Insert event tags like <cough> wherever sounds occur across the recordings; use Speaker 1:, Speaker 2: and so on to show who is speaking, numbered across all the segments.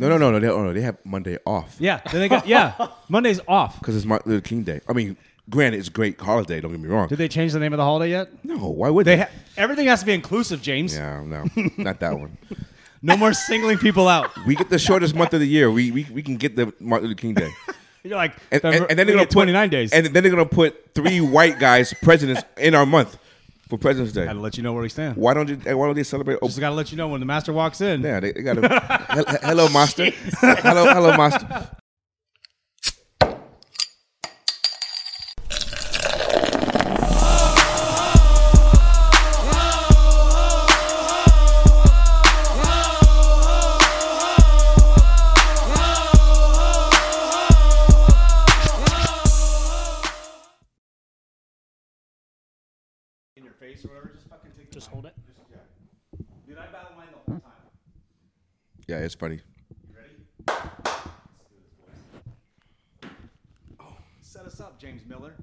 Speaker 1: No, no, no, no. They, oh, no, they have Monday off
Speaker 2: Yeah. Then they got yeah.
Speaker 1: <laughs>
Speaker 2: Monday's off.
Speaker 1: because it's Martin Luther King Day. I mean, granted, it's a great holiday. Don't get me wrong.
Speaker 2: Did they change the name of the holiday yet?
Speaker 1: No, why would
Speaker 2: They ha- everything has to be inclusive, James.
Speaker 1: yeah, no, not that one.
Speaker 2: No more singling people out. <laughs>
Speaker 1: We get the shortest month of the year. We we, we can get the Martin Luther King Day.
Speaker 2: You're like,
Speaker 1: And, and, and then they're
Speaker 2: we
Speaker 1: gonna
Speaker 2: get
Speaker 1: put
Speaker 2: 29 days.
Speaker 1: And then they're gonna put three white guys presidents in our month for President's Day.
Speaker 2: <laughs> gotta let you know where we stand.
Speaker 1: Why don't you? Why don't they celebrate? Oh,
Speaker 2: Just gotta let you know when the master walks in.
Speaker 1: yeah, they, they got a he-
Speaker 2: <laughs>
Speaker 1: hello, master. hello, hello, master.
Speaker 2: In your face or whatever, just fucking take
Speaker 3: Just hold it.
Speaker 2: Dude, I battle mine the whole time.
Speaker 1: Yeah, it's funny.
Speaker 2: Set us up, James Miller.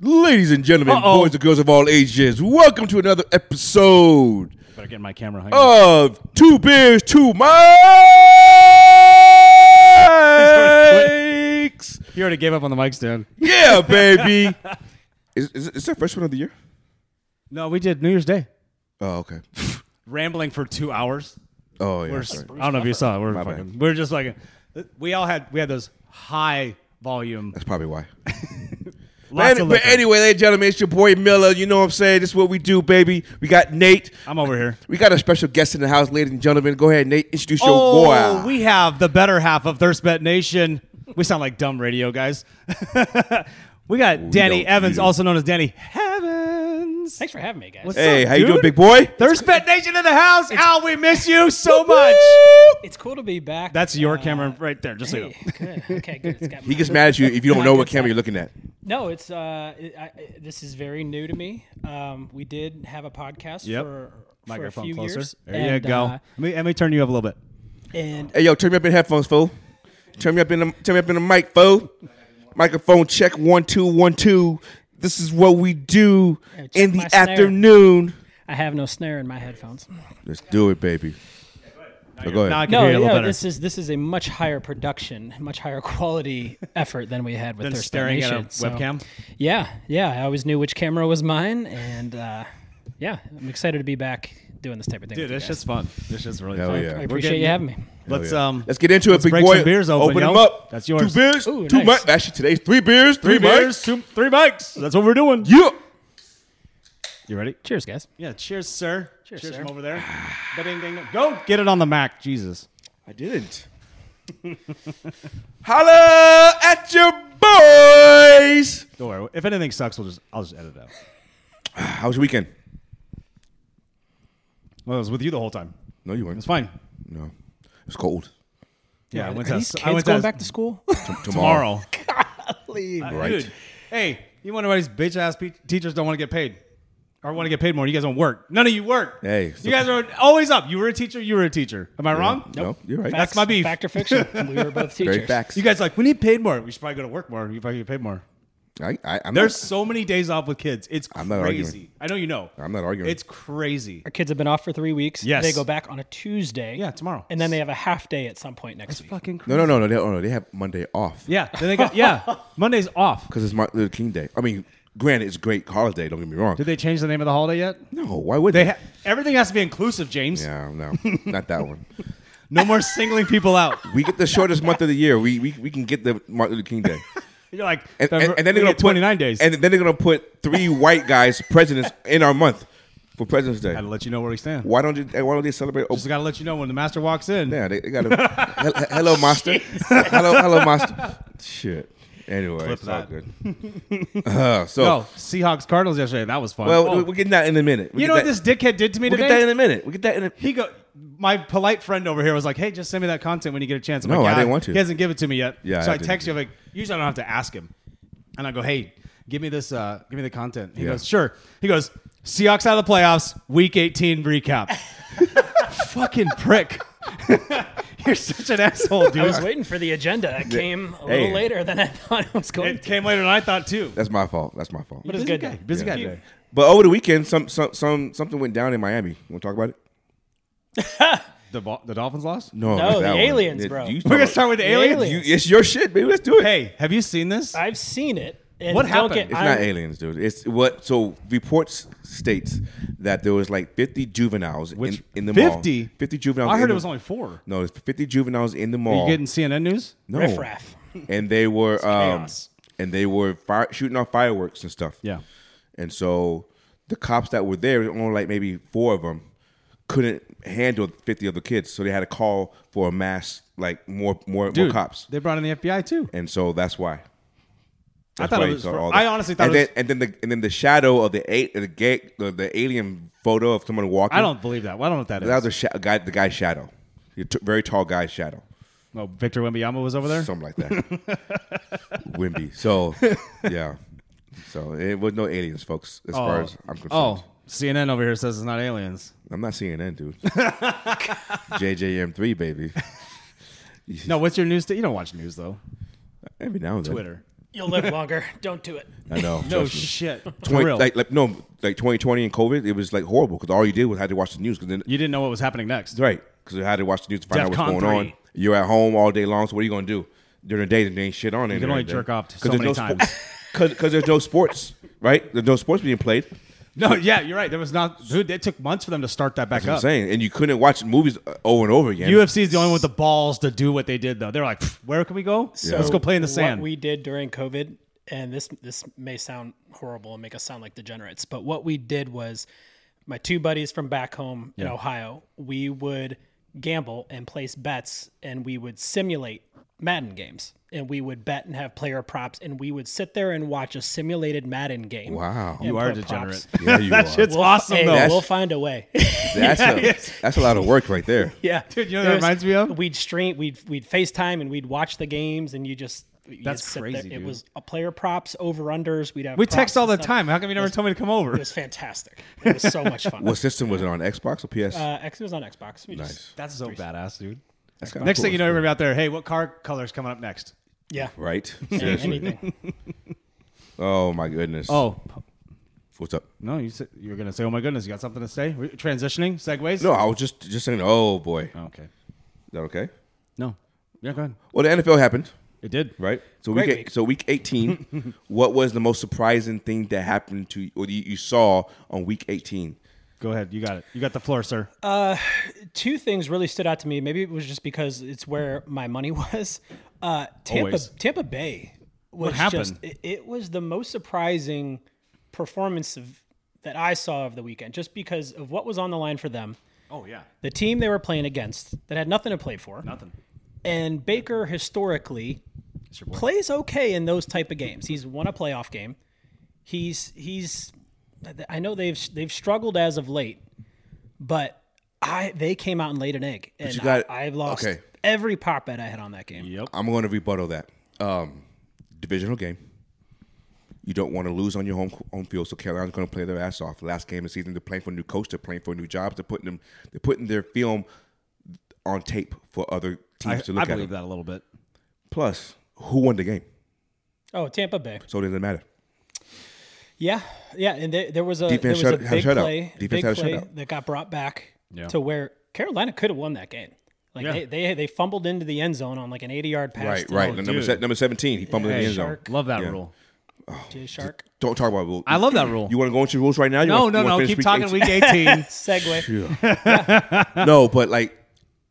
Speaker 1: Ladies and gentlemen,
Speaker 2: Uh-oh.
Speaker 1: boys and girls of all ages, welcome to another episode
Speaker 2: Better get my camera.
Speaker 1: Oh.
Speaker 2: Hang on.
Speaker 1: of Two Beers, Two Mics.
Speaker 2: You already gave up on the mic stand.
Speaker 1: Yeah, baby. <laughs> is, is, is that first one of the year?
Speaker 2: No, we did New Year's Day.
Speaker 1: Oh, okay.
Speaker 2: Rambling for two hours.
Speaker 1: Oh, yeah.
Speaker 2: We're,
Speaker 1: sorry.
Speaker 2: I don't know if you saw it. We're
Speaker 1: My bad.
Speaker 2: fucking, we're just like we all had we had those high volume
Speaker 1: That's probably why.
Speaker 2: lots
Speaker 1: Any-
Speaker 2: of
Speaker 1: but
Speaker 2: liquor.
Speaker 1: anyway, ladies and gentlemen, it's your boy Miller. You know what I'm saying? This is what we do, baby. We got Nate.
Speaker 2: I'm over <laughs> here.
Speaker 1: We got a special guest in the house, ladies and gentlemen. Go ahead, Nate. Introduce your
Speaker 2: Oh,
Speaker 1: boy.
Speaker 2: we have the better half of Thirst Bet Nation. We sound like dumb radio guys. <laughs> we got Danny
Speaker 1: don't
Speaker 2: Evans,
Speaker 1: you.
Speaker 2: also known as Danny Heavens.
Speaker 3: Thanks for having me, guys.
Speaker 2: What's
Speaker 1: hey,
Speaker 2: up,
Speaker 1: how you
Speaker 2: dude?
Speaker 1: doing, big boy?
Speaker 2: Thirst Bet Nation in the house. Al, we miss <laughs> you so much.
Speaker 3: It's cool to be back.
Speaker 2: That's your
Speaker 3: Uh,
Speaker 2: camera right there. Just so you know.
Speaker 3: Hey, <laughs> good. Okay, good. It's got
Speaker 1: He
Speaker 3: my-
Speaker 1: gets mad at you if you don't know what camera you're looking at.
Speaker 3: No, it's uh, it, I, it- this is very new to me. Um, we did have a podcast
Speaker 2: Yep.
Speaker 3: for, for a
Speaker 2: Microphone
Speaker 3: few
Speaker 2: closer.
Speaker 3: years.
Speaker 2: There you
Speaker 3: and,
Speaker 2: go.
Speaker 3: uh,
Speaker 2: let, me, let me turn you up a little bit.
Speaker 3: and
Speaker 1: Hey, yo, turn me up in headphones, fool. Turn me up in the turn me up in the mic, fool. Microphone check one two one two. This is what we do
Speaker 3: check
Speaker 1: in the
Speaker 3: my snare.
Speaker 1: afternoon.
Speaker 3: I have no snare in my headphones.
Speaker 1: Let's do it, baby. So go ahead.
Speaker 2: Now I can
Speaker 3: No,
Speaker 2: hear you a little
Speaker 3: yeah,
Speaker 2: better.
Speaker 3: this is this is a much higher production, much
Speaker 2: <laughs>
Speaker 3: higher quality effort than we had with
Speaker 2: Than
Speaker 3: Thirst
Speaker 2: staring at a
Speaker 3: Nation. So,
Speaker 2: webcam?
Speaker 3: Yeah, yeah. I always knew which camera was mine, and uh, yeah, I'm excited to be back doing this type of thing.
Speaker 2: Dude,
Speaker 3: with you
Speaker 2: this
Speaker 3: guys.
Speaker 2: shit's fun. This shit's really
Speaker 1: Hell
Speaker 2: fun.
Speaker 1: yeah.
Speaker 3: I
Speaker 1: we're
Speaker 3: appreciate
Speaker 2: getting-
Speaker 3: you having me.
Speaker 2: Let's
Speaker 1: Oh, Yeah.
Speaker 2: um
Speaker 1: Let's get into it, big
Speaker 2: break
Speaker 1: boy.
Speaker 2: some beers open, open yo.
Speaker 1: them up.
Speaker 2: That's yours.
Speaker 1: Two beers,
Speaker 3: Ooh,
Speaker 1: two
Speaker 3: nice.
Speaker 1: mics. Actually, today's three beers,
Speaker 2: three
Speaker 1: three,
Speaker 2: beers,
Speaker 1: mics.
Speaker 2: two, three mics. That's what we're doing.
Speaker 1: Yeah.
Speaker 2: You ready?
Speaker 3: Cheers, guys.
Speaker 2: Yeah. Cheers, sir.
Speaker 3: Cheers,
Speaker 2: cheers
Speaker 3: sir.
Speaker 2: from over
Speaker 1: <sighs>
Speaker 2: there. Ba-ding, ding, dong. Go get it on the Mac, Jesus.
Speaker 1: I didn't. <laughs> Holla at your boys.
Speaker 2: Don't worry. If anything sucks, we'll just I'll just edit it out.
Speaker 1: How was your weekend?
Speaker 2: Well, I was with you the whole time.
Speaker 1: No, you
Speaker 2: It's
Speaker 1: weren't.
Speaker 2: fine.
Speaker 1: No, it's cold.
Speaker 2: Yeah, I
Speaker 3: Are
Speaker 2: went to.
Speaker 3: these
Speaker 2: I
Speaker 3: kids
Speaker 2: went
Speaker 3: going
Speaker 2: to-
Speaker 3: back
Speaker 2: <laughs>
Speaker 3: to school?
Speaker 1: T-
Speaker 2: tomorrow.
Speaker 1: right?
Speaker 2: Dude, hey, you wonder why these bitch ass pe- teachers don't want to get paid or want to get paid more? You guys don't work. None of you work.
Speaker 1: Hey,
Speaker 2: you
Speaker 1: so-
Speaker 2: guys are always up. You were a teacher. You were a teacher. Am I wrong?
Speaker 1: No, you're right.
Speaker 2: That's my beef.
Speaker 3: Fact or fiction?
Speaker 2: <laughs>
Speaker 3: We were both teachers.
Speaker 1: Very facts.
Speaker 2: You guys like we need paid more. We should probably go to work more. You probably get paid more.
Speaker 1: I, I, I'm
Speaker 2: There's
Speaker 1: not,
Speaker 2: so many days off with kids. It's
Speaker 1: I'm not arguing.
Speaker 2: crazy. I know you know.
Speaker 1: I'm not arguing.
Speaker 2: It's crazy.
Speaker 3: Our kids have been off for three weeks.
Speaker 2: Yes.
Speaker 3: They go back on a Tuesday.
Speaker 2: Yeah, tomorrow.
Speaker 3: And then they have a half day at some point next week.
Speaker 2: Fucking crazy.
Speaker 1: no, no, no, no. They, oh, no, they have Monday off
Speaker 2: <laughs> Yeah. Then they got yeah. Monday's off.
Speaker 1: because it's Martin Luther King Day. I mean, granted, it's a great holiday. Don't get me wrong.
Speaker 2: Did they change the name of the holiday yet?
Speaker 1: no, why would
Speaker 2: They
Speaker 1: they?
Speaker 2: ha- everything has to be inclusive, James.
Speaker 1: yeah, no, not that one.
Speaker 2: No more singling people out. <laughs>
Speaker 1: We get the shortest month of the year. We we, we can get the Martin Luther
Speaker 2: <laughs>
Speaker 1: King Day.
Speaker 2: You're like,
Speaker 1: And, and, and then
Speaker 2: we
Speaker 1: they're gonna
Speaker 2: get
Speaker 1: put
Speaker 2: 29 days.
Speaker 1: And then they're gonna put three white guys presidents in our month for President's Day.
Speaker 2: gotta let you know where we stand.
Speaker 1: Why don't you? Why don't they celebrate? Oh,
Speaker 2: <laughs> Just gotta let you know when the master walks in.
Speaker 1: yeah, they, they got a hello, master. Hello, hello, master. Shit. Anyway, it's all
Speaker 2: that.
Speaker 1: good.
Speaker 2: <laughs>
Speaker 1: Uh, so,
Speaker 2: No, Seahawks Cardinals yesterday. That was fun.
Speaker 1: well,
Speaker 2: Oh,
Speaker 1: we're getting that in a minute. We
Speaker 2: you
Speaker 1: get
Speaker 2: know what
Speaker 1: that-
Speaker 2: this dickhead did to me
Speaker 1: We'll
Speaker 2: today?
Speaker 1: get that in a minute. We'll get that in a
Speaker 2: he go. My polite friend over here was like, "Hey, just send me that content when you get a chance." I'm
Speaker 1: No,
Speaker 2: like,
Speaker 1: I
Speaker 2: "Yeah,
Speaker 1: didn't want to."
Speaker 2: He hasn't given it to me yet.
Speaker 1: Yeah,
Speaker 2: So
Speaker 1: I
Speaker 2: I,
Speaker 1: didn't
Speaker 2: text you. I'm like, usually I don't have to ask him, and I go, "Hey, give me this. Uh, give me the content." He
Speaker 1: Yeah.
Speaker 2: goes, "Sure." He goes, "Seahawks out of the playoffs, Week
Speaker 1: <laughs>
Speaker 2: 18 recap." Fucking prick. <laughs> You're such an asshole, dude. <laughs>
Speaker 3: I was waiting for the agenda. It came a little
Speaker 1: Hey.
Speaker 3: later than I thought it was going
Speaker 2: it
Speaker 3: to.
Speaker 2: came later than I thought too.
Speaker 1: <laughs> That's my fault. That's my fault.
Speaker 3: But it's
Speaker 2: Busy
Speaker 3: good.
Speaker 2: guy.
Speaker 3: though.
Speaker 2: Busy guy
Speaker 1: Yeah.
Speaker 2: today.
Speaker 1: But over the weekend, some some some something went down in Miami. You want to talk about it?
Speaker 2: The, Bo- the Dolphins lost?
Speaker 1: No,
Speaker 3: No,
Speaker 1: not
Speaker 3: the
Speaker 1: that one.
Speaker 3: aliens,
Speaker 1: Yeah,
Speaker 3: bro.
Speaker 1: You,
Speaker 2: We're going to start with the
Speaker 3: The
Speaker 2: aliens?
Speaker 3: aliens.
Speaker 1: you, it's your shit, baby. Let's do it.
Speaker 2: Hey, have you seen this?
Speaker 3: I've seen it. and
Speaker 2: What
Speaker 3: don't
Speaker 2: happened?
Speaker 3: get-
Speaker 2: It's
Speaker 1: It's
Speaker 3: I'm-
Speaker 1: not aliens, dude. It's what. So reports states that there was like 50 juveniles
Speaker 2: Which-
Speaker 1: in, in the mall.
Speaker 2: 50?
Speaker 1: 50 juveniles.
Speaker 2: I
Speaker 1: in
Speaker 2: heard it
Speaker 1: the-
Speaker 2: was only four.
Speaker 1: No, it's 50 juveniles in the mall.
Speaker 2: You getting CNN news?
Speaker 1: no.
Speaker 3: Riffraff.
Speaker 1: <laughs> And they were um,
Speaker 2: chaos.
Speaker 1: and they were fire, shooting off fireworks and stuff.
Speaker 2: Yeah.
Speaker 1: And so the cops that were there, only like maybe four of them, couldn't handle 50 of the kids, so they had to call for a mass like more more more
Speaker 2: Dude,
Speaker 1: cops.
Speaker 2: They brought in the FBI too.
Speaker 1: And so that's why.
Speaker 2: I
Speaker 1: That's
Speaker 2: thought
Speaker 1: why
Speaker 2: it
Speaker 1: you
Speaker 2: was.
Speaker 1: saw
Speaker 2: For,
Speaker 1: all that.
Speaker 2: I honestly thought
Speaker 1: and
Speaker 2: it
Speaker 1: then,
Speaker 2: was.
Speaker 1: and then the and then the shadow of the eight the gate the, the alien photo of someone walking.
Speaker 2: I don't believe that. Well, I don't know what that is.
Speaker 1: That was a sha- guy. The guy's shadow. A t- very tall guy's shadow.
Speaker 2: oh, Victor Wembanyama was over there.
Speaker 1: Something like that. <laughs> Wimby. So, yeah. So it was no aliens, folks. As far as I'm concerned,
Speaker 2: oh, CNN over here says it's not aliens.
Speaker 1: I'm not CNN, dude. <laughs> JJM3, baby.
Speaker 2: No, what's your news? Th- you don't watch news though.
Speaker 1: Every now and then.
Speaker 2: Twitter. <laughs>
Speaker 3: You'll live longer. Don't do it.
Speaker 1: I know.
Speaker 2: No
Speaker 1: trust me.
Speaker 2: shit. For
Speaker 1: 20,
Speaker 2: real.
Speaker 1: like, like no, like 2020 and COVID, it was like horrible because all you did was had to watch the news because then
Speaker 2: you didn't know what was happening next.
Speaker 1: Right. Because I had to watch the news to find out what's
Speaker 2: DEFCON
Speaker 1: going on.
Speaker 2: three.
Speaker 1: You're at home all day long, so what are you going to do? During the day, there ain't shit on You
Speaker 2: can only jerk off so many
Speaker 1: <laughs>
Speaker 2: times.
Speaker 1: Because there's no sports, right? There's no sports being played.
Speaker 2: No, yeah, you're right. There was not. Dude, it took months for them to start that back
Speaker 1: That's what I'm
Speaker 2: up.
Speaker 1: saying. And you couldn't watch movies uh, over and over again.
Speaker 2: UFC is the only one with the balls to do what they did though. They're like, "Pfft, where can we go? Let's go play in the sand.
Speaker 3: What we did during COVID, and this this may sound horrible and make us sound like degenerates, but what we did was my two buddies from back home in Ohio, we would gamble and place bets and we would simulate Madden games. And we would bet and have player props and we would sit there and watch a simulated Madden game.
Speaker 1: Wow.
Speaker 3: and
Speaker 1: You
Speaker 2: are
Speaker 3: put props.
Speaker 2: degenerate.
Speaker 1: <laughs> Yeah, you
Speaker 2: that
Speaker 1: are.
Speaker 2: shit's
Speaker 3: We'll,
Speaker 2: awesome
Speaker 3: hey,
Speaker 2: though.
Speaker 3: we'll find a way.
Speaker 2: <laughs>
Speaker 1: That's, a,
Speaker 2: Yes.
Speaker 1: that's a lot of work right there.
Speaker 3: yeah.
Speaker 2: <laughs> Dude, you know what that
Speaker 3: It was-
Speaker 2: reminds me of?
Speaker 3: We'd stream we'd we'd FaceTime and we'd watch the games and you just you'd
Speaker 2: That's
Speaker 3: sit
Speaker 2: crazy,
Speaker 3: It
Speaker 2: dude.
Speaker 3: was a player props, over unders, we'd have
Speaker 2: We
Speaker 3: props
Speaker 2: text all
Speaker 3: and
Speaker 2: the
Speaker 3: stuff.
Speaker 2: time. How come you never told me to come over?
Speaker 3: It was fantastic. It was so much fun.
Speaker 1: What system <laughs> was it on? Xbox or PS?
Speaker 3: uh, X it was on Xbox. We just-
Speaker 1: nice.
Speaker 2: That's so badass, dude.
Speaker 1: That's kinda
Speaker 2: Next
Speaker 1: cool.
Speaker 2: thing you know, you're gonna be out there. Hey, what car color's coming up next?
Speaker 3: yeah.
Speaker 2: <laughs>
Speaker 1: Right?
Speaker 3: Yeah,
Speaker 1: Seriously.
Speaker 3: anything.
Speaker 1: Oh, my goodness.
Speaker 2: Oh
Speaker 1: What's up?
Speaker 2: no, you said you were gonna say, "Oh my goodness," you got something to say? We're transitioning segues.
Speaker 1: No, I was just just saying, oh, boy. Is
Speaker 2: Oh, okay.
Speaker 1: that okay?
Speaker 2: No. Yeah, go ahead.
Speaker 1: Well, the NFL happened.
Speaker 2: It did.
Speaker 1: right? So
Speaker 3: Great
Speaker 1: week, eight-
Speaker 3: week.
Speaker 1: so week
Speaker 2: <laughs>
Speaker 1: eighteen, what was the most surprising thing that happened to or you, you saw on week eighteen?
Speaker 2: Go ahead. You got it. You got the floor, sir.
Speaker 3: Two things really stood out to me. Maybe it was just because it's where my money <laughs> was. Uh, Tampa,
Speaker 2: Always.
Speaker 3: Tampa Bay. Was
Speaker 2: What happened?
Speaker 3: Just, it, it was the most surprising performance of, that I saw of the weekend, just because of what was on the line for them,
Speaker 2: oh yeah.
Speaker 3: the team they were playing against that had nothing to play for,
Speaker 2: Nothing.
Speaker 3: and Baker historically plays okay in those type of games. He's won a playoff game. He's he's I know they've they've struggled as of late, but I they came out and laid an egg, and
Speaker 1: you got-
Speaker 3: I, have lost
Speaker 1: okay.
Speaker 3: every prop bet I had on that game.
Speaker 1: I'm going to rebuttal that. Um, divisional game. You don't want to lose on your home home field, so Carolina's going to play their ass off. Last game of the season, they're playing for a new coach, they're playing for new jobs, they're putting them, they're putting their film on tape for other
Speaker 2: I,
Speaker 1: teams to
Speaker 2: I
Speaker 1: look at.
Speaker 2: believe
Speaker 1: them.
Speaker 2: that a little bit.
Speaker 1: Plus, who won the game?
Speaker 3: Oh, Tampa Bay.
Speaker 1: So it doesn't matter.
Speaker 3: Yeah, yeah, and there, there was a
Speaker 1: Defense
Speaker 3: there was
Speaker 1: shut-
Speaker 3: a
Speaker 1: had a
Speaker 3: big
Speaker 1: shutout.
Speaker 3: play,
Speaker 1: Defense
Speaker 3: big
Speaker 1: had a
Speaker 3: play
Speaker 1: shutout.
Speaker 3: that got brought back
Speaker 2: Yeah.
Speaker 3: to where Carolina could have won that game. Like
Speaker 2: Yeah.
Speaker 3: they, they they fumbled into the end zone on like an eighty yard pass.
Speaker 1: Right,
Speaker 3: to
Speaker 1: right.
Speaker 2: oh,
Speaker 1: The number
Speaker 2: dude.
Speaker 1: se- number seventeen, he fumbled in
Speaker 2: Hey,
Speaker 1: the end zone.
Speaker 3: Shark.
Speaker 2: Love that
Speaker 1: Yeah.
Speaker 2: rule.
Speaker 3: Jay Shark
Speaker 1: Don't talk about rules.
Speaker 2: I love that rule.
Speaker 1: You want to go into rules right now? You
Speaker 2: no,
Speaker 1: wanna-
Speaker 2: no,
Speaker 1: you wanna
Speaker 2: no.
Speaker 1: finish
Speaker 2: Keep talking.
Speaker 1: 18?
Speaker 2: Week
Speaker 1: <laughs>
Speaker 2: 18.
Speaker 3: segue.
Speaker 1: No, but like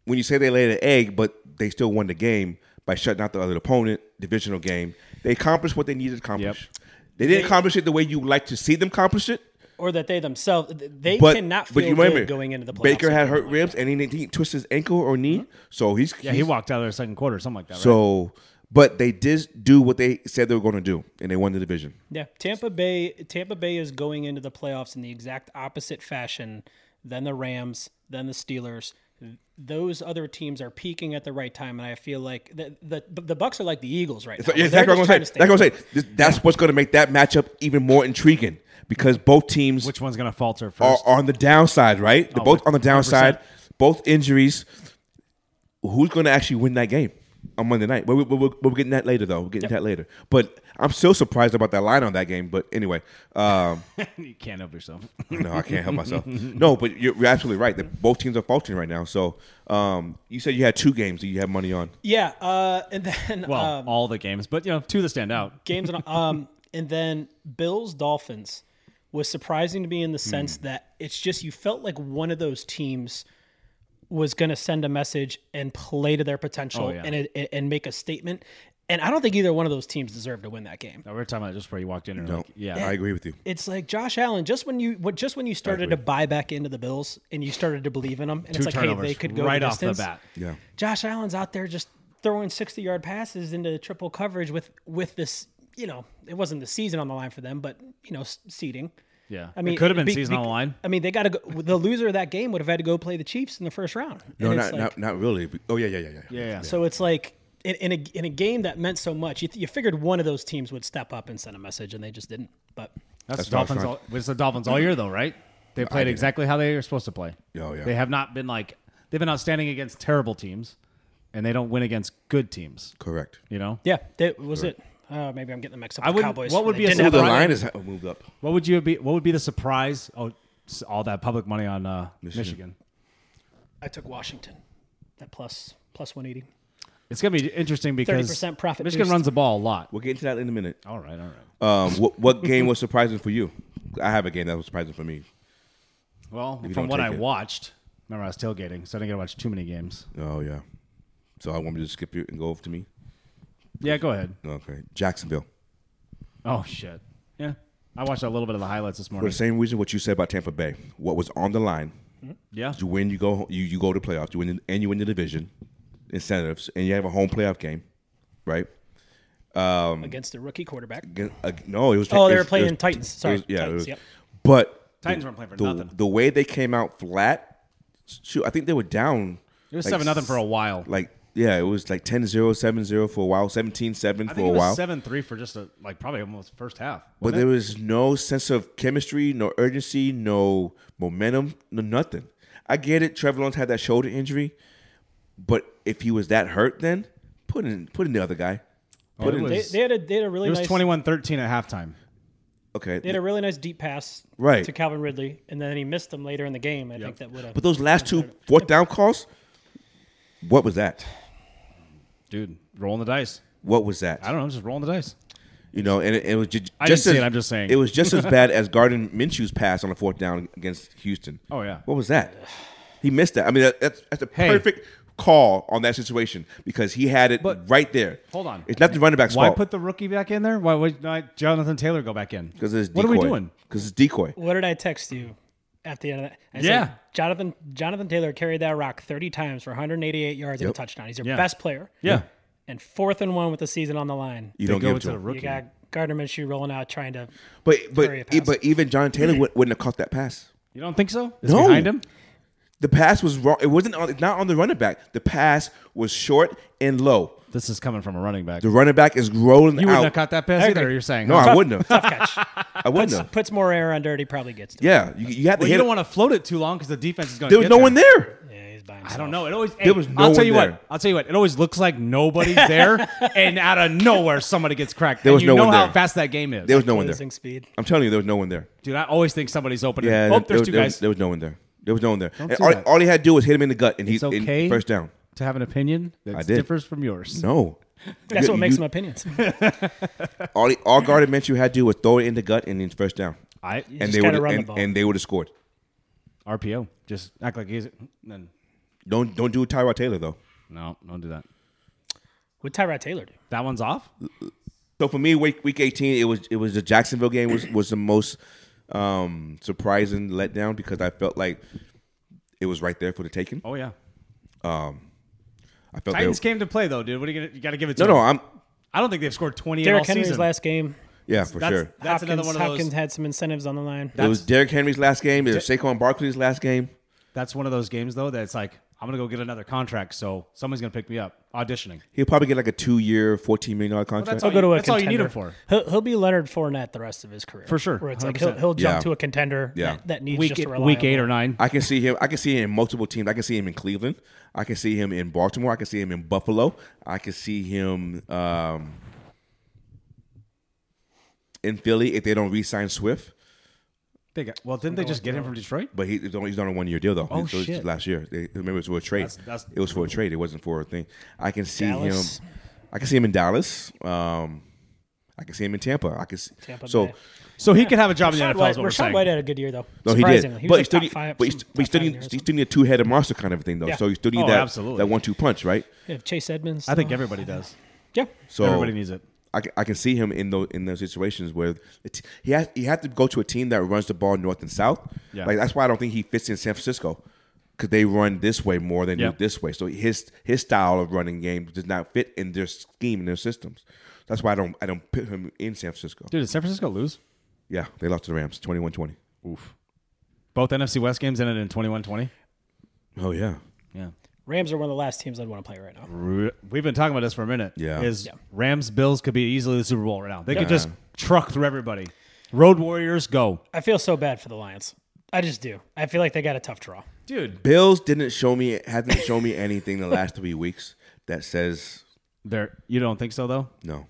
Speaker 1: when you say they laid an egg, but they still won the game by shutting out the other opponent, divisional game. They accomplished what they needed to accomplish. They didn't accomplish it the way you would like to see them accomplish it.
Speaker 3: or that they themselves they
Speaker 1: But
Speaker 3: cannot feel
Speaker 1: but you
Speaker 3: good
Speaker 1: remember
Speaker 3: going into the playoffs.
Speaker 1: Baker had hurt ribs and he, didn't- he twisted his ankle or knee, so he's,
Speaker 2: yeah, he
Speaker 1: he's-
Speaker 2: walked out of there second quarter, something like that. right?
Speaker 1: so. But they did do what they said they were going to do, and they won the division.
Speaker 3: Yeah, Tampa Bay. Tampa Bay is going into the playoffs in the exact opposite fashion than the Rams, than the Steelers. Those other teams are peaking at the right time, and I feel like the the, the Bucks are like the Eagles right now.
Speaker 1: Yeah,
Speaker 3: They're
Speaker 1: that's what I'm
Speaker 3: just
Speaker 1: going to say.
Speaker 3: trying to stay
Speaker 1: That's what I'm
Speaker 3: afloat.
Speaker 1: saying. This- That's what's going to make that matchup even more intriguing because both teams
Speaker 2: Which one's gonna falter first?
Speaker 1: are on the downside, right? They're both on the downside, both injuries. Who's going to actually win that game? on Monday night. But we, we, we're, we're getting that later, though. We're getting that later. But I'm still surprised about that line on that game. But anyway, <laughs> um,
Speaker 2: <laughs> you can't
Speaker 1: <laughs>
Speaker 2: help yourself.
Speaker 1: no, I can't help myself. No, but you're, you're absolutely right. That both teams are faltering right now. So um, you said you had two games that you had money on.
Speaker 3: Yeah, uh, and then
Speaker 2: Well,
Speaker 3: um,
Speaker 2: all the games, but you know, two that stand out.
Speaker 3: games and um and then Bills Dolphins was surprising to me in the
Speaker 2: Hmm.
Speaker 3: sense that it's just you felt like one of those teams was going to send a message and play to their potential
Speaker 2: Oh, yeah.
Speaker 3: and it, and make a statement and I don't think either one of those teams deserved to win that game.
Speaker 2: No, we were talking about it just before you walked in. and we're
Speaker 1: No,
Speaker 2: like, yeah,
Speaker 1: I agree with you.
Speaker 3: It's like Josh Allen just when you what just when you started to buy back into the Bills and you started to believe in them and
Speaker 2: two
Speaker 3: it's like hey
Speaker 2: turnovers
Speaker 3: they could go
Speaker 2: right
Speaker 3: the
Speaker 2: off the
Speaker 3: distance.
Speaker 2: bat.
Speaker 1: Yeah.
Speaker 3: Josh Allen's out there just throwing 60 yard passes into triple coverage with with this you know it wasn't the season on the line for them but you know s- seeding
Speaker 2: Yeah,
Speaker 3: I mean
Speaker 2: it could have been
Speaker 3: be-
Speaker 2: season
Speaker 3: be-
Speaker 2: on the line.
Speaker 3: I mean they got to go the loser of that game would have had to go play the Chiefs in the first round
Speaker 1: No,
Speaker 3: And
Speaker 1: not,
Speaker 3: it's like-
Speaker 1: not not really. But- Oh yeah, yeah, yeah, yeah.
Speaker 2: Yeah, yeah.
Speaker 3: so it's like in, in a in a game that meant so much you, th- you figured one of those teams would step up and send a message and they just didn't but
Speaker 2: that's, the
Speaker 1: what I was
Speaker 2: Dolphins.
Speaker 1: trying-
Speaker 2: All, it's the Dolphins all year though, right? They played exactly how they were supposed to play.
Speaker 1: Oh, yeah.
Speaker 2: They have not been like they've been outstanding against terrible teams, and they don't win against good teams.
Speaker 1: Correct.
Speaker 2: You know,
Speaker 3: yeah that was it uh, maybe I'm getting them mixed up
Speaker 2: I
Speaker 3: with
Speaker 2: wouldn't-
Speaker 3: Cowboys
Speaker 2: what
Speaker 3: when
Speaker 2: would
Speaker 3: they
Speaker 2: be a
Speaker 3: didn't
Speaker 1: So
Speaker 3: have
Speaker 1: the
Speaker 2: Brian-
Speaker 1: line has moved up.
Speaker 2: what would you be? What would be the surprise? Oh, s- all that public money on uh, Michigan.
Speaker 3: I took Washington at plus plus 180
Speaker 2: It's gonna be interesting because
Speaker 3: 30% profit
Speaker 2: Michigan
Speaker 3: boost.
Speaker 2: runs the ball a lot.
Speaker 1: We'll get into that in a minute.
Speaker 2: All right, all right.
Speaker 1: Um, what, what game was surprising for you? I have a game that was surprising for me.
Speaker 2: Well,
Speaker 1: you
Speaker 2: from
Speaker 1: don't
Speaker 2: what
Speaker 1: take
Speaker 2: I
Speaker 1: it.
Speaker 2: watched, remember I was tailgating, so I didn't get to watch too many games.
Speaker 1: Oh yeah. So I want me to skip you and go over to me.
Speaker 2: Yeah, go ahead.
Speaker 1: Okay, Jacksonville.
Speaker 2: Oh shit. Yeah, I watched a little bit of the highlights this
Speaker 1: For
Speaker 2: morning.
Speaker 1: the same reason what you said about Tampa Bay, what was on the line,
Speaker 2: Yeah,
Speaker 1: you win, you go, you, you go to playoffs, you win, and you win the division incentives, and you have a home playoff game, right? Mm.
Speaker 3: against the rookie quarterback
Speaker 1: Again, uh, no, it was.
Speaker 3: Oh, they
Speaker 1: it
Speaker 3: were
Speaker 1: was-
Speaker 3: playing
Speaker 1: it was-
Speaker 3: Titans.
Speaker 1: it
Speaker 3: Sorry,
Speaker 1: was- yeah,
Speaker 3: Titans,
Speaker 1: it was-
Speaker 3: yep.
Speaker 1: But
Speaker 2: Titans
Speaker 1: the-
Speaker 2: weren't playing for
Speaker 1: the,
Speaker 2: nothing.
Speaker 1: The way they came out flat, shoot, I think they were down.
Speaker 2: it was
Speaker 1: like,
Speaker 2: seven nothing for a while.
Speaker 1: Like yeah, it was like 10-0, 7-0 for a while, 17-7
Speaker 2: I
Speaker 1: for
Speaker 2: think
Speaker 1: a
Speaker 2: it was
Speaker 1: while.
Speaker 2: seven three for just a like probably almost first half.
Speaker 1: But there was no sense of chemistry, no urgency, no momentum, no nothing. I get it. Trevor Lawrence had that shoulder injury, but if he was that hurt, then put in put in the other guy. Put
Speaker 2: Oh, it
Speaker 1: in,
Speaker 2: was-
Speaker 3: They, they had a they had a really
Speaker 2: It was
Speaker 3: nice
Speaker 2: 21-13 at halftime.
Speaker 1: okay.
Speaker 3: they had a really nice deep pass
Speaker 1: Right.
Speaker 3: to Calvin Ridley, and then he missed them later in the game. I think that would have.
Speaker 1: But those last
Speaker 2: <laughs>
Speaker 1: two fourth down calls, what was that?
Speaker 2: Dude, rolling the dice.
Speaker 1: What was that?
Speaker 2: I don't know, just rolling the dice.
Speaker 1: You know, and it, it was ju- just
Speaker 2: I didn't see
Speaker 1: as,
Speaker 2: it, I'm just saying.
Speaker 1: it was just
Speaker 2: <laughs>
Speaker 1: as bad as Garden Minshew's pass on the fourth down against Houston.
Speaker 2: Oh, yeah.
Speaker 1: what was that? He missed that. I mean, that, that's that's a
Speaker 2: Hey.
Speaker 1: perfect call on that situation because he had it
Speaker 2: But-
Speaker 1: right there.
Speaker 2: Hold on.
Speaker 1: it's not the running back's
Speaker 2: Why
Speaker 1: fault.
Speaker 2: put the rookie back in there? Why would not Jonathan Taylor go back in?
Speaker 1: because it's
Speaker 2: what
Speaker 1: decoy.
Speaker 2: are we doing?
Speaker 1: Because it's decoy.
Speaker 3: What did I text you at the end of that? I said,
Speaker 2: Yeah.
Speaker 3: Jonathan Jonathan Taylor carried that rock 30 times for 188 yards and a touchdown. He's your
Speaker 2: Yeah.
Speaker 3: best player.
Speaker 2: Yeah,
Speaker 3: And fourth and one with the season on the line.
Speaker 1: You
Speaker 2: they
Speaker 1: don't
Speaker 2: go
Speaker 1: give it to
Speaker 2: into the
Speaker 1: him.
Speaker 3: You
Speaker 2: rookie.
Speaker 3: got Gardner Minshew rolling out trying to.
Speaker 1: But
Speaker 3: Hurry up,
Speaker 1: but
Speaker 3: pass.
Speaker 1: but even John Taylor wou- wouldn't have caught that pass.
Speaker 2: You don't think so? It's
Speaker 1: No.
Speaker 2: behind him.
Speaker 1: The pass was wrong. It wasn't on. It's not on the running back. The pass was short and low.
Speaker 2: This is coming from a running back.
Speaker 1: The running back is rolling
Speaker 2: You
Speaker 1: out.
Speaker 2: wouldn't have caught that pass
Speaker 3: I
Speaker 2: either.
Speaker 3: agree.
Speaker 2: You're saying
Speaker 1: no,
Speaker 2: huh?
Speaker 1: I wouldn't have.
Speaker 3: Catch.
Speaker 1: I wouldn't
Speaker 3: puts,
Speaker 1: have.
Speaker 3: puts more air under it. He probably gets to it.
Speaker 1: Yeah, you, you have to
Speaker 2: Well,
Speaker 1: hit.
Speaker 2: you
Speaker 1: it.
Speaker 2: don't want to float it too long because the defense is going. to
Speaker 1: There was no one there.
Speaker 3: Yeah, he's by himself.
Speaker 2: I don't know. It always hey,
Speaker 1: There was no
Speaker 2: I'll tell
Speaker 1: one
Speaker 2: you
Speaker 1: there.
Speaker 2: what. I'll tell you what. It always looks like nobody's there,
Speaker 1: <laughs>
Speaker 2: and out of nowhere somebody gets cracked. There
Speaker 1: was
Speaker 2: you
Speaker 1: no
Speaker 2: know
Speaker 1: one
Speaker 2: how
Speaker 1: there.
Speaker 2: fast that game is.
Speaker 1: There was no one there.
Speaker 3: Losing speed.
Speaker 1: I'm telling you, there was no one there.
Speaker 2: Dude, I always think somebody's opening.
Speaker 1: Yeah,
Speaker 2: oh,
Speaker 1: there,
Speaker 2: there's
Speaker 1: was-
Speaker 2: two
Speaker 1: there was-
Speaker 2: guys.
Speaker 1: there was no one there. There was no one there.
Speaker 2: Don't
Speaker 1: And
Speaker 2: do
Speaker 1: all,
Speaker 2: that.
Speaker 1: all he had to do was hit him in the gut, and he's
Speaker 2: It's okay.
Speaker 1: in first down.
Speaker 2: to have an opinion
Speaker 1: I
Speaker 2: that
Speaker 1: did.
Speaker 2: differs from yours.
Speaker 1: No,
Speaker 3: That's
Speaker 1: You-
Speaker 3: what makes
Speaker 1: you-
Speaker 2: <laughs>
Speaker 3: him opinions.
Speaker 1: all. He, all Gardner Minshew had to do was throw it in the gut, and he's first down.
Speaker 2: I
Speaker 1: and
Speaker 3: just
Speaker 1: they
Speaker 3: gotta
Speaker 1: would
Speaker 3: run the
Speaker 1: and,
Speaker 3: ball.
Speaker 1: and they would have scored.
Speaker 2: RPO. Just act like he's then.
Speaker 1: Don't don't do Tyrod Taylor though.
Speaker 2: No, don't do that.
Speaker 3: What Tyrod Taylor do?
Speaker 2: That one's off.
Speaker 1: So for me, week week 18, it was it was the Jacksonville game was was the most um, surprising letdown because I felt like it was right there for the taking. Um,
Speaker 2: Oh yeah.
Speaker 1: I felt they
Speaker 2: Titans
Speaker 1: were-
Speaker 2: came to play though, dude. What are you gonna? You got to give it to.
Speaker 1: no no
Speaker 2: them.
Speaker 1: I'm
Speaker 2: I don't think they've scored 20 in all
Speaker 3: Derrick Henry's
Speaker 2: season.
Speaker 3: last game.
Speaker 1: yeah for
Speaker 2: That's-
Speaker 1: sure.
Speaker 2: That's
Speaker 3: Hopkins,
Speaker 2: another one of those-
Speaker 3: Hopkins had some incentives on the line.
Speaker 1: It was Derrick Henry's last game. It was Saquon Barkley's last game.
Speaker 2: That's one of those games though that's like I'm gonna go get another contract. So someone's gonna pick me up auditioning.
Speaker 1: He'll probably get like a two-year, fourteen million dollar contract.
Speaker 2: that's all
Speaker 3: He'll go to a
Speaker 2: That's all you
Speaker 3: contender.
Speaker 2: need him for.
Speaker 3: He'll, he'll be Leonard Fournette the rest of his career.
Speaker 2: For sure,
Speaker 3: Where it's like he'll,
Speaker 2: 100%.
Speaker 3: he'll jump
Speaker 1: Yeah.
Speaker 3: to a contender
Speaker 1: Yeah.
Speaker 3: that, that needs
Speaker 2: Week
Speaker 3: just a reliable.
Speaker 2: week eight or nine.
Speaker 1: I can see him. I can see him in multiple teams. I can see him in Cleveland. I can see him in Baltimore. I can see him in Buffalo. I can see him um, in Philly if they don't re-sign Swift.
Speaker 2: They got, well, didn't they just get him from Detroit?
Speaker 1: But he, he's only- he's on a one-year deal though.
Speaker 2: Oh,
Speaker 1: It was
Speaker 2: shit.
Speaker 1: Last year, They- remember it was for a trade.
Speaker 2: That's- that's-
Speaker 1: it was for a trade. It wasn't for a thing. I can see
Speaker 3: Dallas.
Speaker 1: him. I can see him in Dallas. Um, I can see him in Tampa. I can. See,
Speaker 3: Tampa
Speaker 1: so.
Speaker 3: Bay.
Speaker 2: So he could have a job in the
Speaker 3: Rashad
Speaker 2: NFL.
Speaker 3: White,
Speaker 2: Is what we're
Speaker 3: Rashad
Speaker 2: saying.
Speaker 3: White had a good year though.
Speaker 1: No, he
Speaker 3: surprisingly.
Speaker 1: did.
Speaker 3: He
Speaker 1: but
Speaker 3: was
Speaker 1: he
Speaker 3: like
Speaker 1: still
Speaker 3: top
Speaker 1: need,
Speaker 3: five.
Speaker 1: but he,
Speaker 3: some
Speaker 1: st- but he
Speaker 3: top
Speaker 1: still
Speaker 3: five
Speaker 1: need,
Speaker 3: years.
Speaker 1: he still need a two-headed monster kind of thing though.
Speaker 3: Yeah.
Speaker 1: So you still need
Speaker 2: Oh,
Speaker 1: that
Speaker 2: absolutely.
Speaker 1: that one-two punch, right?
Speaker 3: They have Chase Edmonds.
Speaker 2: I think
Speaker 3: still.
Speaker 2: everybody does.
Speaker 3: Yeah.
Speaker 1: So
Speaker 2: Everybody needs it.
Speaker 1: I can, I can see him in those in those situations where it, he has he had to go to a team that runs the ball north and south.
Speaker 2: Yeah.
Speaker 1: Like that's why I don't think he fits in San Francisco because they run this way more than
Speaker 2: Yeah.
Speaker 1: do this way. So his his style of running game does not fit in their scheme and their systems. That's why I don't I don't put him in San Francisco.
Speaker 2: Dude, did San Francisco lose?
Speaker 1: Yeah, they lost to the Rams 21-20.
Speaker 2: Oof. Both NFC West games ended in 21-20.
Speaker 1: Oh yeah.
Speaker 2: Yeah.
Speaker 3: Rams are one of the last teams I'd want to play right now.
Speaker 2: Re- We've been talking about this for a minute.
Speaker 1: Yeah.
Speaker 2: Is
Speaker 3: Yeah.
Speaker 2: Rams Bills could be easily the Super Bowl right now. They could just truck through everybody. Road Warriors go.
Speaker 3: I feel so bad for the Lions. I just do. I feel like they got a tough draw.
Speaker 2: Dude,
Speaker 1: Bills didn't show me hasn't shown me anything the last 3 weeks that says
Speaker 2: there you don't think so though?
Speaker 1: no.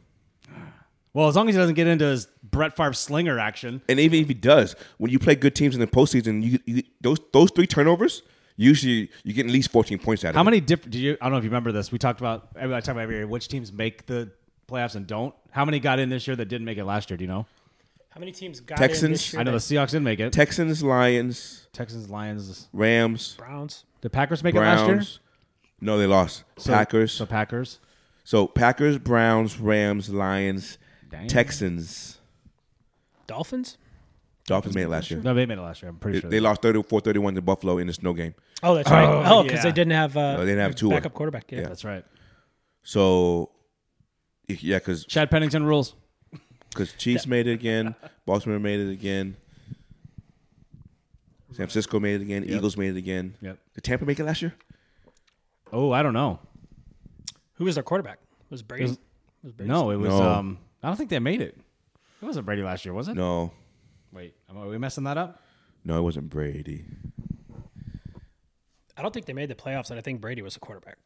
Speaker 2: Well, as long as he doesn't get into his Brett Favre slinger action.
Speaker 1: And even if he does, when you play good teams in the postseason, you, you those those three turnovers usually you get at least fourteen points out of.
Speaker 2: How
Speaker 1: it.
Speaker 2: many different do you I don't know if you remember this. We talked about I talked about every year which teams make the playoffs and don't. How many got in this year that didn't make it last year, do you know?
Speaker 3: How many teams got in
Speaker 1: Texans?
Speaker 3: this year?
Speaker 2: I know the
Speaker 3: that-
Speaker 2: Seahawks didn't make it.
Speaker 1: Texans, Lions,
Speaker 2: Texans, Lions.
Speaker 1: Rams,
Speaker 3: Browns.
Speaker 2: Did Packers make it last year?
Speaker 1: Browns. No, they lost.
Speaker 2: So-
Speaker 1: Packers. So,
Speaker 2: So Packers.
Speaker 1: Packers, Browns, Rams, Lions,
Speaker 2: Dang.
Speaker 1: Texans.
Speaker 3: Dolphins?
Speaker 1: Dolphins made it last year.
Speaker 2: No, they made it last year. I'm pretty
Speaker 1: They,
Speaker 2: sure.
Speaker 1: they lost 34-31 to Buffalo in the snow game.
Speaker 3: Oh, that's right. Oh, because
Speaker 2: yeah.
Speaker 3: they didn't have uh,
Speaker 1: they didn't have
Speaker 3: a
Speaker 1: Tua.
Speaker 3: backup quarterback. Yeah.
Speaker 2: That's right.
Speaker 1: So yeah, because
Speaker 2: Chad Pennington rules.
Speaker 1: Chiefs made it again, Baltimore made it again, San Francisco made it again, Eagles made it again.
Speaker 2: Yep.
Speaker 1: Did Tampa make it last year?
Speaker 2: Oh, I don't know.
Speaker 3: Who was their quarterback? Was Brady?
Speaker 2: It was-
Speaker 3: was Brady?
Speaker 2: No, it was.
Speaker 1: No.
Speaker 2: Um, I don't think they made it. It wasn't Brady last year, was it?
Speaker 1: No,
Speaker 2: Wait, am- are we messing that up?
Speaker 1: no, it wasn't Brady.
Speaker 3: I don't think they made the playoffs, and I think Brady was the quarterback.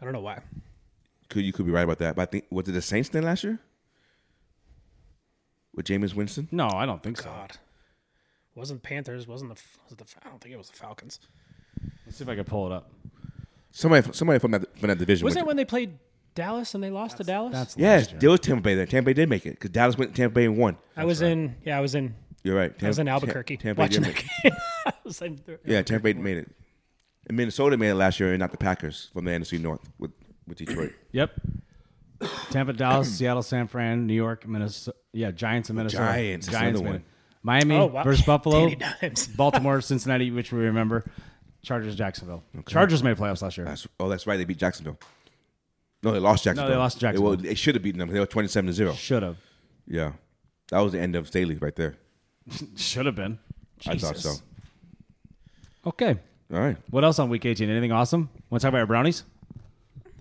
Speaker 3: I don't know why.
Speaker 1: Could you could be right about that? But I think was it the Saints then last year with Jameis Winston?
Speaker 2: No, I don't think so.
Speaker 3: God. Wasn't Panthers? Wasn't the? Was it the? I don't think it was the Falcons.
Speaker 2: Let's see if I can pull it up.
Speaker 1: Somebody, somebody from that from that division.
Speaker 3: Was
Speaker 1: went
Speaker 3: that when they played Dallas and they lost to Dallas?
Speaker 2: That's
Speaker 1: to- yes,
Speaker 2: last year.
Speaker 1: there was Tampa Bay. There, Tampa Bay did make it because Dallas went to Tampa Bay and won.
Speaker 3: I was in. Yeah, I was in.
Speaker 1: You're right. Tam-
Speaker 3: I was in
Speaker 1: Tam-
Speaker 3: Albuquerque
Speaker 1: Tampa Bay
Speaker 3: watching
Speaker 1: did
Speaker 3: the
Speaker 1: make it.
Speaker 3: game. <laughs> I was in-
Speaker 1: Yeah, Tampa Bay made it. And Minnesota made it last year, and not the Packers from the NFC North with with Detroit.
Speaker 2: Yep. <coughs> Tampa, Dallas, Seattle, San Fran, New York, Minnesota. Yeah, Giants and Minnesota.
Speaker 1: Giants, that's another
Speaker 2: made
Speaker 1: one.
Speaker 2: it. Miami
Speaker 3: Oh, wow.
Speaker 2: versus Buffalo.
Speaker 3: <laughs> Danny
Speaker 2: <laughs>
Speaker 3: Dimes.
Speaker 2: Baltimore, Cincinnati, which we remember. Chargers, Jacksonville. Chargers made playoffs last year.
Speaker 1: That's, oh, that's right. They beat Jacksonville. No, they lost Jacksonville.
Speaker 2: lost to
Speaker 1: They- well,
Speaker 2: Jacksonville.
Speaker 1: they should have beaten them. They were twenty-seven to zero.
Speaker 2: Should have.
Speaker 1: Yeah, that was the end of Staley right there.
Speaker 2: Should have been.
Speaker 1: I thought so.
Speaker 3: Jesus.
Speaker 2: Okay.
Speaker 1: All right.
Speaker 2: What else on week 18? Anything awesome? Want to talk about our brownies?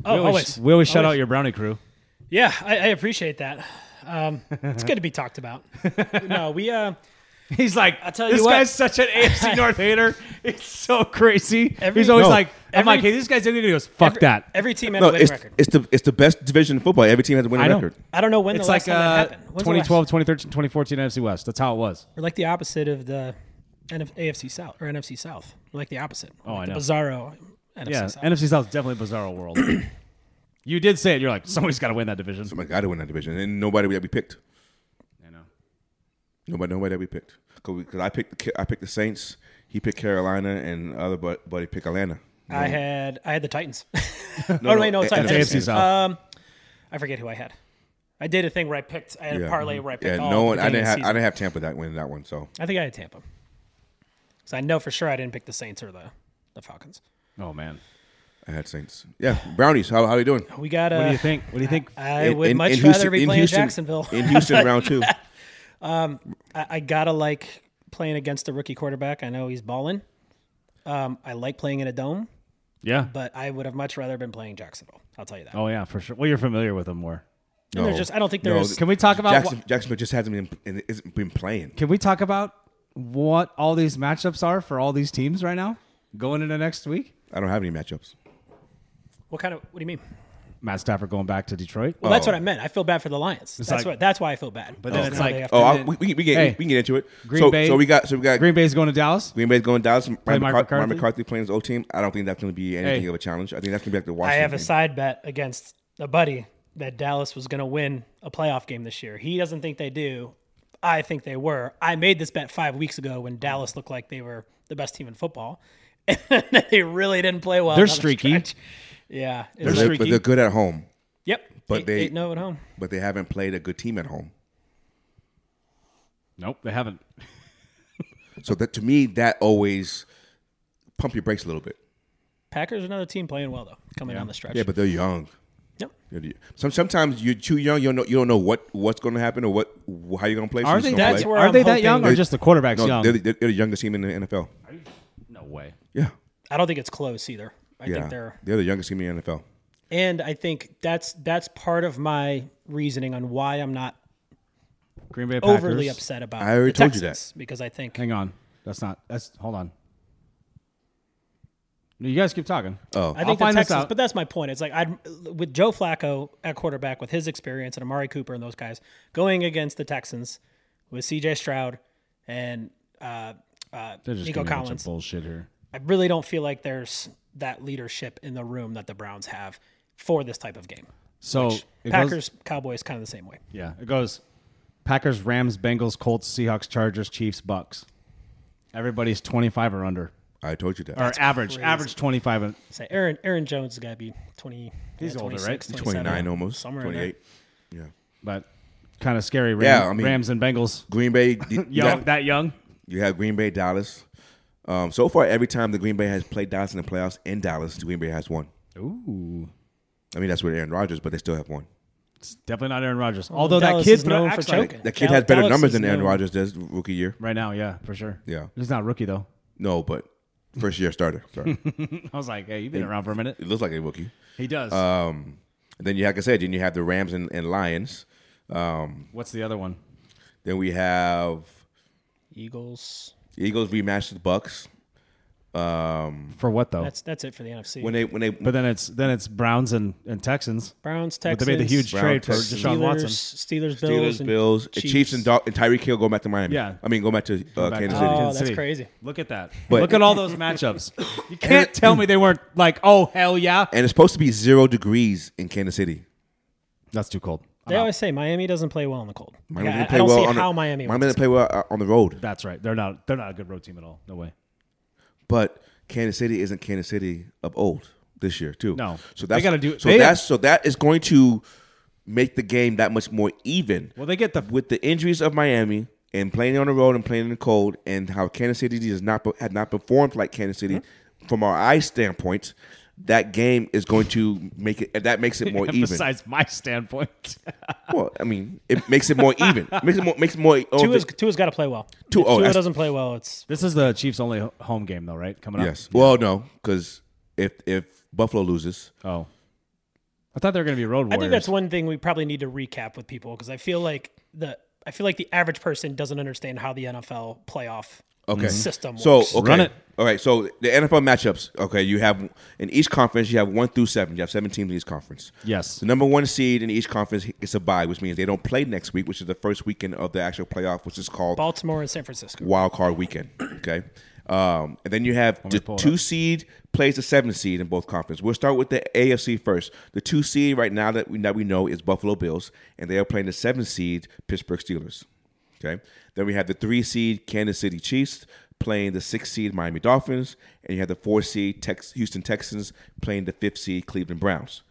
Speaker 3: Oh,
Speaker 2: we always,
Speaker 3: always.
Speaker 2: We always shout out
Speaker 3: Always.
Speaker 2: your brownie crew.
Speaker 3: Yeah, I, I appreciate that. Um, it's good to be
Speaker 2: <laughs>
Speaker 3: talked about. No, we. Uh,
Speaker 2: He's like, I
Speaker 3: tell
Speaker 2: this
Speaker 3: you what.
Speaker 2: guy's such an
Speaker 3: <laughs>
Speaker 2: AFC North hater. It's so crazy.
Speaker 3: Every-
Speaker 2: He's always
Speaker 1: No.
Speaker 2: like, I'm
Speaker 3: Every-
Speaker 2: like, hey, this guy's doing it. He goes, fuck
Speaker 3: every,
Speaker 2: that.
Speaker 3: Every team had
Speaker 1: No,
Speaker 3: a winning
Speaker 1: it's,
Speaker 3: record.
Speaker 1: it's the it's the best division in football. Every team has a winning
Speaker 2: I know.
Speaker 1: record. Oh
Speaker 3: I don't know when
Speaker 2: It's
Speaker 3: the
Speaker 2: like
Speaker 3: last time
Speaker 2: uh,
Speaker 3: that happened. When's the
Speaker 2: 2012,
Speaker 3: last-
Speaker 2: 2013, 2014 NFC West. That's how it was.
Speaker 3: We're like the opposite of the NF- AFC South or NFC South. We're like the opposite. Oh,
Speaker 2: I know.
Speaker 3: Bizarro NFC
Speaker 2: Yeah,
Speaker 3: South.
Speaker 2: NFC South is definitely a bizarro world. <clears throat> you did say it. You're like, somebody's got to win that division.
Speaker 1: Somebody got to win that division, and nobody that we picked.
Speaker 2: I know.
Speaker 1: Nobody, nobody that we picked. Because I picked the Ca- I picked the Saints. He picked Carolina, and other bu- buddy picked Atlanta.
Speaker 3: I had I had the Titans. <laughs>
Speaker 1: No,
Speaker 3: oh wait, no, it's
Speaker 1: and-
Speaker 3: not
Speaker 1: and-
Speaker 2: It's AFC
Speaker 1: and-
Speaker 2: South.
Speaker 3: Um, I forget who I had. I did a thing where I picked. I had
Speaker 1: yeah. mm-hmm.
Speaker 3: a parlay where I picked.
Speaker 1: Yeah,
Speaker 3: all
Speaker 1: no
Speaker 3: the
Speaker 1: one. I didn't
Speaker 3: beginning
Speaker 1: have
Speaker 3: of the
Speaker 1: I
Speaker 3: season.
Speaker 1: didn't have Tampa that win that one. So
Speaker 3: I think I had Tampa. So I know for sure I didn't pick the Saints or the, the Falcons.
Speaker 2: Oh, man.
Speaker 1: I had Saints. Yeah, brownies. How how you doing?
Speaker 3: We got. Uh,
Speaker 2: What do you think? What do you think?
Speaker 3: I
Speaker 1: In-
Speaker 3: would
Speaker 1: in-
Speaker 3: much
Speaker 1: in
Speaker 3: rather
Speaker 1: Houston-
Speaker 3: be
Speaker 1: in
Speaker 3: playing
Speaker 1: Houston-
Speaker 3: Jacksonville.
Speaker 1: in Houston round
Speaker 3: <laughs>
Speaker 1: two.
Speaker 3: I, I gotta like playing against a rookie quarterback. I know he's balling. Um, I like playing in a dome.
Speaker 2: Yeah.
Speaker 3: but I would have much rather been playing Jacksonville. I'll tell you that.
Speaker 2: Oh yeah, for sure. Well, you're familiar with them more.
Speaker 3: And there's just I don't think there's
Speaker 2: Can we talk about
Speaker 1: Jackson, Jacksonville just hasn't been isn't been playing.
Speaker 2: Can we talk about what all these matchups are for all these teams right now going into next week?
Speaker 1: I don't have any matchups.
Speaker 3: what kind of what do you mean?
Speaker 2: Matt Stafford going back to Detroit.
Speaker 3: Well, that's
Speaker 1: Oh.
Speaker 3: what I meant. I feel bad for the Lions. that's
Speaker 2: like-
Speaker 3: what that's why I feel bad. But
Speaker 2: then it's like-
Speaker 1: Oh,
Speaker 2: And
Speaker 1: I,
Speaker 2: then-
Speaker 1: we, we, we get
Speaker 2: Hey.
Speaker 1: we can get into it.
Speaker 2: Green
Speaker 1: so,
Speaker 2: Bay-
Speaker 1: so we got so we got Green,
Speaker 2: Green Bay's going to Dallas.
Speaker 1: Bay's going Dallas. Mike
Speaker 2: Mike
Speaker 1: McCarthy, Mike
Speaker 2: McCarthy?
Speaker 1: McCarthy playing his old team. I don't think that's going to be anything
Speaker 2: Hey.
Speaker 1: of a challenge. I think that's going to be like the
Speaker 3: I
Speaker 1: Washington.
Speaker 3: have a
Speaker 1: game.
Speaker 3: side bet against a buddy that Dallas was going to win a playoff game this year. He doesn't think they do. I think they were. I made this bet five weeks ago when Dallas looked like they were the best team in football. <laughs> they really didn't play well.
Speaker 2: They're
Speaker 3: down the
Speaker 2: streaky.
Speaker 3: stretch. Yeah. It
Speaker 1: But
Speaker 3: was-
Speaker 1: they're-
Speaker 2: streaky.
Speaker 1: but they're good at home.
Speaker 3: yep.
Speaker 1: but
Speaker 3: eight,
Speaker 1: they-
Speaker 3: eight no at home.
Speaker 1: But they haven't played a good team at home.
Speaker 2: Nope, they
Speaker 3: <laughs>
Speaker 2: haven't.
Speaker 1: So that to me, that always pump your brakes a little bit.
Speaker 3: Packers are another team playing well though, coming down the stretch.
Speaker 1: Yeah, but they're young.
Speaker 3: Yep.
Speaker 1: Some sometimes you're too young. You don't know, you don't know what what's going to happen or what how you're going to play. so
Speaker 2: Are
Speaker 1: you just
Speaker 2: they
Speaker 1: don't
Speaker 2: that,
Speaker 3: that's
Speaker 1: play.
Speaker 3: where
Speaker 2: are
Speaker 3: I'm
Speaker 2: they that
Speaker 3: hoping-
Speaker 2: young or
Speaker 1: They-
Speaker 2: just the quarterback's
Speaker 1: No,
Speaker 2: young?
Speaker 1: they're, the- they're the youngest team in the NFL.
Speaker 2: no way.
Speaker 1: Yeah,
Speaker 3: I don't think it's close either. I
Speaker 1: yeah.
Speaker 3: think they're
Speaker 1: the youngest team in the NFL.
Speaker 3: and I think that's that's part of my reasoning on why I'm not
Speaker 2: Green Bay Packers.
Speaker 3: overly upset about
Speaker 1: I already
Speaker 3: the
Speaker 1: told you that.
Speaker 3: Texans, because I think
Speaker 2: Hang on. That's not. That's hold on. No, You guys keep talking.
Speaker 1: Oh,
Speaker 3: I think
Speaker 2: I'll
Speaker 3: the
Speaker 2: find this
Speaker 3: Texans,
Speaker 2: out.
Speaker 3: but that's my point. It's like I'd with Joe Flacco at quarterback with his experience and Amari Cooper and those guys going against the Texans with C.J. Stroud and uh, uh,
Speaker 2: They're just giving me a
Speaker 3: Nico
Speaker 2: bunch of
Speaker 3: Collins.
Speaker 2: bullshit here.
Speaker 3: I really don't feel like there's that leadership in the room that the Browns have for this type of game.
Speaker 2: So it goes-
Speaker 3: Packers, Cowboys, kind of the same way.
Speaker 2: yeah, it goes. Packers, Rams, Bengals, Colts, Seahawks, Chargers, Chiefs, Bucks. Everybody's twenty-five or under,
Speaker 1: I told you that.
Speaker 2: or average, average twenty-five. And,
Speaker 3: Say Aaron, Aaron Jones has got to be twenty.
Speaker 2: He's
Speaker 3: yeah,
Speaker 2: older,
Speaker 3: 26,
Speaker 2: right?
Speaker 3: 27,
Speaker 1: 29 almost.
Speaker 3: somewhere in there.
Speaker 1: 28.
Speaker 2: but kind of scary. Ram,
Speaker 1: Yeah, I mean-
Speaker 2: Rams and Bengals.
Speaker 1: Green
Speaker 3: <laughs>
Speaker 1: Bay. You, you
Speaker 2: Young,
Speaker 1: have,
Speaker 2: that young.
Speaker 1: you have Green Bay, Dallas. Um, so far, every time the Green Bay has played Dallas in the playoffs in Dallas, Green Bay has won.
Speaker 2: Ooh,
Speaker 1: I mean, that's with Aaron Rodgers, but they still have won.
Speaker 2: it's definitely not Aaron Rodgers. Although that
Speaker 3: Oh, Dallas
Speaker 2: kid
Speaker 3: is
Speaker 2: put
Speaker 3: known
Speaker 2: up
Speaker 3: for
Speaker 2: acts like-
Speaker 3: choking.
Speaker 1: That kid
Speaker 3: Dal-
Speaker 1: has better
Speaker 3: Dallas
Speaker 1: numbers
Speaker 3: is
Speaker 1: than Aaron
Speaker 3: known-
Speaker 1: Rodgers does rookie year.
Speaker 2: right now. Yeah, for sure.
Speaker 1: Yeah.
Speaker 2: he's not a rookie though. <laughs>
Speaker 1: No, but first year starter.
Speaker 3: <laughs>
Speaker 1: Sorry.
Speaker 2: I was like, hey, you've been around for
Speaker 1: <laughs>
Speaker 2: a minute.
Speaker 1: it Uh, looks like a rookie.
Speaker 2: He does.
Speaker 1: And then you, like I said, then you have the Rams and, and Lions.
Speaker 2: What's the other one?
Speaker 1: Then we have
Speaker 3: Eagles.
Speaker 1: the Eagles rematched the Bucks
Speaker 2: For what though?
Speaker 3: That's that's it for the NFC.
Speaker 1: when they when they
Speaker 2: but then it's then it's Browns and, and Texans.
Speaker 3: Browns,
Speaker 2: But
Speaker 3: Texans.
Speaker 2: they made the huge
Speaker 1: Brown,
Speaker 2: trade for
Speaker 1: Texans.
Speaker 2: Deshaun
Speaker 3: Steelers,
Speaker 2: Watson.
Speaker 3: Steelers, Bills,
Speaker 1: Steelers,
Speaker 3: and
Speaker 1: Bills, Chiefs, and, Dol- and Tyreek Hill going back to Miami.
Speaker 2: Yeah.
Speaker 1: I mean going back to uh,
Speaker 2: back
Speaker 1: Kansas
Speaker 2: to-
Speaker 1: City.
Speaker 3: Oh,
Speaker 2: Kansas
Speaker 3: that's
Speaker 2: City.
Speaker 3: crazy.
Speaker 2: Look at that.
Speaker 1: But-
Speaker 2: Look at all those matchups.
Speaker 1: <laughs>
Speaker 2: You can't tell me they weren't like, oh hell yeah.
Speaker 1: And it's supposed to be zero degrees in Kansas City.
Speaker 2: That's too cold.
Speaker 3: They always say Miami doesn't play well in the cold.
Speaker 1: Miami
Speaker 3: yeah,
Speaker 1: didn't
Speaker 3: I- I don't see how Miami.
Speaker 1: Miami didn't play well uh, on the road,
Speaker 2: That's right. They're not they're not a good road team at all. No way.
Speaker 1: but Kansas City isn't Kansas City of old this year too.
Speaker 2: No.
Speaker 1: so
Speaker 2: They
Speaker 1: that's
Speaker 2: gotta do-
Speaker 1: So
Speaker 2: they-
Speaker 1: that's so that is going to make the game that much more even.
Speaker 2: Well, they get the
Speaker 1: with the injuries of Miami and playing on the road and playing in the cold and how Kansas City does not had not performed like Kansas City
Speaker 2: Mm-hmm.
Speaker 1: from our eye standpoint, that game is going to make it that
Speaker 2: <laughs>
Speaker 1: makes it more even.
Speaker 2: besides my standpoint. <laughs>
Speaker 1: Well, I mean, it makes it more even. makes it more makes it more oh,
Speaker 3: Tua's, Tua's got to play well.
Speaker 1: Tua-
Speaker 3: If
Speaker 1: oh,
Speaker 3: Tua
Speaker 1: that's-
Speaker 3: doesn't play well. It's
Speaker 2: this is the Chiefs' only ho- home game though, right? Coming up.
Speaker 1: Yes. Well, no, cuz if if Buffalo loses,
Speaker 2: Oh. I thought they were gonna be road warriors.
Speaker 3: I think that's one thing we probably need to recap with people because I feel like the I feel like the average person doesn't understand how the NFL playoff
Speaker 1: Okay.
Speaker 3: system
Speaker 1: So
Speaker 3: works.
Speaker 1: okay.
Speaker 2: Run it.
Speaker 1: All right. So the NFL matchups. Okay, you have in each conference you have one through seven. You have seven teams in each conference.
Speaker 2: Yes.
Speaker 1: The number one seed in each conference gets a bye, which means they don't play next week, which is the first weekend of the actual playoff, which is called
Speaker 3: Baltimore and San Francisco.
Speaker 1: wild card weekend. Okay. Um, and then you have the
Speaker 2: pull it
Speaker 1: two seed plays the seven seed in both conferences. We'll start with the AFC first. The two seed right now that we that we know is Buffalo Bills, and they are playing the seven seed Pittsburgh Steelers. Okay. Then we have the three seed Kansas City Chiefs playing the six seed Miami Dolphins, and you have the four seed Tex- Houston Texans playing the fifth seed Cleveland Browns.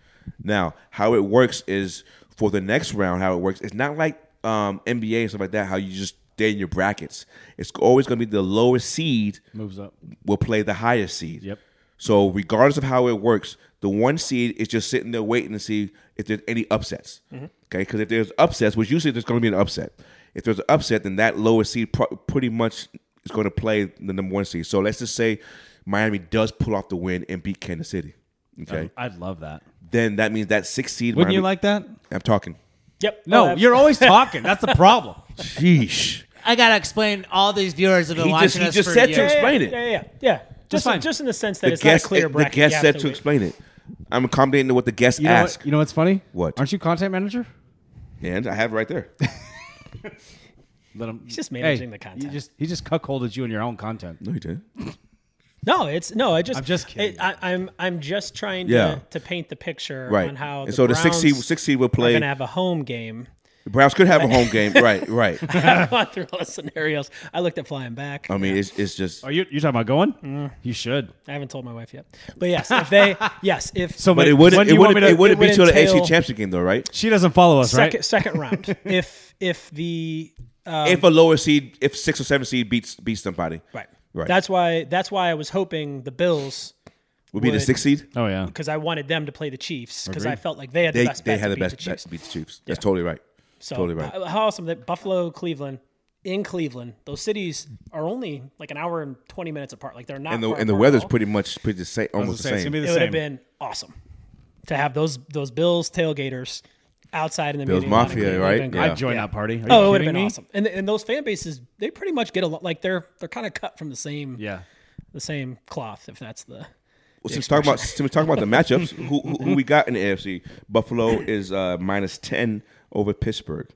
Speaker 1: Now, how it works is for the next round, how it works, it's not like um, NBA and stuff like that, how you just stay in your brackets. It's always going to be the lowest seed
Speaker 2: moves up.
Speaker 1: will play the highest seed.
Speaker 2: Yep.
Speaker 1: So regardless of how it works, the one seed is just sitting there waiting to see if there's any upsets.
Speaker 2: Mm-hmm.
Speaker 1: Okay, because if there's upsets, which usually there's going to be an upset. If there's an upset, then that lowest seed pro- pretty much is going to play the number one seed. So let's just say Miami does pull off the win and beat Kansas City, okay,
Speaker 2: I'd love that.
Speaker 1: then that means that six seed.
Speaker 2: Uh-huh. Wouldn't you
Speaker 1: Miami-
Speaker 2: like that?
Speaker 1: I'm talking.
Speaker 3: Yep.
Speaker 2: No,
Speaker 3: Oh,
Speaker 2: you're always talking. That's the
Speaker 1: <laughs>
Speaker 2: problem.
Speaker 1: Sheesh.
Speaker 4: I gotta explain. All these viewers have been
Speaker 1: He just-
Speaker 4: watching
Speaker 1: he
Speaker 4: us
Speaker 1: just
Speaker 4: for
Speaker 1: said to
Speaker 4: years.
Speaker 3: yeah,
Speaker 1: explain
Speaker 3: yeah,
Speaker 1: it.
Speaker 3: Yeah, yeah, yeah. Just,
Speaker 2: fine.
Speaker 3: just in the sense that
Speaker 1: The
Speaker 3: it's
Speaker 1: guest,
Speaker 3: not a clear
Speaker 1: the
Speaker 3: bracket. you
Speaker 1: guest
Speaker 3: have
Speaker 1: said to
Speaker 3: win.
Speaker 1: explain it. I'm accommodating to what the guest
Speaker 2: You know,
Speaker 1: asked,
Speaker 2: what, you know what's funny?
Speaker 1: What?
Speaker 2: Aren't you content manager?
Speaker 1: and I have it right
Speaker 2: <laughs>
Speaker 1: there.
Speaker 2: Let him, He's
Speaker 3: just managing the content.
Speaker 2: He just he just cuckolded you in your own content.
Speaker 1: no, you didn't.
Speaker 3: No, it's no. I just
Speaker 2: I'm just kidding.
Speaker 3: it- I, I'm I'm just trying
Speaker 1: Yeah.
Speaker 3: to, to paint the picture
Speaker 1: Right.
Speaker 3: on how
Speaker 1: And
Speaker 3: the
Speaker 1: so the six seed,
Speaker 3: Browns
Speaker 1: six seed would
Speaker 3: are
Speaker 1: play.
Speaker 3: going to have a home game. <laughs>
Speaker 1: The Browns could have a home game. Right, right.
Speaker 3: I've gone through all the scenarios. I looked at flying back.
Speaker 1: I mean, it's it's just.
Speaker 2: Are you you talking about going? You should.
Speaker 3: I haven't told my wife yet. But yes,
Speaker 1: <laughs>
Speaker 3: if they yes if
Speaker 2: So,
Speaker 1: But
Speaker 2: wait,
Speaker 1: it
Speaker 2: when
Speaker 1: wouldn't.
Speaker 2: do
Speaker 1: It
Speaker 2: you
Speaker 1: wouldn't.
Speaker 2: want me to-
Speaker 1: It wouldn't
Speaker 3: it
Speaker 1: be
Speaker 3: would
Speaker 1: till the
Speaker 3: entail-
Speaker 1: AFC Championship game, though, right?
Speaker 2: She doesn't follow us,
Speaker 3: second
Speaker 2: right?
Speaker 1: <laughs>
Speaker 3: second round if if the
Speaker 1: if a lower seed, if six or seven seed beats beats somebody,
Speaker 3: um, right
Speaker 1: Right.
Speaker 3: that's why that's why I was hoping the Bills
Speaker 1: would be the
Speaker 3: Would-
Speaker 1: sixth seed.
Speaker 2: Oh yeah.
Speaker 3: because I wanted them to play the Chiefs because I
Speaker 2: Agreed.
Speaker 3: felt like they had the
Speaker 1: They
Speaker 3: best
Speaker 1: they
Speaker 3: bet
Speaker 1: had
Speaker 3: to
Speaker 1: the
Speaker 3: beat
Speaker 1: best
Speaker 3: the
Speaker 1: bet
Speaker 3: Chiefs.
Speaker 1: to beat the Chiefs. That's totally right.
Speaker 3: So
Speaker 1: totally right.
Speaker 3: uh, how awesome that Buffalo, Cleveland, in Cleveland, those cities are only like an hour and twenty minutes apart. Like they're not.
Speaker 1: And the
Speaker 3: far
Speaker 1: and the
Speaker 3: apart at
Speaker 1: weather's
Speaker 3: all.
Speaker 1: pretty much pretty the same, almost the
Speaker 2: It's
Speaker 1: same.
Speaker 2: gonna be
Speaker 3: It
Speaker 2: the
Speaker 3: would have
Speaker 2: same.
Speaker 3: been awesome to have those those Bills tailgaters outside in the
Speaker 1: Bills
Speaker 3: meeting lot in
Speaker 1: Mafia,
Speaker 3: Cleveland.
Speaker 1: right?
Speaker 3: It would've been
Speaker 1: Yeah.
Speaker 2: I'd join that party. Are you
Speaker 3: Oh, it would have
Speaker 2: kidding
Speaker 3: been
Speaker 2: me?
Speaker 3: awesome. And and those fan bases, they pretty much get a lot. Like they're they're kind of cut from the same
Speaker 2: Yeah.
Speaker 3: the same cloth. If that's the
Speaker 1: Well, since we're talking about since we're talking about
Speaker 3: <laughs>
Speaker 1: the matchups, who, who, who we got in the AFC? Buffalo is uh, minus ten over Pittsburgh,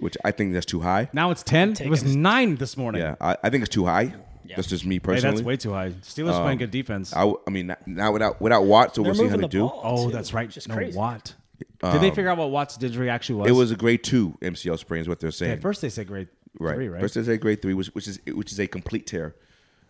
Speaker 1: which I think that's too high.
Speaker 2: Now it's ten. It
Speaker 3: taking
Speaker 2: was
Speaker 3: this-
Speaker 2: nine this morning.
Speaker 1: Yeah, I, I think it's too high. That's just me
Speaker 2: Hey,
Speaker 1: personally. Um,
Speaker 2: that's way too high. Steelers playing good defense.
Speaker 1: I, w- I mean, not- now without without Watt, so
Speaker 3: they're
Speaker 1: we'll see how
Speaker 3: moving
Speaker 1: they
Speaker 3: the
Speaker 1: do.
Speaker 3: ball.
Speaker 2: oh,
Speaker 3: too,
Speaker 2: that's right.
Speaker 3: Which is
Speaker 2: no
Speaker 3: crazy.
Speaker 2: Watt. Did they figure out what Watt's injury actually was?
Speaker 1: Um, It was a grade two MCL sprain, is what they're saying.
Speaker 2: at first they said grade
Speaker 1: right.
Speaker 2: three, right?
Speaker 1: First they say grade three, which, which is which is a complete tear.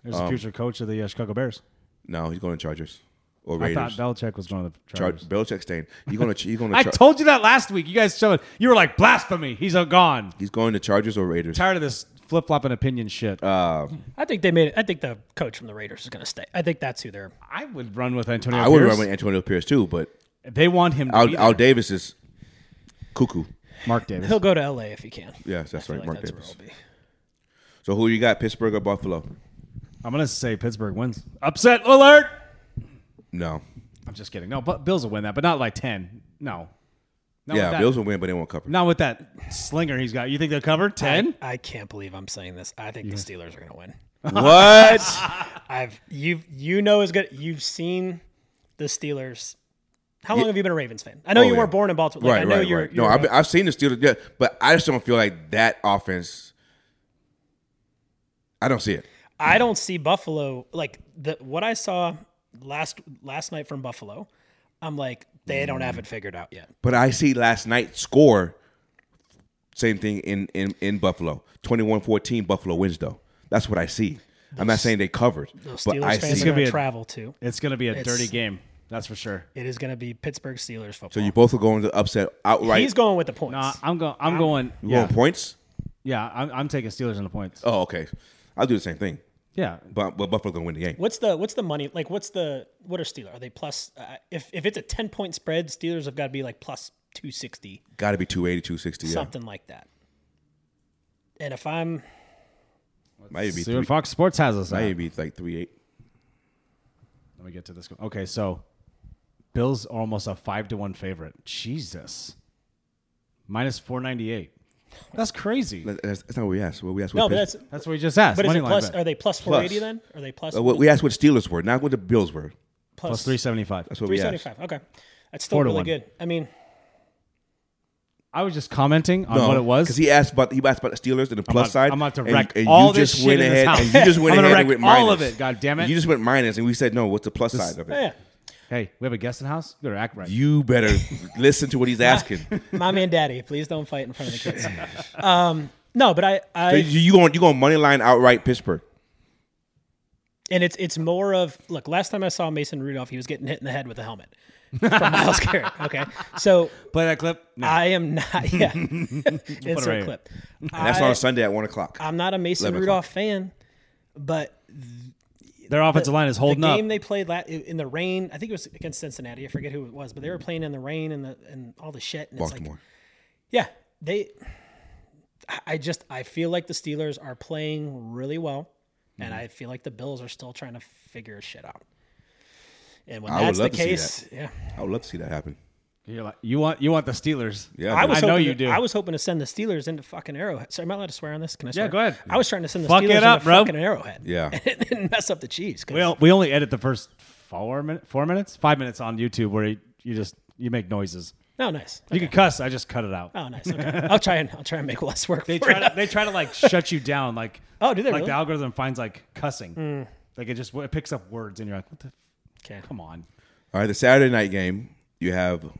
Speaker 2: There's
Speaker 1: Um,
Speaker 2: a future coach of the uh, Chicago Bears.
Speaker 1: No, he's going to Chargers or
Speaker 2: I
Speaker 1: Raiders.
Speaker 2: thought Belichick was one of the
Speaker 1: Char-
Speaker 2: Chargers.
Speaker 1: Belichick staying. He's going
Speaker 2: <laughs>
Speaker 1: to. He's going to.
Speaker 2: I told you that last week. You guys showed. You were like blasphemy. He's a gone.
Speaker 1: he's going to Chargers or Raiders.
Speaker 2: Tired of this flip flopping opinion shit.
Speaker 1: Uh,
Speaker 3: I think they made it. I think the coach from the Raiders is going to stay. I think that's who they're.
Speaker 2: I would run with Antonio.
Speaker 1: I would
Speaker 2: Pierce.
Speaker 1: run with Antonio Pierce too, but
Speaker 2: They want him. To be
Speaker 1: Al,
Speaker 2: there.
Speaker 1: Al Davis is cuckoo.
Speaker 2: Mark Davis.
Speaker 3: He'll go to L.A. if he can.
Speaker 1: Yes, that's
Speaker 3: I
Speaker 1: right,
Speaker 3: feel like
Speaker 1: Mark
Speaker 3: that's where
Speaker 1: Davis.
Speaker 3: it'll be.
Speaker 1: So who you got? Pittsburgh or Buffalo?
Speaker 2: I'm gonna say Pittsburgh wins. Upset alert.
Speaker 1: No.
Speaker 2: I'm just kidding. No, but Bills will win that, but not like ten. No. Not with
Speaker 1: Yeah,
Speaker 2: that,
Speaker 1: Bills will win, but they won't cover.
Speaker 2: Not with that slinger he's got. You think they'll cover ten?
Speaker 3: I, I can't believe I'm saying this. I think the Steelers are going to win.
Speaker 1: what?
Speaker 3: I've you you know as good. You've seen the Steelers. How long have you been a Ravens fan? I know
Speaker 1: Oh,
Speaker 3: you
Speaker 1: yeah.
Speaker 3: weren't born in Baltimore. Like,
Speaker 1: right,
Speaker 3: I know
Speaker 1: right,
Speaker 3: you're,
Speaker 1: right.
Speaker 3: you're
Speaker 1: no,
Speaker 3: a-
Speaker 1: I've, I've seen the Steelers, yeah, but I just don't feel like that offense. I don't see it.
Speaker 3: I don't see Buffalo like the what I saw last last night from Buffalo. I'm like they
Speaker 1: Mm.
Speaker 3: don't have it figured out yet.
Speaker 1: But I see last night score. Same thing in in in Buffalo. 21-14, Buffalo wins though. That's what I see. I'm not saying they covered,
Speaker 3: Those
Speaker 1: but I
Speaker 3: Steelers fans are
Speaker 1: see.
Speaker 2: gonna
Speaker 3: going
Speaker 2: be
Speaker 3: to
Speaker 2: a-
Speaker 3: travel too.
Speaker 2: It's gonna be a dirty
Speaker 3: It's-
Speaker 2: game. That's for sure.
Speaker 3: It is going to be Pittsburgh Steelers football.
Speaker 1: So you both are going to upset outright.
Speaker 3: He's going with the points.
Speaker 2: Uh, I'm going. I'm going.
Speaker 1: You
Speaker 2: Yeah,
Speaker 1: going points.
Speaker 2: yeah. I'm, I'm taking Steelers on the points.
Speaker 1: Oh, okay. I'll do the same thing.
Speaker 2: Yeah,
Speaker 1: But but Buffalo gonna win the game.
Speaker 3: What's the what's the money like? What's the what are Steelers? Are they plus? Uh, if if it's a ten point spread, Steelers have got to be like plus two sixty,
Speaker 1: Got to be 280, 260. Yeah,
Speaker 3: something like that. And if I'm
Speaker 1: might be
Speaker 2: See what
Speaker 1: three,
Speaker 2: Fox Sports has us. at.
Speaker 1: might be like three eight.
Speaker 2: Let me get to this. Okay, so Bills are almost a five to one favorite. Jesus, minus four ninety eight. That's crazy.
Speaker 1: That- That's, that's not what we asked. What we asked.
Speaker 3: no,
Speaker 1: what
Speaker 3: but
Speaker 1: Pitts-
Speaker 3: that's
Speaker 2: That's what we just asked.
Speaker 3: but is
Speaker 2: Money
Speaker 3: it
Speaker 2: line
Speaker 3: plus?
Speaker 2: bet.
Speaker 3: Are they plus four eighty
Speaker 1: Plus.
Speaker 3: then? Are they plus
Speaker 1: uh, what we asked what Steelers were, not what the Bills were.
Speaker 2: plus three seventy five.
Speaker 1: That's what
Speaker 3: three
Speaker 1: we
Speaker 3: seventy
Speaker 1: asked.
Speaker 3: five? Okay, that's still
Speaker 2: Four to
Speaker 3: really
Speaker 2: one.
Speaker 3: good. I mean, <laughs>
Speaker 2: I was just commenting on what it was.
Speaker 1: because he asked about he asked about the Steelers and the plus
Speaker 2: about-
Speaker 1: side.
Speaker 2: I'm about to
Speaker 1: and-
Speaker 2: wreck
Speaker 1: and
Speaker 2: all
Speaker 1: you
Speaker 2: this
Speaker 1: just
Speaker 2: shit
Speaker 1: went
Speaker 2: in this
Speaker 1: ahead,
Speaker 2: house.
Speaker 1: And <laughs> you
Speaker 2: <laughs>
Speaker 1: just went
Speaker 2: I'm gonna
Speaker 1: ahead and
Speaker 2: wreck
Speaker 1: went
Speaker 2: all
Speaker 1: minus.
Speaker 2: of it, God damn it.
Speaker 1: You just went minus, and we said no. What's the plus side of it?
Speaker 3: yeah,
Speaker 2: hey, we have a guest in the house. You better act right.
Speaker 1: You
Speaker 2: <laughs>
Speaker 1: better listen to what he's asking.
Speaker 3: mommy and daddy, please don't fight in front of
Speaker 1: <laughs>
Speaker 3: the kids. um, no, but I I
Speaker 1: So you you going you going money line outright Pittsburgh?
Speaker 3: And it's it's more of look. Last time I saw Mason Rudolph, he was getting hit in the head with a helmet from Miles Garrett. Okay, so
Speaker 2: Play that clip. No.
Speaker 3: I am not. <laughs> Yeah, insert
Speaker 2: right here.
Speaker 3: clip.
Speaker 1: And that's
Speaker 3: I,
Speaker 1: on a Sunday at one o'clock.
Speaker 3: I'm not a Mason
Speaker 1: 11
Speaker 3: Rudolph fan, but
Speaker 2: Their offensive line is holding
Speaker 3: the
Speaker 2: up.
Speaker 3: game they played la- in the rain. I think it was against Cincinnati. I forget who it was, but they were playing in the rain and the and all the shit. And it's
Speaker 1: Baltimore.
Speaker 3: like, yeah, they. I- I just I feel like the Steelers are playing really well. and
Speaker 1: Mm-hmm.
Speaker 3: I feel like the Bills are still trying to figure shit out. And when
Speaker 1: I would
Speaker 3: that's the
Speaker 1: love to see
Speaker 3: case, yeah,
Speaker 1: I would love to see that happen.
Speaker 2: You're like, you want you want the Steelers?
Speaker 1: Yeah,
Speaker 3: I was.
Speaker 2: know
Speaker 3: hoping
Speaker 2: you
Speaker 3: to-
Speaker 2: do.
Speaker 3: I was hoping to send the Steelers into fucking Arrowhead. Sorry, am I allowed to swear on this? Can I? Swear?
Speaker 2: go ahead.
Speaker 3: I was trying to send the
Speaker 2: Fuck it
Speaker 3: Steelers
Speaker 2: up,
Speaker 3: into
Speaker 2: bro.
Speaker 3: fucking Arrowhead. <laughs>
Speaker 1: Yeah.
Speaker 3: and mess up the Chiefs. 'cause-
Speaker 2: We, o- we only edit the first four minutes, four minutes, five minutes on YouTube where you, you just you make noises.
Speaker 3: oh, nice.
Speaker 2: You can cuss. I just cut it out.
Speaker 3: Oh, nice. Okay. I'll try and I'll try and make less work.
Speaker 2: They
Speaker 3: for
Speaker 2: try
Speaker 3: it.
Speaker 2: to they try to like shut you down. Like
Speaker 3: Oh, do they
Speaker 2: Like
Speaker 3: really? Hmm.
Speaker 2: the algorithm finds like cussing. Like it just it picks up words and you're like, what the?
Speaker 3: Okay.
Speaker 2: Come on.
Speaker 1: All right, the Saturday night game, you have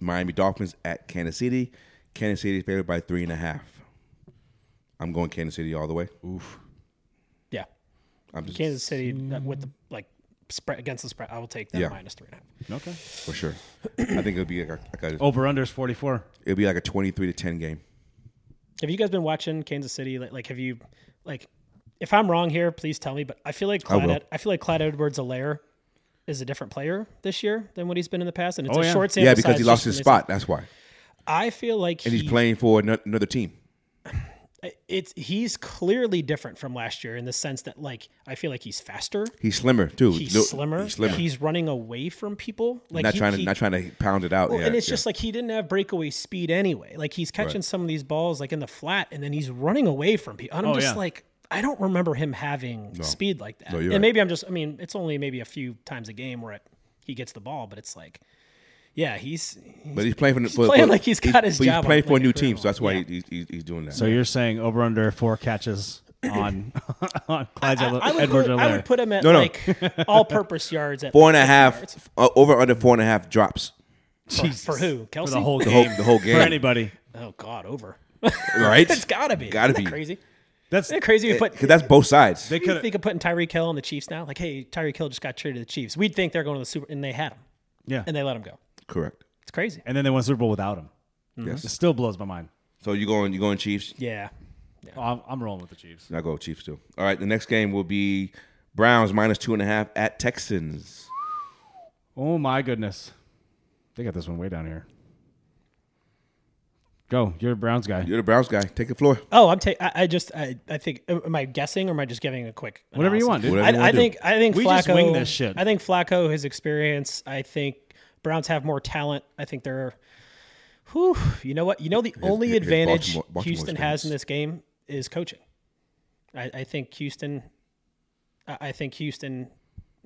Speaker 1: Miami Dolphins at Kansas City. Kansas City is favored by three and a half. I'm going Kansas City all the way.
Speaker 3: Yeah.
Speaker 1: I'm just,
Speaker 3: Kansas City uh, with the like spread against the spread. I will take that
Speaker 1: Yeah.
Speaker 3: minus three and a half.
Speaker 2: Okay.
Speaker 1: for sure. I think it'll be like a,
Speaker 3: Oh.
Speaker 1: like a
Speaker 2: Over under is 44.
Speaker 1: it'll be like a 23 to 10 game.
Speaker 3: Have you guys been watching Kansas City? Like, like have you like? If I'm wrong here, please tell me. But I feel like
Speaker 1: I
Speaker 3: Clyde,
Speaker 1: will.
Speaker 3: Ed- I feel like Clyde Edwards-Alaire is a different player this year than what he's been in the past, and it's
Speaker 2: Oh,
Speaker 3: a
Speaker 2: yeah.
Speaker 3: short sample
Speaker 1: Yeah, because
Speaker 3: size,
Speaker 1: he lost his
Speaker 3: just amazing.
Speaker 1: spot. That's why.
Speaker 3: I feel like
Speaker 1: And he's
Speaker 3: he-
Speaker 1: playing for ano- another team.
Speaker 3: it's he's clearly different from last year in the sense that like I feel like he's faster,
Speaker 1: He's slimmer too.
Speaker 3: he's
Speaker 1: No,
Speaker 3: slimmer,
Speaker 1: He's slimmer.
Speaker 3: he's running away from people. Like
Speaker 1: not
Speaker 3: he-
Speaker 1: trying to
Speaker 3: he-
Speaker 1: not trying to pound it out.
Speaker 3: Well,
Speaker 1: yeah,
Speaker 3: and it's
Speaker 1: yeah.
Speaker 3: just like he didn't have breakaway speed anyway. Like he's catching some of these balls like in the flat, and then he's running away from people. And I'm
Speaker 2: Oh,
Speaker 3: just
Speaker 2: yeah.
Speaker 3: like, I don't remember him having speed like that.
Speaker 1: No, you're
Speaker 3: and
Speaker 1: right.
Speaker 3: maybe I'm just. I mean, it's only maybe a few times a game where it, he gets the ball, but it's like, yeah, he's.
Speaker 1: but he's playing for for,
Speaker 3: playing
Speaker 1: for-
Speaker 3: like he's got his
Speaker 1: but
Speaker 3: job
Speaker 1: He's playing
Speaker 3: on,
Speaker 1: for a
Speaker 3: like,
Speaker 1: new
Speaker 3: pretty
Speaker 1: team, so that's why
Speaker 3: well.
Speaker 1: he, he's, he's doing that.
Speaker 2: So you're saying over under four catches on <laughs> on Clyde
Speaker 3: I, I would
Speaker 2: Edwards
Speaker 3: put, I would put him at
Speaker 1: No, no.
Speaker 3: like all-purpose yards at
Speaker 1: four and a
Speaker 3: like,
Speaker 1: half
Speaker 3: yards.
Speaker 1: uh, over under four and a half drops.
Speaker 3: for who?
Speaker 2: For
Speaker 3: Kelsey?
Speaker 2: the whole
Speaker 1: The whole
Speaker 2: game.
Speaker 1: the whole
Speaker 2: For
Speaker 1: game.
Speaker 2: anybody.
Speaker 3: Oh God, over.
Speaker 1: Right?
Speaker 3: <laughs> it's gotta be.
Speaker 1: Gotta
Speaker 3: Isn't that
Speaker 1: be. Eh,
Speaker 3: crazy.
Speaker 2: That's
Speaker 3: Isn't it crazy? We put
Speaker 1: Because that's both sides.
Speaker 2: they
Speaker 3: You
Speaker 2: could
Speaker 3: think of putting Tyreek Hill on the Chiefs now? Like, hey, Tyreek Hill just got traded to the Chiefs. We'd think they're going to the Super, and they had him,
Speaker 2: yeah.
Speaker 3: and they let him go.
Speaker 1: Correct.
Speaker 3: It's crazy.
Speaker 2: And then they won Super Bowl without him.
Speaker 3: Mm-hmm.
Speaker 2: It
Speaker 1: Yes.
Speaker 2: still blows my mind.
Speaker 1: So you going you going Chiefs?
Speaker 3: Yeah,
Speaker 2: Oh, I'm, I'm rolling with the Chiefs.
Speaker 1: I go Chiefs too. All right, the next game will be Browns minus two and a half at Texans.
Speaker 2: Oh my goodness. They got this one way down here. Go. You're a Browns guy.
Speaker 1: You're the Browns guy. Take the floor.
Speaker 3: Oh, I'm taking. I just, I, I think. Am I guessing or am I just giving a quick?
Speaker 2: Whatever you
Speaker 3: analysis?
Speaker 2: want, dude.
Speaker 1: Whatever. you
Speaker 3: I, I
Speaker 1: wanna do.
Speaker 3: think. I think
Speaker 2: We
Speaker 3: Flacco.
Speaker 2: just wing this shit.
Speaker 3: I think Flacco, his experience. I think Browns have more talent. I think they're. Whew, you know what? You know the only
Speaker 1: his
Speaker 3: advantage
Speaker 1: Baltimore- Baltimore
Speaker 3: Houston has
Speaker 1: experience.
Speaker 3: in this game is coaching. I, I think Houston. I, I think Houston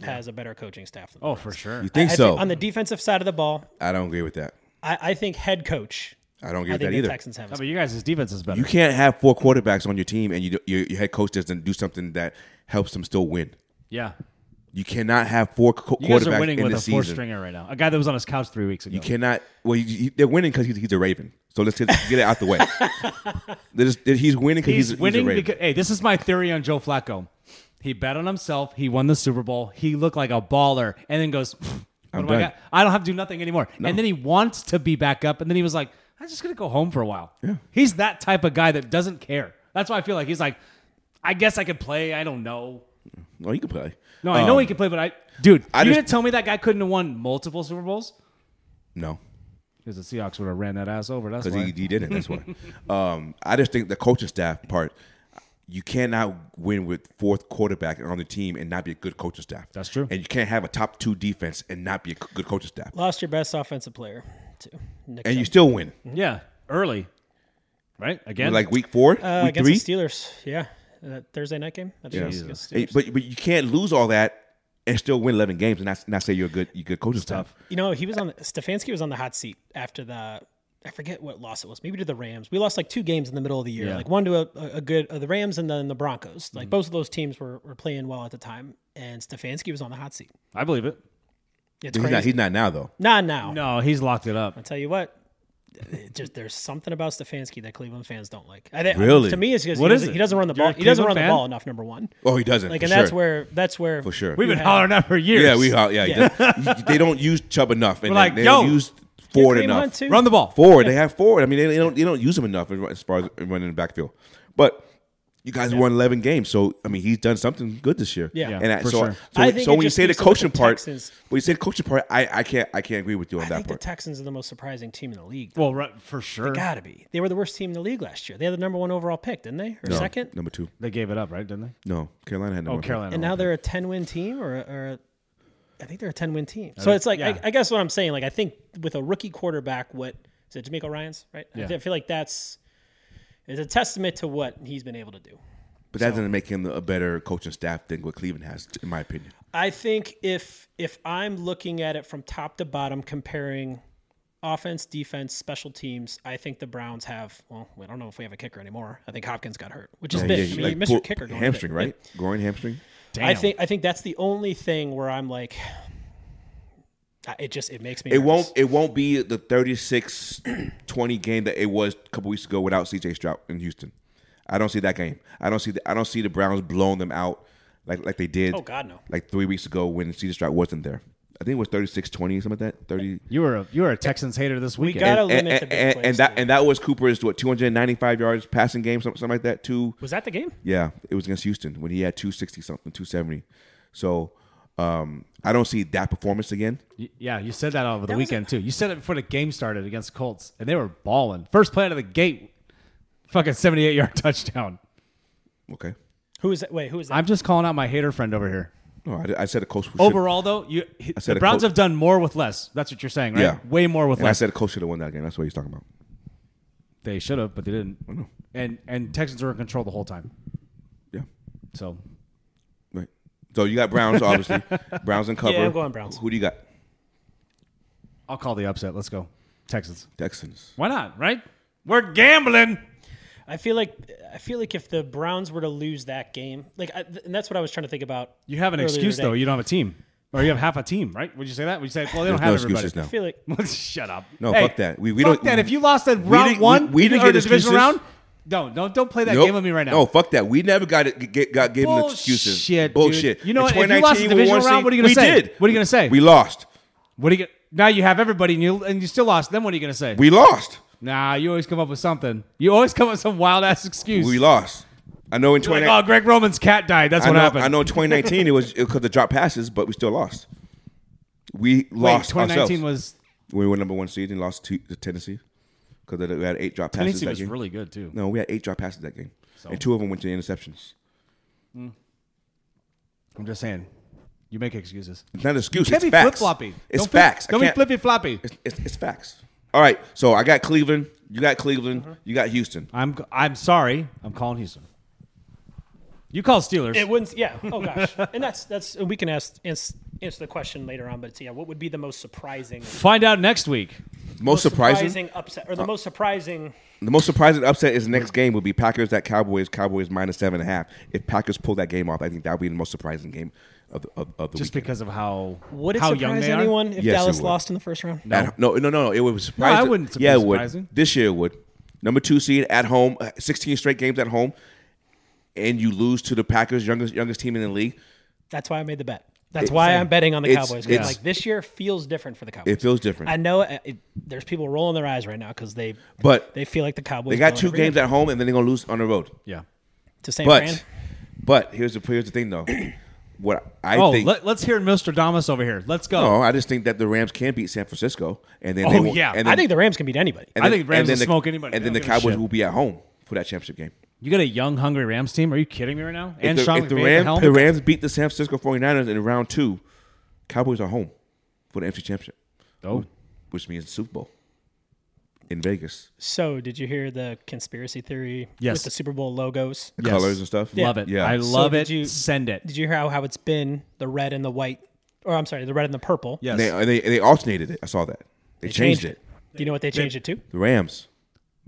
Speaker 3: has a better coaching staff. Than the
Speaker 2: Oh,
Speaker 3: Browns.
Speaker 2: for sure.
Speaker 1: You think
Speaker 3: I
Speaker 1: so?
Speaker 3: think on the defensive side of the ball,
Speaker 1: I don't agree with that.
Speaker 3: I, I think head coach.
Speaker 1: I don't agree
Speaker 3: I
Speaker 1: with
Speaker 3: think
Speaker 1: that
Speaker 3: the
Speaker 1: either.
Speaker 3: Texans have.
Speaker 2: No,
Speaker 3: his-
Speaker 2: but you guys' defense is better.
Speaker 1: You can't have four quarterbacks on your team and you, do- your, your head coach doesn't do something that helps them still win.
Speaker 2: yeah.
Speaker 1: You cannot have four co-
Speaker 2: You guys are
Speaker 1: quarterbacks
Speaker 2: winning
Speaker 1: in
Speaker 2: with a
Speaker 1: the
Speaker 2: four
Speaker 1: season.
Speaker 2: stringer right now. A guy that was on his couch three weeks ago.
Speaker 1: You cannot. Well, you, you, they're winning because he's, he's a Raven. So let's get, get it out the
Speaker 2: <laughs>
Speaker 1: way. They're just- they're- he's winning because he's,
Speaker 2: he's,
Speaker 1: he's
Speaker 2: winning
Speaker 1: a Raven.
Speaker 2: because hey, this is my theory on Joe Flacco. He bet on himself. He won the Super Bowl. He looked like a baller, and then goes, "What
Speaker 1: I'm
Speaker 2: do I,
Speaker 1: done.
Speaker 2: got? I don't have to do nothing anymore." And then he wants to be back up, and then he was like, "I'm just gonna go home for a while." Yeah, he's that type of guy that doesn't care. That's why I feel like he's like, "I guess I could play. I don't know.
Speaker 1: no, you can play.
Speaker 2: No, I know
Speaker 1: Um,
Speaker 2: he can play, but I, dude,
Speaker 1: I
Speaker 2: you
Speaker 1: just-
Speaker 2: gonna tell me that guy couldn't have won multiple Super Bowls?
Speaker 1: No,
Speaker 2: Because the Seahawks would have ran that ass over. That's
Speaker 1: because
Speaker 2: why.
Speaker 1: he, he didn't. That's
Speaker 2: <laughs>
Speaker 1: why. um, I just think the coaching staff part. You cannot win with fourth quarterback on the team and not be a good coaching staff.
Speaker 2: That's true.
Speaker 1: And you can't have a top two defense and not be a c- good coaching staff.
Speaker 3: Lost your best offensive player too. Nick
Speaker 1: And you
Speaker 3: Chubb.
Speaker 1: still win.
Speaker 2: yeah, early, right? Again,
Speaker 1: Like week four,
Speaker 3: uh,
Speaker 1: week
Speaker 3: against
Speaker 1: three.
Speaker 3: the Steelers. Yeah, that Thursday night game. That's
Speaker 1: Yeah.
Speaker 3: against the
Speaker 1: Hey,
Speaker 3: Steelers.
Speaker 1: but but you can't lose all that and still win eleven games and not, not say you're a good you good coaching staff.
Speaker 3: you know, he was on. The, Stefanski was on the hot seat after the. I forget what loss it was. Maybe to the Rams. We lost like two games in the middle of the year.
Speaker 2: Yeah.
Speaker 3: Like one to a, a a good uh, the Rams and then the Broncos. Like both of those teams were, were playing well at the time, and Stefanski was on the hot seat.
Speaker 2: I believe it.
Speaker 3: It's
Speaker 1: He's
Speaker 3: crazy.
Speaker 1: not he's not now though.
Speaker 3: not now.
Speaker 2: No, he's locked it up.
Speaker 3: I tell you what, it just there's something about Stefanski that Cleveland fans don't like. I think
Speaker 1: Really?
Speaker 3: to me it's because he,
Speaker 2: What is
Speaker 3: doesn't-
Speaker 2: it?
Speaker 3: he doesn't run the
Speaker 2: You're a
Speaker 3: ball. He doesn't
Speaker 2: Cleveland
Speaker 3: run the
Speaker 2: fan?
Speaker 3: ball enough. Number one,
Speaker 1: Oh, he doesn't.
Speaker 3: like,
Speaker 1: for
Speaker 3: and
Speaker 1: sure.
Speaker 3: that's where that's where
Speaker 1: for sure.
Speaker 2: We've been
Speaker 3: have-
Speaker 2: hollering out for years.
Speaker 1: yeah, we are. Yeah, he doesn't- they don't use Chubb
Speaker 3: <laughs>
Speaker 1: enough, and
Speaker 2: We're like,
Speaker 1: they
Speaker 2: yo,
Speaker 1: don't use Ford
Speaker 3: Cleveland
Speaker 1: enough.
Speaker 3: too.
Speaker 2: Run the ball.
Speaker 1: Forward, they have forward. I mean, they, they don't they don't use him enough as far as running the backfield. But You guys won 11 games, so I mean, he's done something good this year.
Speaker 3: Yeah. Yeah,
Speaker 1: and I,
Speaker 2: for
Speaker 1: so,
Speaker 2: sure.
Speaker 1: so,
Speaker 3: I think
Speaker 1: so
Speaker 3: it
Speaker 1: when you
Speaker 3: just
Speaker 1: say the
Speaker 3: needs to look at
Speaker 1: coaching part,
Speaker 3: Texans.
Speaker 1: when you say the coaching part, I, I can't I can't agree with you on
Speaker 3: I
Speaker 1: that
Speaker 3: think the
Speaker 1: part.
Speaker 3: Texans are the most surprising team in the league.
Speaker 2: Well, right, for sure.
Speaker 3: Gotta be. They were the worst team in the league last year. They had the number one overall pick, didn't they? Or
Speaker 1: No,
Speaker 3: second?
Speaker 1: number two.
Speaker 2: They gave it up, right? Didn't they?
Speaker 1: No, Carolina had number
Speaker 2: Oh,
Speaker 1: one.
Speaker 2: Carolina.
Speaker 3: and now they're a 10 win team or, a- or a, I think they're a 10 win team. So it's like,
Speaker 2: yeah.
Speaker 3: I, I guess what I'm saying, like, I think with a rookie quarterback, what is it, D'Amico Ryans, right? I
Speaker 2: Yeah.
Speaker 3: th- I feel like that's it's a testament to what he's been able to do.
Speaker 1: But that doesn't make him a better coaching staff than what Cleveland has, in my opinion.
Speaker 3: I think if if I'm looking at it from top to bottom, comparing offense, defense, special teams, I think the Browns have. Well, we don't know if we have a kicker anymore. I think Hopkins got hurt, which is big. I mean, you missed your
Speaker 1: pull-
Speaker 3: kicker going
Speaker 1: hamstring,
Speaker 3: big.
Speaker 1: right? Groin hamstring.
Speaker 2: Damn.
Speaker 3: I think I think that's the only thing where I'm like, I- it just it makes me.
Speaker 1: It
Speaker 3: nervous.
Speaker 1: won't. It won't be the <clears throat> 36-20 game that it was a couple weeks ago without C.J. Stroud in Houston. I don't see that game. I don't see. The, I don't see the Browns blowing them out like like they did.
Speaker 3: Oh God, no.
Speaker 1: Like three weeks ago when C.J. Stroud wasn't there. I think it was 36-20, something like that. Thirty.
Speaker 2: you were a you were a Texans hater this weekend.
Speaker 3: gotta-
Speaker 1: And,
Speaker 3: limit
Speaker 1: and,
Speaker 3: the big
Speaker 1: and-
Speaker 3: plays,
Speaker 1: and that
Speaker 3: too.
Speaker 1: and that was Cooper's what two hundred ninety five yards passing game, something, something like that. Two.
Speaker 3: Was that the game?
Speaker 1: Yeah, it was against Houston when he had 260 something, 270. So um, I don't see that performance again.
Speaker 2: Y- yeah, you said that over the weekend too. You said it before the game started against Colts, and they were balling. First play out of the gate, fucking seventy-eight yard <laughs> touchdown.
Speaker 1: Okay.
Speaker 3: Who is that? Wait, who is that?
Speaker 2: I'm just calling out my hater friend over here.
Speaker 1: No, I, I said a coach. Should,
Speaker 2: Overall, though, you
Speaker 1: said
Speaker 2: the
Speaker 1: a
Speaker 2: Browns
Speaker 1: Colt-
Speaker 2: have done more with less. That's what you're saying, right?
Speaker 1: Yeah.
Speaker 2: Way more with
Speaker 1: and I
Speaker 2: less.
Speaker 1: said a coach should have won that game. That's what he's talking about.
Speaker 2: they should have, but they didn't. And and Texans are in control the whole time.
Speaker 1: Yeah.
Speaker 2: So
Speaker 1: Right. So you got Browns,
Speaker 2: <laughs>
Speaker 1: obviously. Browns and cover.
Speaker 3: Yeah, I'm going Browns.
Speaker 1: Who do you got?
Speaker 2: I'll call the upset. Let's go Texans.
Speaker 1: Texans.
Speaker 2: Why not? Right? We're gambling.
Speaker 3: I feel like I feel like if the Browns were to lose that game, like, I, and that's what I was trying to think about.
Speaker 2: You have an
Speaker 3: earlier
Speaker 2: excuse
Speaker 3: today.
Speaker 2: though. You don't have a team, or you have half a team, right? Would you say that? Would you say, well, they don't
Speaker 1: There's no
Speaker 2: have everybody?
Speaker 1: excuses now.
Speaker 3: I feel
Speaker 2: <laughs>
Speaker 3: like
Speaker 2: Shut up.
Speaker 1: No, fuck that. We- we
Speaker 2: fuck
Speaker 1: don't-
Speaker 2: that. If you lost at
Speaker 1: we
Speaker 2: round
Speaker 1: didn't- we-
Speaker 2: one,
Speaker 1: we didn't
Speaker 2: or
Speaker 1: get
Speaker 2: the division
Speaker 1: excuses.
Speaker 2: round. No, don't don't play that
Speaker 1: Nope.
Speaker 2: game with me right now.
Speaker 1: No, fuck that. We never got it, get, got given the excuses.
Speaker 2: Bullshit, dude.
Speaker 1: Bullshit.
Speaker 2: You know
Speaker 1: In
Speaker 2: what? If you lost
Speaker 1: 2019,
Speaker 2: the
Speaker 1: we
Speaker 2: divisional
Speaker 1: won seed.
Speaker 2: round, what are you gonna
Speaker 1: we
Speaker 2: say?
Speaker 1: Did.
Speaker 2: What are you gonna say?
Speaker 1: We lost.
Speaker 2: What do you get? Now you have everybody, and you and you still lost. Then what are you gonna say?
Speaker 1: We lost.
Speaker 2: nah, you always come up with something. You always come up with some wild ass excuse.
Speaker 1: We lost. I know in
Speaker 2: You're
Speaker 1: 2019.
Speaker 2: like, oh, Greg Roman's cat died. That's
Speaker 1: I
Speaker 2: what
Speaker 1: know,
Speaker 2: happened.
Speaker 1: I know in 2019 it was because the drop passes, but we still lost. We
Speaker 2: Wait,
Speaker 1: lost
Speaker 2: 2019
Speaker 1: ourselves.
Speaker 2: was
Speaker 1: we were number one seed and lost to, to Tennessee because we had eight drop passes
Speaker 2: Tennessee
Speaker 1: that
Speaker 2: was
Speaker 1: game.
Speaker 2: really good too.
Speaker 1: no, we had eight drop passes that game, and two of them went to interceptions.
Speaker 2: I'm just saying, you make excuses.
Speaker 1: It's not an excuse.
Speaker 2: Can't
Speaker 1: it's
Speaker 2: be
Speaker 1: facts.
Speaker 2: flip floppy.
Speaker 1: It's
Speaker 2: don't flip-
Speaker 1: facts. I
Speaker 2: don't be
Speaker 1: can't-
Speaker 2: flippy floppy.
Speaker 1: It's, it's, it's facts. All right, so I got Cleveland. You got Cleveland.
Speaker 2: Uh-huh.
Speaker 1: You got Houston.
Speaker 2: I'm I'm sorry. I'm calling Houston. You call Steelers.
Speaker 3: it wouldn't. Yeah. Oh gosh. <laughs> and that's that's. And we can ask ans- answer the question later on. But it's, yeah, what would be the most surprising?
Speaker 2: Find out next week.
Speaker 1: Most, surprising, Uh,
Speaker 3: upset or the most surprising?
Speaker 1: the most surprising upset is the next game would be Packers at Cowboys. Cowboys minus seven and a half. If Packers pull that game off, I think that would be the most surprising game of the, of, of the
Speaker 2: Just
Speaker 1: weekend.
Speaker 2: because of how
Speaker 3: Would it
Speaker 2: how young
Speaker 3: surprise
Speaker 2: they are.
Speaker 3: anyone if
Speaker 1: Yes, it
Speaker 3: Dallas
Speaker 1: would.
Speaker 3: lost in the first round?
Speaker 1: At- No, no, no, no. It was surprising.
Speaker 2: No, I wouldn't be
Speaker 1: Yeah, it
Speaker 2: surprising.
Speaker 1: would. This year it would. Number two seed at home, uh, sixteen straight games at home, and you lose to the Packers, youngest youngest team in the league.
Speaker 3: That's why I made the bet. That's why I'm betting on the
Speaker 1: it's-
Speaker 3: Cowboys. 'cause,
Speaker 1: it's-
Speaker 3: like this year feels different for the Cowboys.
Speaker 1: It feels different.
Speaker 3: I know uh, it, there's people rolling their eyes right now because they
Speaker 1: but
Speaker 3: they feel like the Cowboys.
Speaker 1: they got
Speaker 3: blown
Speaker 1: two
Speaker 3: every game
Speaker 1: games at home, and then they're gonna lose on the road.
Speaker 2: Yeah.
Speaker 3: to San
Speaker 1: But
Speaker 3: Fran.
Speaker 1: but here's the here's the thing
Speaker 2: <clears throat>
Speaker 1: though. What I
Speaker 2: Oh,
Speaker 1: think.
Speaker 2: let, us hear Nostradamus over here. Let's go.
Speaker 1: no, I just think that the Rams can beat San Francisco, and then they
Speaker 2: Oh,
Speaker 1: won't-
Speaker 2: yeah.
Speaker 1: and
Speaker 3: I
Speaker 1: then-
Speaker 3: think the Rams can beat anybody.
Speaker 1: and
Speaker 2: I
Speaker 1: then-
Speaker 2: think Rams
Speaker 1: and then
Speaker 2: will
Speaker 1: the-
Speaker 2: smoke anybody.
Speaker 1: And
Speaker 2: They
Speaker 1: then the
Speaker 2: don't give a
Speaker 1: Cowboys
Speaker 2: shit.
Speaker 1: will be at home for that championship game.
Speaker 2: You got a young, hungry Rams team? Are you kidding me right now? And
Speaker 1: if the,
Speaker 2: Sean
Speaker 1: if the
Speaker 2: McVay at
Speaker 1: Rams,
Speaker 2: helm?
Speaker 1: the Rams beat the San Francisco 49ers in round two, Cowboys are home for the NFC Championship,
Speaker 2: Oh,
Speaker 1: which means the Super Bowl in Vegas.
Speaker 3: So, did you hear the conspiracy theory
Speaker 2: Yes.
Speaker 3: with the Super Bowl logos?
Speaker 1: The
Speaker 2: Yes.
Speaker 1: colors and stuff.
Speaker 2: love it.
Speaker 1: Yeah.
Speaker 2: I love
Speaker 3: did
Speaker 2: it.
Speaker 3: you-
Speaker 2: Send it.
Speaker 3: Did you hear how, how it's been the red and the white, or I'm sorry, the red and the purple?
Speaker 2: Yes.
Speaker 1: They, they, they alternated it. I saw that. They, changed, it.
Speaker 3: Do you know what they changed it to?
Speaker 1: The Rams.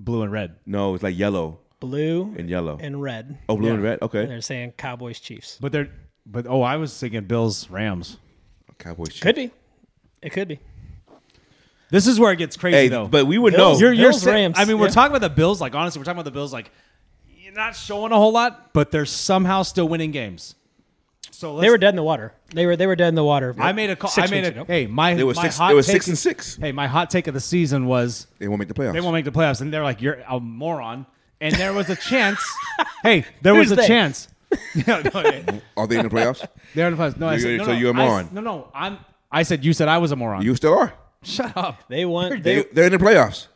Speaker 2: Blue and red.
Speaker 1: No, it's like yellow
Speaker 3: Blue
Speaker 1: and yellow.
Speaker 3: and red.
Speaker 1: oh, blue and
Speaker 2: Yeah.
Speaker 1: red.
Speaker 3: And
Speaker 1: Okay.
Speaker 3: they're saying Cowboys Chiefs.
Speaker 2: But they're but oh, I was thinking Bills Rams.
Speaker 1: Cowboys.
Speaker 3: Could be. It could be.
Speaker 2: This is where it gets crazy
Speaker 1: Hey,
Speaker 2: though.
Speaker 1: but we would
Speaker 3: Bills-
Speaker 1: know.
Speaker 2: you're, you're
Speaker 3: Bills,
Speaker 2: sa-
Speaker 3: Rams,
Speaker 2: I mean, we're
Speaker 3: yeah.
Speaker 2: talking about the Bills. Like honestly, we're talking about the Bills. Like you're not showing a whole lot, but they're somehow still winning games. So let's,
Speaker 3: They were dead in the water. They were they were dead in the water.
Speaker 2: I made a call.
Speaker 3: Six
Speaker 2: I made
Speaker 3: weeks
Speaker 2: a
Speaker 3: ago.
Speaker 2: hey my
Speaker 1: They were
Speaker 2: my
Speaker 1: six.
Speaker 2: hot
Speaker 1: They were
Speaker 2: take-
Speaker 1: six and six.
Speaker 2: Hey, my hot take of the season was
Speaker 1: They won't make the playoffs.
Speaker 2: they won't make the playoffs, and they're like you're a moron. and there was a
Speaker 3: <laughs>
Speaker 2: chance. hey, there was
Speaker 3: Who's
Speaker 2: a
Speaker 3: they?
Speaker 2: chance.
Speaker 3: <laughs>
Speaker 2: <laughs> no, no, yeah.
Speaker 1: Are they in the playoffs?
Speaker 2: They're in the playoffs. No, I
Speaker 1: You-
Speaker 2: said, no,
Speaker 1: so
Speaker 2: no,
Speaker 1: you're a
Speaker 2: I s-
Speaker 1: moron.
Speaker 2: no, no, I'm. I said you said I was a moron.
Speaker 1: you still are.
Speaker 2: Shut up.
Speaker 1: <laughs>
Speaker 3: They want
Speaker 1: They,
Speaker 3: they
Speaker 1: they're in the playoffs.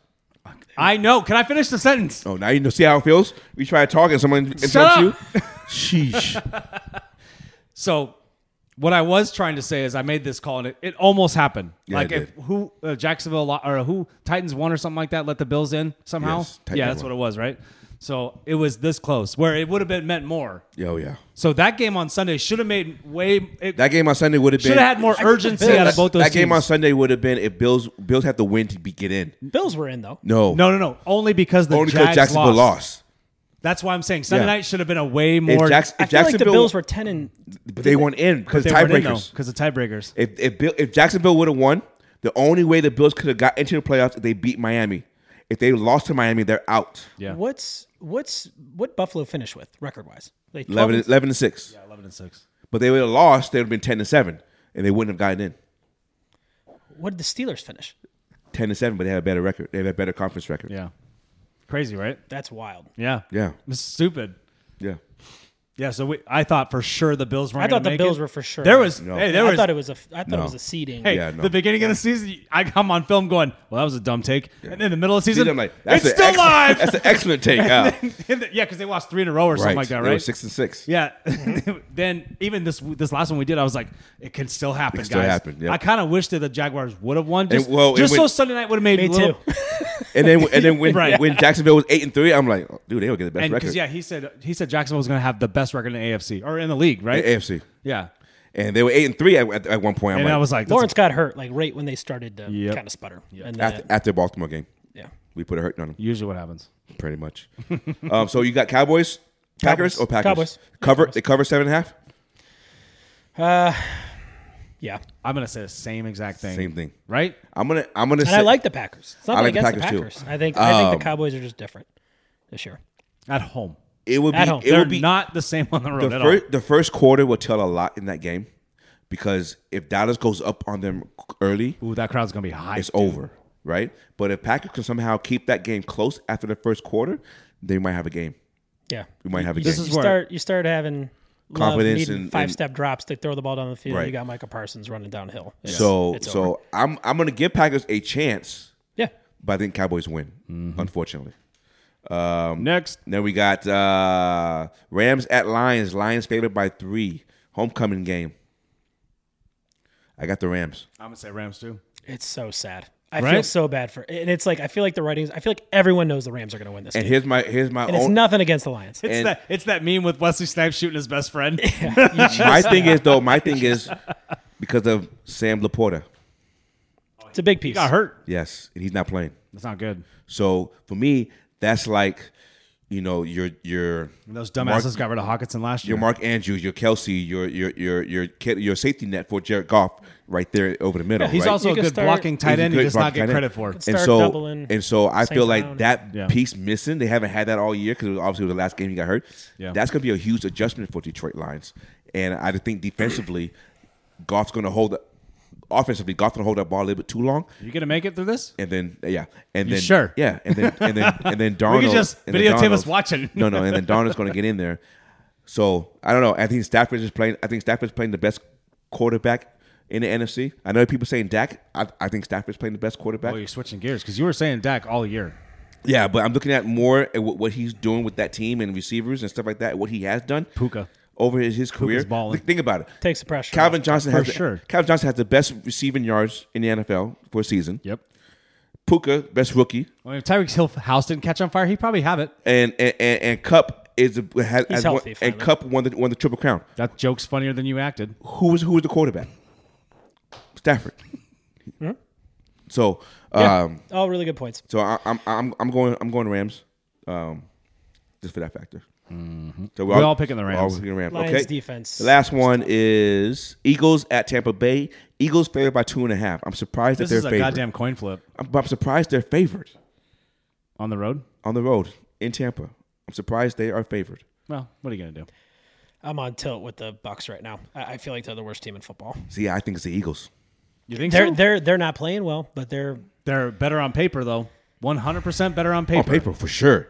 Speaker 2: I know. Can I finish the sentence?
Speaker 1: Oh, now you know. See how it feels. We try to talk and someone interrupts
Speaker 2: up.
Speaker 1: you. Sheesh.
Speaker 2: So, what I was trying to say is I made this call and it, it almost happened.
Speaker 1: Yeah,
Speaker 2: like
Speaker 1: it
Speaker 2: if
Speaker 1: did.
Speaker 2: who uh, Jacksonville lo- or who Titans won or something like that let the Bills in somehow.
Speaker 1: Yes, Titans
Speaker 2: yeah, that's
Speaker 1: won.
Speaker 2: what it was, right? So it was this close where it would have been meant more.
Speaker 1: Yo, yeah.
Speaker 2: So that game on Sunday should have made way. It
Speaker 1: That game on Sunday would have been
Speaker 2: should have had more urgency out of both those
Speaker 1: That game on
Speaker 2: teams.
Speaker 1: Sunday would have been if Bills Bills had to win to be get in.
Speaker 3: Bills were in though.
Speaker 1: No,
Speaker 2: no, no, no. Only because the
Speaker 1: only
Speaker 2: Jags
Speaker 1: because Jacksonville
Speaker 2: lost.
Speaker 1: lost.
Speaker 2: That's why I'm saying Sunday
Speaker 1: Yeah.
Speaker 2: night should have been a way
Speaker 1: If,
Speaker 2: more.
Speaker 1: Jacks- if
Speaker 3: I feel like the
Speaker 1: Jacksonville,
Speaker 3: Bills were ten and
Speaker 1: but they went in because tiebreakers.
Speaker 2: because of tiebreakers.
Speaker 1: If if, Bill, if Jacksonville would have won, the only way the Bills could have got into the playoffs if they beat Miami. If they lost to Miami, they're out.
Speaker 2: Yeah.
Speaker 3: what's what's what Buffalo finished with record wise? Like 12
Speaker 1: 11, 11 and six.
Speaker 2: Eleven and six.
Speaker 1: But they would have lost. They would have been ten and seven, and they wouldn't have gotten in.
Speaker 3: what did the Steelers finish?
Speaker 1: Ten and seven, but they had a better record. They had a better conference record.
Speaker 2: Yeah. Crazy, right?
Speaker 3: That's wild.
Speaker 2: Yeah.
Speaker 1: Yeah.
Speaker 2: It's stupid.
Speaker 1: Yeah.
Speaker 2: Yeah. So we, I thought for sure the Bills were.
Speaker 3: I thought the Bills were for sure.
Speaker 2: There was.
Speaker 1: No.
Speaker 2: Hey, there
Speaker 3: I
Speaker 2: was.
Speaker 3: thought it was a. I thought
Speaker 1: No.
Speaker 3: it was a seeding.
Speaker 2: hey,
Speaker 1: Yeah, no.
Speaker 2: the beginning of the season, I come on film going, "Well, that was a dumb take," and in the middle of the
Speaker 1: See,
Speaker 2: season,
Speaker 1: I'm like, that's
Speaker 2: <laughs> it's
Speaker 1: an
Speaker 2: still
Speaker 1: ex-
Speaker 2: live.
Speaker 1: That's an excellent take. Yeah.
Speaker 2: <laughs> In the- yeah, because they lost three in a row or something like that,
Speaker 1: They were
Speaker 2: right?
Speaker 1: six and six.
Speaker 2: Yeah. <laughs>
Speaker 3: Mm-hmm.
Speaker 2: then even this this last one we did, I was like, it can still happen,
Speaker 1: still
Speaker 2: guys.
Speaker 1: happen, yeah.
Speaker 2: I kind of wish that the Jaguars would have won. Just,
Speaker 1: well, it
Speaker 2: just so
Speaker 1: would-
Speaker 2: Sunday night would have made
Speaker 3: Me
Speaker 2: a little,
Speaker 3: too.
Speaker 1: And then and then when
Speaker 2: <laughs> Right.
Speaker 1: when Jacksonville was eight and three, I'm like, oh, dude, they would get the best
Speaker 2: And
Speaker 1: record.
Speaker 2: because yeah, he said he said Jacksonville was going to have the best record in the AFC or in the league, right?
Speaker 1: AFC.
Speaker 2: yeah.
Speaker 1: Oh And they were eight and three at, at, at one point. I'm
Speaker 2: And
Speaker 1: like,
Speaker 2: I was like, that's
Speaker 3: Lawrence got hurt like right when they started to
Speaker 2: Yep.
Speaker 3: kind of sputter. And then,
Speaker 1: after, after Baltimore game,
Speaker 3: yeah,
Speaker 1: we put a hurting on them
Speaker 2: usually what happens.
Speaker 1: pretty much. um, so you got Cowboys, Packers,
Speaker 3: Cowboys.
Speaker 1: or Packers?
Speaker 3: Cowboys.
Speaker 1: Cover they cover seven and a half.
Speaker 3: Uh, yeah.
Speaker 2: I'm going to say the same exact thing.
Speaker 1: Same thing.
Speaker 2: right?
Speaker 1: I'm gonna I'm gonna
Speaker 3: And
Speaker 1: say
Speaker 3: I like the Packers. It's
Speaker 1: I
Speaker 3: nothing
Speaker 1: like the
Speaker 3: against the
Speaker 1: Packers, too.
Speaker 3: Packers. I think I think
Speaker 1: Um,
Speaker 3: the Cowboys are just different this year.
Speaker 2: At home,
Speaker 1: it would be
Speaker 3: at home.
Speaker 1: it
Speaker 2: they're
Speaker 1: would be
Speaker 2: not the same on the road
Speaker 1: the
Speaker 2: at
Speaker 1: first, the first quarter will tell a lot in that game because if Dallas goes up on them early,
Speaker 2: all. Ooh, that crowd's going to be high.
Speaker 1: it's over, right? But if Packers can somehow keep that game close after the first quarter, they might have a game.
Speaker 3: Yeah,
Speaker 1: We might have a
Speaker 2: This
Speaker 1: game.
Speaker 2: is
Speaker 3: you
Speaker 2: where-
Speaker 3: start you start having
Speaker 1: Confidence
Speaker 3: confidence
Speaker 1: and-
Speaker 3: and five step drops to throw the ball down the field.
Speaker 1: Right.
Speaker 3: You got Micah Parsons running downhill. It's-
Speaker 1: so
Speaker 3: it's over.
Speaker 1: so I'm I'm gonna give Packers a chance,
Speaker 3: yeah,
Speaker 1: but I think Cowboys win,
Speaker 3: Mm-hmm.
Speaker 1: unfortunately. um,
Speaker 2: Next,
Speaker 1: Then we got uh, Rams at Lions. Lions favored by three. Homecoming game. I got the Rams.
Speaker 2: I'm going to say Rams too.
Speaker 3: it's so sad. I feel
Speaker 2: Right?
Speaker 3: so bad for, and it's like I feel like the writings. I feel like everyone knows the Rams are going to win this
Speaker 1: And
Speaker 3: game,
Speaker 1: here's my here's my
Speaker 3: and it's
Speaker 1: own.
Speaker 3: nothing against the Lions.
Speaker 2: It's
Speaker 1: And-
Speaker 3: <laughs>
Speaker 2: that it's that meme with Wesley Snipes shooting his
Speaker 1: <laughs>
Speaker 2: best friend.
Speaker 1: my thing is though. My thing is because of Sam Laporta.
Speaker 3: It's a big piece.
Speaker 2: Got hurt.
Speaker 1: Yes, and he's not playing.
Speaker 2: That's not good.
Speaker 1: So for me, that's like, you know, your your
Speaker 2: And those dumbasses got rid of Hawkinson last year.
Speaker 1: your Mark Andrews, your Kelsey, your your your your Ke- your safety net for Jared Goff right there over the middle.
Speaker 2: He's
Speaker 1: right?
Speaker 2: also
Speaker 3: You
Speaker 2: a
Speaker 3: can
Speaker 2: good
Speaker 3: start-
Speaker 2: blocking tight
Speaker 1: He's a
Speaker 2: end. He
Speaker 1: good
Speaker 2: does not
Speaker 1: blocking
Speaker 2: get
Speaker 1: tight
Speaker 2: credit
Speaker 1: end.
Speaker 2: for. it.
Speaker 1: and
Speaker 3: Start
Speaker 1: so
Speaker 3: doubling
Speaker 1: and so I
Speaker 3: St.
Speaker 1: feel like
Speaker 3: Brown.
Speaker 1: that
Speaker 2: Yeah.
Speaker 1: piece missing. They haven't had that all year because obviously it was the last game he got hurt.
Speaker 2: Yeah.
Speaker 1: That's going to be a huge adjustment for Detroit Lions, and I just think defensively, <clears throat> Goff's going to hold. Offensively, Goff's going to hold that ball a little bit too long,
Speaker 2: You gonna make it through this?
Speaker 1: and then uh, yeah, and
Speaker 2: You
Speaker 1: then
Speaker 2: sure?
Speaker 1: yeah, and then and
Speaker 2: <laughs>
Speaker 1: then and then Darnold.
Speaker 2: just
Speaker 1: and then
Speaker 2: videotape us
Speaker 1: Darnold-
Speaker 2: watching.
Speaker 1: <laughs> no, no, and then Darnold's going to get in there. So I don't know. I think Stafford is playing. I think Stafford's playing the best quarterback in the NFC. I know people saying Dak. I, I think Stafford's playing the best quarterback.
Speaker 2: Oh, you're switching gears because you were saying Dak all year.
Speaker 1: Yeah, but I'm looking at more at what, what he's doing with that team and receivers and stuff like that. What he has done,
Speaker 2: Puka.
Speaker 1: over his, his career.
Speaker 2: balling.
Speaker 1: Think about it.
Speaker 3: Takes the pressure
Speaker 1: Calvin
Speaker 3: off.
Speaker 1: Johnson
Speaker 2: For
Speaker 1: has
Speaker 2: sure.
Speaker 1: Calvin Johnson has the best receiving yards in the NFL for a season.
Speaker 2: Yep.
Speaker 1: Puka, best rookie,
Speaker 2: I mean, if Tyreek Hill house didn't catch on fire, he'd probably have it.
Speaker 1: and and, and, and Cup is the has, has
Speaker 3: healthy,
Speaker 1: won, and
Speaker 3: finally.
Speaker 1: Cup won the won the triple crown.
Speaker 2: That joke's funnier than you acted.
Speaker 1: Who was who was the quarterback? Stafford. So,
Speaker 3: Yeah.
Speaker 1: um,
Speaker 3: All really good points.
Speaker 1: so I, I'm I'm I'm going I'm going Rams, um, just for that factor. So
Speaker 2: Mm-hmm. We're all picking the
Speaker 1: we're
Speaker 2: Rams.
Speaker 1: picking the Rams.
Speaker 3: Lions
Speaker 1: okay.
Speaker 3: defense.
Speaker 1: The last one is Eagles at Tampa Bay. Eagles favored by two and a half. I'm surprised
Speaker 2: This
Speaker 1: that
Speaker 2: is
Speaker 1: they're
Speaker 2: a
Speaker 1: favored.
Speaker 2: goddamn coin flip
Speaker 1: I'm, I'm surprised they're favored
Speaker 2: on the road.
Speaker 1: on the road in Tampa. I'm surprised they are favored.
Speaker 2: Well, what are you gonna do?
Speaker 3: I'm on tilt with the Bucks right now. I, I feel like they're the worst team in football.
Speaker 1: See, I think it's the Eagles.
Speaker 2: You think
Speaker 3: <laughs> They're
Speaker 2: so?
Speaker 3: they're they're not playing well, but they're
Speaker 2: They're better on paper though. One hundred percent better on
Speaker 1: On
Speaker 2: paper.
Speaker 1: paper, for sure.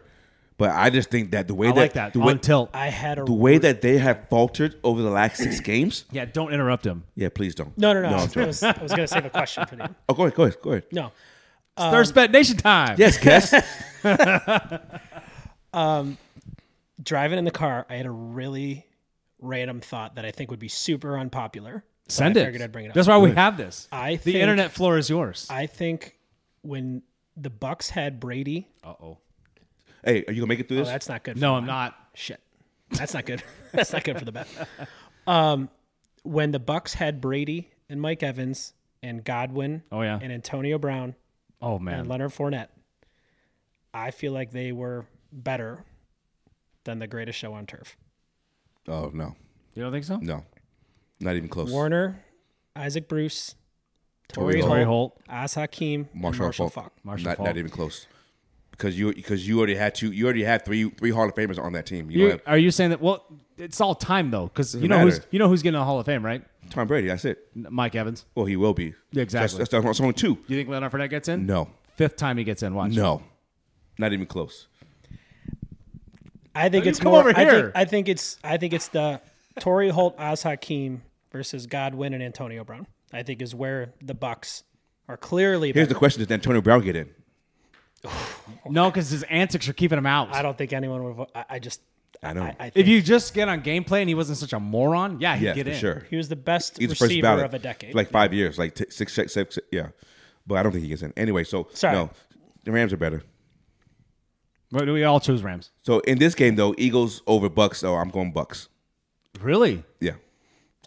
Speaker 1: But I just think that the way
Speaker 2: I
Speaker 1: that,
Speaker 2: like that.
Speaker 1: the way,
Speaker 2: on tilt.
Speaker 3: I had a
Speaker 1: the way that they have faltered over the last
Speaker 2: <clears throat>
Speaker 1: six games.
Speaker 2: yeah, don't interrupt him.
Speaker 1: Yeah, please don't.
Speaker 3: no, no, no.
Speaker 1: I'm
Speaker 3: I was, I
Speaker 1: joking.
Speaker 3: was, I was going to save a question
Speaker 2: <laughs>
Speaker 3: for you.
Speaker 1: oh, go ahead, go ahead, go ahead.
Speaker 3: No,
Speaker 2: It's Thirst Bet Nation time.
Speaker 1: Yes,
Speaker 2: <laughs>
Speaker 1: guess.
Speaker 3: driving in the car, I had a really random thought that I think would be super unpopular. so
Speaker 2: Send
Speaker 3: I
Speaker 2: it.
Speaker 3: Figured I'd bring it up.
Speaker 2: That's why we have this.
Speaker 3: I
Speaker 2: the
Speaker 3: think-
Speaker 2: internet floor is yours.
Speaker 3: I think when the Bucks had Brady,
Speaker 2: Uh oh.
Speaker 1: hey, are you gonna make it through
Speaker 3: oh,
Speaker 1: this?
Speaker 3: that's not good.
Speaker 2: No,
Speaker 3: for
Speaker 2: I'm not.
Speaker 3: shit. That's not good. <laughs> that's not good for
Speaker 2: <laughs>
Speaker 3: the bet. Um, when the Bucks had Brady and Mike Evans and Godwin,
Speaker 2: Oh, yeah.
Speaker 3: and Antonio Brown
Speaker 2: Oh
Speaker 3: and
Speaker 2: man.
Speaker 3: Leonard Fournette, I feel like they were better than the greatest show on turf.
Speaker 1: oh no,
Speaker 2: You don't think so?
Speaker 1: no, not even close.
Speaker 3: Warner, Isaac Bruce,
Speaker 1: Torrey
Speaker 3: Torrey
Speaker 1: Holt.
Speaker 2: Corey
Speaker 3: Holt,
Speaker 2: Holt.
Speaker 3: As Hakeem,
Speaker 1: Marshall,
Speaker 3: Marshall, Marshall
Speaker 1: Faulk.
Speaker 3: Falk.
Speaker 2: Marshall
Speaker 1: not,
Speaker 2: Faulk.
Speaker 1: not even close. Because you because you already had two. You already had three three Hall of Famers on that team. You,
Speaker 2: You-
Speaker 1: don't have
Speaker 2: are you saying that? Well, it's all time though, because you know
Speaker 1: matter.
Speaker 2: who's you know who's getting the Hall of Fame, right?
Speaker 1: Tom Brady. That's it.
Speaker 2: N- Mike Evans.
Speaker 1: Well, he will be.
Speaker 2: Exactly.
Speaker 1: That's, that's, that's only two.
Speaker 2: Do you think Leonard Fournette gets in?
Speaker 1: No,
Speaker 2: Fifth time he gets in. Watch.
Speaker 1: no, not even close.
Speaker 3: I think
Speaker 2: You
Speaker 3: it's
Speaker 2: come
Speaker 3: more.
Speaker 2: over
Speaker 3: I,
Speaker 2: here.
Speaker 3: think, I think it's. I think it's the Torrey Holt, Oz Hakeem versus Godwin and Antonio Brown. I think is where the Bucks are clearly.
Speaker 1: Here's
Speaker 3: better.
Speaker 1: the question: Did Antonio Brown get in?
Speaker 2: No, because his antics are keeping him out.
Speaker 3: I don't think anyone would. have- I, I just.
Speaker 1: I know.
Speaker 3: I think
Speaker 2: if you just get on gameplay and he wasn't such a moron, yeah, he'd
Speaker 1: yeah,
Speaker 2: get
Speaker 1: for
Speaker 2: in.
Speaker 1: sure.
Speaker 3: he was the best
Speaker 1: He's the first
Speaker 3: receiver
Speaker 1: ballot
Speaker 3: of a decade.
Speaker 1: for like five years, like t- six, six, six, yeah. But I don't think he gets in anyway. So
Speaker 3: Sorry.
Speaker 1: no, the Rams are better.
Speaker 2: But we all choose Rams.
Speaker 1: So in this game though, Eagles over Bucks. though, I'm going Bucks.
Speaker 2: Really?
Speaker 1: Yeah,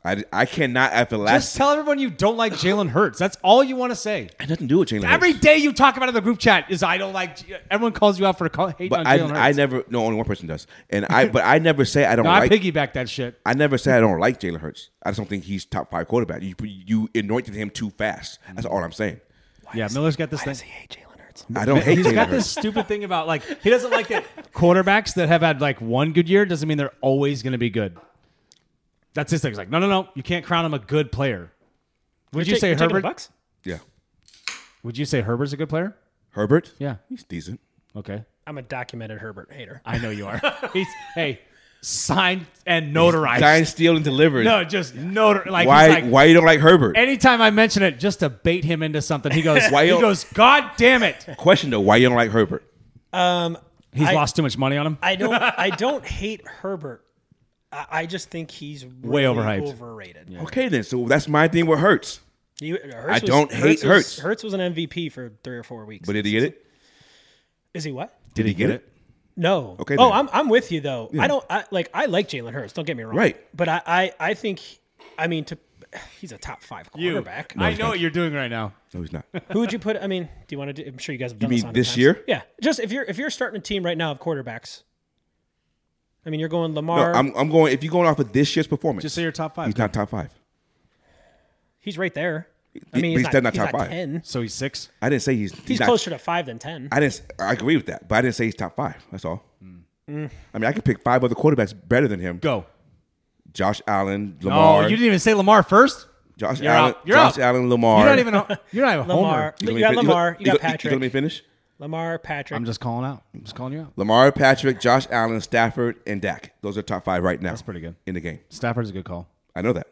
Speaker 1: I, I cannot after
Speaker 2: Just
Speaker 1: last.
Speaker 2: tell everyone you don't like Jalen Hurts. That's all you want to say.
Speaker 1: I had nothing to do with Jalen. Hurts.
Speaker 2: Every day you talk about it in the group chat is I don't like. Everyone calls you out for call, hating
Speaker 1: but
Speaker 2: on
Speaker 1: I,
Speaker 2: Jalen Hurts.
Speaker 1: I never. No, only one person does. And I but I never say I don't
Speaker 2: <laughs> no, I
Speaker 1: like.
Speaker 2: piggyback that shit.
Speaker 1: I never say I don't like Jalen Hurts. I just don't think he's top five quarterback. You you anointed him too fast. That's all I'm saying.
Speaker 2: yeah, Miller's got this
Speaker 3: Why
Speaker 2: thing.
Speaker 3: does he hate Jalen Hurts?
Speaker 1: I don't hate
Speaker 2: He's
Speaker 1: Jalen
Speaker 2: got
Speaker 1: Hurts.
Speaker 2: this stupid thing about like he doesn't like that quarterbacks that have had like one good year doesn't mean they're always going to be good. That's his thing. He's like, no, no, no, you can't crown him a good player. Would you
Speaker 3: Take-
Speaker 2: say
Speaker 3: you're taking the
Speaker 2: Herbert?
Speaker 3: Bucks?
Speaker 1: Yeah,
Speaker 2: Would you say Herbert's a good player?
Speaker 1: Herbert.
Speaker 2: Yeah.
Speaker 1: he's decent.
Speaker 2: Okay.
Speaker 3: I'm a documented Herbert hater.
Speaker 2: I know you
Speaker 3: <laughs>
Speaker 2: are. He's hey, signed and notarized.
Speaker 1: Sign, steal, and deliver.
Speaker 2: No, just notar. Like
Speaker 1: why
Speaker 2: he's like,
Speaker 1: why you don't like Herbert?
Speaker 2: anytime I mention it, just to bait him into something, he goes.
Speaker 1: Why
Speaker 2: he
Speaker 1: you-
Speaker 2: goes. God damn it!
Speaker 1: Question though, why you don't like Herbert?
Speaker 2: He's
Speaker 3: I-
Speaker 2: lost too much money on him.
Speaker 3: I don't. <laughs> I don't hate Herbert. I, I just think he's really
Speaker 2: overhyped.
Speaker 3: Overrated.
Speaker 1: Okay, then. So that's my thing with Hurts.
Speaker 3: He- Hurts
Speaker 1: I don't hate
Speaker 3: was-
Speaker 1: Hurts.
Speaker 3: Hertz was an MVP for three or four weeks.
Speaker 1: But did he get it? e-
Speaker 3: Is he what?
Speaker 1: Did he get it?
Speaker 3: No.
Speaker 1: Okay,
Speaker 3: Oh,
Speaker 1: then.
Speaker 3: I'm I'm with you though. I don't I, like I like Jalen Hurts. Don't get me wrong.
Speaker 1: Right.
Speaker 3: But I I, I think he- I mean to he's a top five quarterback.
Speaker 2: I know what you're doing right now.
Speaker 1: No, he's not.
Speaker 3: Who would you put? I mean, do you want to? do I'm sure you guys have done
Speaker 1: mean
Speaker 3: this, on
Speaker 1: this
Speaker 3: times.
Speaker 1: year?
Speaker 3: Yeah. Just if you're if you're starting a team right now of quarterbacks. I mean, you're going
Speaker 1: No,
Speaker 3: Lamar.
Speaker 1: I'm, I'm going. If you're going off of this year's performance,
Speaker 2: Just say your top five.
Speaker 1: he's not top five.
Speaker 3: he's right there. I
Speaker 1: He-
Speaker 3: mean,
Speaker 1: but
Speaker 3: he's,
Speaker 1: he's
Speaker 3: not,
Speaker 1: still not
Speaker 3: he's
Speaker 1: top
Speaker 3: not
Speaker 1: five.
Speaker 3: Ten.
Speaker 2: so he's six.
Speaker 1: I didn't say he's.
Speaker 3: He's
Speaker 1: not-
Speaker 3: closer to five than ten.
Speaker 1: I didn't. I agree with that, but I didn't say he's top five. That's all. I mean, I could pick five other quarterbacks better than him.
Speaker 2: Go.
Speaker 1: Josh Allen,
Speaker 2: Oh,
Speaker 1: Lamar.
Speaker 2: you didn't even say Lamar first.
Speaker 1: Josh
Speaker 2: You're
Speaker 1: Allen.
Speaker 2: out. You're
Speaker 1: Josh
Speaker 2: out.
Speaker 1: Allen, Lamar.
Speaker 2: You're not even. A, you're not even a homer.
Speaker 3: Lamar,
Speaker 1: You
Speaker 3: you got
Speaker 1: gonna-
Speaker 3: Lamar, you got
Speaker 1: gonna- You gonna let me
Speaker 3: Patrick,
Speaker 1: finish?
Speaker 3: Lamar, Patrick.
Speaker 2: I'm just calling out. I'm just calling you out.
Speaker 1: Lamar, Patrick, Josh Allen, Stafford, and Dak. Those are top five right now. That's
Speaker 2: pretty good.
Speaker 1: in the game.
Speaker 2: Stafford's a good call.
Speaker 1: I know that.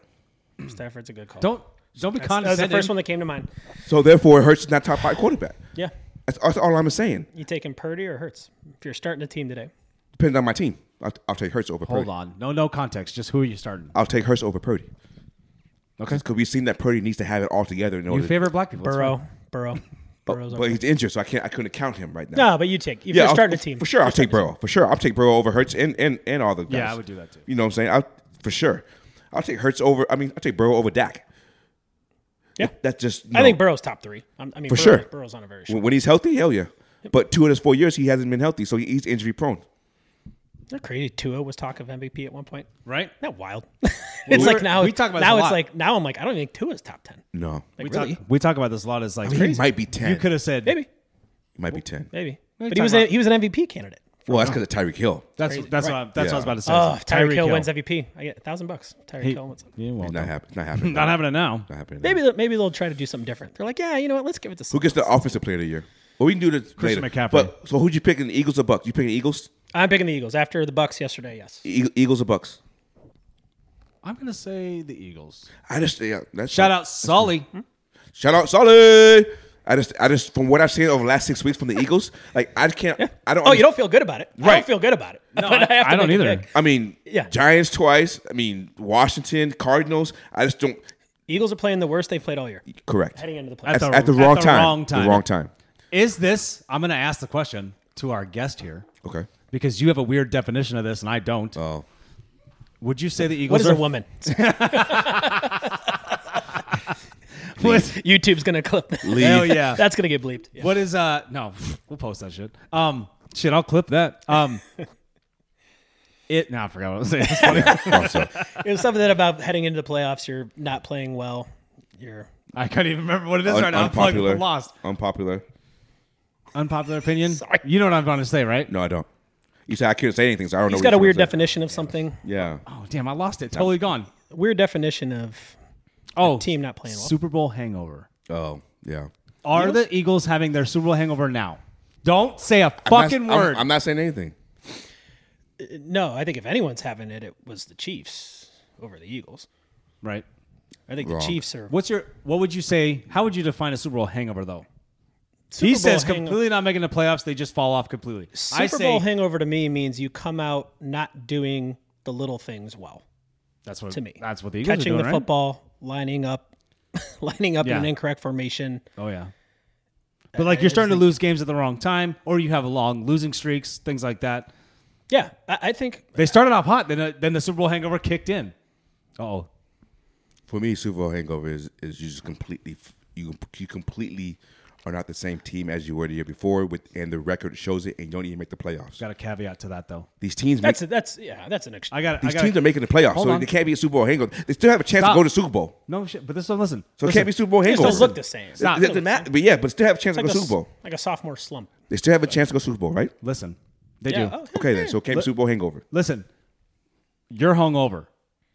Speaker 3: Stafford's a good call.
Speaker 2: Don't don't be
Speaker 3: That was the
Speaker 2: condescending.
Speaker 3: first one that came to mind.
Speaker 1: So therefore, Hurts is not top five quarterback.
Speaker 3: Yeah.
Speaker 1: That's, that's all I'm saying.
Speaker 3: You taking Purdy or Hurts? If you're starting a team today,
Speaker 1: Depends on my team. I'll, I'll take Hurts over Purdy.
Speaker 2: Hold on. No, no context. Just who are you starting?
Speaker 3: Oh,
Speaker 1: I'll take Hurts over Purdy.
Speaker 2: Okay.
Speaker 1: Because we've seen that Purdy needs to have it all together in order. Oh,
Speaker 2: Your favorite black people. That's
Speaker 3: Burrow, Burrow, Burrow's
Speaker 1: but he's injured, so I can't. I couldn't count him right now.
Speaker 3: No, but you take if you're
Speaker 1: I'll-
Speaker 3: starting a team
Speaker 1: for sure. I'll take Burrow for sure. I'll take Burrow over Hurts and and, and all the guys.
Speaker 2: I would do that too.
Speaker 1: You know what I'm saying? I for sure. I'll take Hurts over. I mean, I'll take Burrow over Dak.
Speaker 3: Yeah.
Speaker 1: that's just.
Speaker 3: I
Speaker 1: no.
Speaker 3: think Burrow's top three. I'm, I mean,
Speaker 1: For
Speaker 3: Burrow,
Speaker 1: sure.
Speaker 3: Burrow's on a very short.
Speaker 1: when, when he's healthy, hell yeah. But two of his four years, he hasn't been healthy, so he's injury prone.
Speaker 3: Isn't that crazy? Tua was talk of MVP at one point.
Speaker 2: fine. Right.
Speaker 3: Isn't that wild? <laughs> it's like now
Speaker 2: we talk about this
Speaker 3: now
Speaker 2: a
Speaker 3: it's
Speaker 2: lot.
Speaker 3: like now I'm like I don't think Tua's top ten.
Speaker 1: No,
Speaker 3: Like
Speaker 2: We
Speaker 3: really?
Speaker 2: talk, we talk about this a lot. It's like
Speaker 1: he
Speaker 2: crazy.
Speaker 1: might be ten.
Speaker 2: You could have said
Speaker 3: Maybe,
Speaker 1: He might be ten.
Speaker 3: maybe.
Speaker 2: Maybe
Speaker 3: but he was
Speaker 2: talk
Speaker 3: a,
Speaker 2: about-
Speaker 3: he was an MVP candidate.
Speaker 1: Well, that's because of Tyreek Hill.
Speaker 2: That's
Speaker 3: Crazy.
Speaker 2: that's
Speaker 3: Right.
Speaker 2: what I, that's what I was about to say.
Speaker 3: Oh, if Tyreek
Speaker 2: Tyreek
Speaker 3: Hill wins MVP. I get a thousand bucks. Tyreek Hill wins.
Speaker 2: Yeah, well,
Speaker 1: It's
Speaker 2: not,
Speaker 1: not happening.
Speaker 2: <laughs>
Speaker 1: Not happening.
Speaker 2: not having it now.
Speaker 1: Not happening.
Speaker 3: Maybe they'll, maybe they'll try to do something different. They're like, yeah, you know what? Let's give it to
Speaker 1: Who gets the offensive player of the year? Well, we can do this
Speaker 2: Christian
Speaker 1: later.
Speaker 2: McCaffrey.
Speaker 1: But so who'd you pick in the Eagles or Bucks? You picking the Eagles?
Speaker 3: I'm picking the Eagles after the Bucks yesterday. Yes.
Speaker 1: E- Eagles or Bucks?
Speaker 2: I'm gonna say the Eagles.
Speaker 1: I just yeah, that's
Speaker 4: Shout out Sully.
Speaker 1: Shout out Solid. I just I just from what I've seen over the last six weeks from the Eagles, like I can't I don't
Speaker 3: Oh, you don't feel good about it. I
Speaker 1: Right.
Speaker 3: don't feel good about it. <laughs> No, I, have to
Speaker 2: I don't
Speaker 3: make a
Speaker 2: either.
Speaker 3: pick.
Speaker 1: I mean
Speaker 3: Yeah.
Speaker 1: Giants twice. I mean Washington, Cardinals. I just don't
Speaker 3: Eagles are playing the worst they've played all year.
Speaker 1: correct.
Speaker 3: Heading into the playoffs.
Speaker 1: At,
Speaker 2: the-
Speaker 1: at the
Speaker 2: at
Speaker 1: wrong
Speaker 2: the
Speaker 1: time.
Speaker 2: wrong time.
Speaker 1: The wrong time.
Speaker 2: Is this? I'm gonna ask the question to our guest here
Speaker 1: Okay.
Speaker 2: because you have a weird definition of this and I don't.
Speaker 1: Oh.
Speaker 2: Would you say the
Speaker 3: What
Speaker 2: Eagles
Speaker 3: is
Speaker 2: are
Speaker 3: a woman?
Speaker 2: <laughs>
Speaker 3: <laughs>
Speaker 2: What,
Speaker 3: YouTube's gonna
Speaker 1: <laughs>
Speaker 3: clip. that.
Speaker 1: Leave.
Speaker 2: <laughs>
Speaker 3: <laughs>
Speaker 2: hell yeah.
Speaker 3: That's gonna get bleeped. Yeah.
Speaker 2: What is uh no, <laughs> we'll post that shit. Um shit, I'll clip that.
Speaker 3: <laughs>
Speaker 2: Um It now I forgot what I was saying. It's funny.
Speaker 1: Oh, sorry.
Speaker 3: It was something about heading into the playoffs. You're not playing well. You're
Speaker 2: I couldn't even remember what it is
Speaker 1: Un-
Speaker 2: right now. I'm plugged
Speaker 1: unpopular.
Speaker 2: I'm lost.
Speaker 1: Unpopular.
Speaker 2: Unpopular opinion. You know what I'm going to say, right?
Speaker 1: No, I don't. You said I couldn't say anything, so I don't know.
Speaker 3: He's
Speaker 1: what
Speaker 3: got a
Speaker 1: you're
Speaker 3: weird
Speaker 1: trying to
Speaker 3: definition of something.
Speaker 1: say. Yeah.
Speaker 2: Oh damn, I lost it. Totally gone.
Speaker 3: Weird definition of
Speaker 2: Oh,
Speaker 3: team not playing well.
Speaker 2: Super Bowl hangover.
Speaker 1: Oh, yeah.
Speaker 2: Are the Eagles having their Super Bowl hangover now? Don't say a
Speaker 1: I'm not-
Speaker 2: fucking
Speaker 1: I'm-
Speaker 2: word.
Speaker 1: I'm, not saying anything.
Speaker 3: No, I think if anyone's having it, it was the Chiefs over the Eagles.
Speaker 2: right.
Speaker 3: I think
Speaker 1: Wrong.
Speaker 3: the Chiefs are.
Speaker 2: What's your? What would you say? How would you define a Super Bowl hangover though?
Speaker 3: Super
Speaker 2: he
Speaker 3: Bowl
Speaker 2: says
Speaker 3: hangover-
Speaker 2: completely not making the playoffs. They just fall off completely.
Speaker 3: Super
Speaker 2: I say
Speaker 3: Bowl hangover to me means you come out not doing the little things well.
Speaker 2: that's what
Speaker 3: To me,
Speaker 2: That's what the Eagles
Speaker 3: catching
Speaker 2: are doing,
Speaker 3: the
Speaker 2: right?
Speaker 3: football, lining up, <laughs> lining up
Speaker 2: Yeah.
Speaker 3: in an incorrect formation.
Speaker 2: Oh yeah. But like you're starting to lose games at the wrong time, or you have long losing streaks, things like that.
Speaker 3: Yeah, I, I think
Speaker 2: They started off hot, then uh, then the Super Bowl hangover kicked in. Oh,
Speaker 1: For me, Super Bowl hangover is is you just completely f- you you completely are not the same team as you were the year before, with and the record shows it, and you don't even make the playoffs.
Speaker 2: got a caveat to that though.
Speaker 1: These teams make,
Speaker 3: that's that's yeah, that's an extra.
Speaker 2: I got.
Speaker 1: these
Speaker 2: I got
Speaker 1: teams are making the playoffs,
Speaker 2: Hold
Speaker 1: so
Speaker 2: on.
Speaker 1: they can't be a Super Bowl hangover. They still have a chance
Speaker 2: Stop.
Speaker 1: to go to Super Bowl,
Speaker 2: no shit. But this one, listen.
Speaker 1: so it
Speaker 2: listen.
Speaker 1: can't be Super Bowl
Speaker 3: It
Speaker 1: hangover.
Speaker 3: doesn't look the same.
Speaker 1: It doesn't matter, but yeah, but still have a chance to
Speaker 3: Like
Speaker 1: go
Speaker 3: a
Speaker 1: Super Bowl.
Speaker 3: s- like a sophomore slump.
Speaker 1: They still have a chance to go Super Bowl, right?
Speaker 2: Listen, they
Speaker 3: Yeah,
Speaker 2: do.
Speaker 3: oh,
Speaker 1: Okay, then. So it can't be Super Bowl hangover.
Speaker 2: Listen, you're hungover.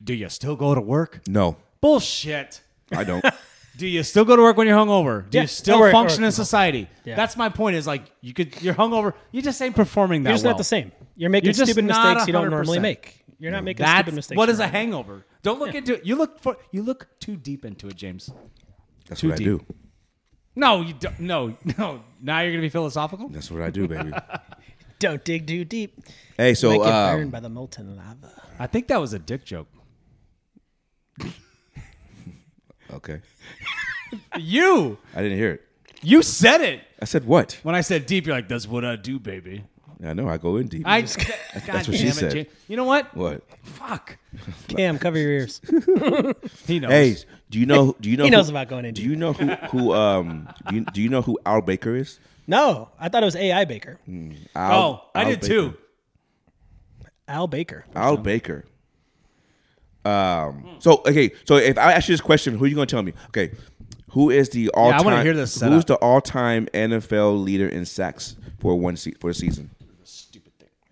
Speaker 2: Do you still go to work?
Speaker 1: No,
Speaker 2: Bullshit.
Speaker 1: I
Speaker 3: <laughs>
Speaker 1: don't.
Speaker 2: Do you still go to work when you're hungover? Do
Speaker 3: Yeah,
Speaker 2: you still
Speaker 3: or- or-
Speaker 2: function in society?
Speaker 3: Yeah.
Speaker 2: That's my point. Is like you could you're hungover. You just ain't performing that
Speaker 3: You're just
Speaker 2: well.
Speaker 3: not the same. You're making
Speaker 2: You're just
Speaker 3: stupid
Speaker 2: not
Speaker 3: mistakes you don't normally
Speaker 2: 100%.
Speaker 3: make. You're not making
Speaker 2: That's
Speaker 3: stupid mistakes.
Speaker 2: what is a
Speaker 3: normally.
Speaker 2: hangover. Don't look into it. You look for you look too deep into it, James.
Speaker 1: That's
Speaker 2: Too
Speaker 1: what I
Speaker 2: deep.
Speaker 1: do.
Speaker 2: No, you don't. No, no. Now you're gonna be philosophical.
Speaker 1: That's what I do,
Speaker 3: <laughs>
Speaker 1: baby.
Speaker 3: Don't dig too deep.
Speaker 1: hey, so
Speaker 3: Might get
Speaker 1: um,
Speaker 3: burned by the molten lava.
Speaker 2: I think that was a dick joke.
Speaker 1: okay,
Speaker 2: You,
Speaker 1: I didn't hear it.
Speaker 2: you said it
Speaker 1: I said what?
Speaker 2: when I said deep. You're like, that's what I do, baby.
Speaker 1: I know I go in deep.
Speaker 2: <laughs> I. God damn
Speaker 1: she
Speaker 2: it,
Speaker 1: said.
Speaker 2: James. You know what?
Speaker 1: what?
Speaker 2: Fuck.
Speaker 3: Cam, cover your ears.
Speaker 2: He knows.
Speaker 1: Hey, do you know? Do you know?
Speaker 3: He knows
Speaker 1: who-
Speaker 3: about going in
Speaker 1: Do
Speaker 3: deep.
Speaker 1: you know who? Who? Um. Do you, do you know who Al Baker is?
Speaker 3: No, I thought it was AI Baker.
Speaker 1: Al,
Speaker 2: oh, I
Speaker 1: Al
Speaker 2: did
Speaker 1: Baker.
Speaker 2: too.
Speaker 3: Al Baker.
Speaker 1: Al Baker. Um. So okay. So if I ask you this question, who are you gonna tell me? Okay. Who is the all
Speaker 2: I
Speaker 1: time?
Speaker 2: wanna hear this setup.
Speaker 1: Who's the all time NFL leader in sacks for one se- for a season?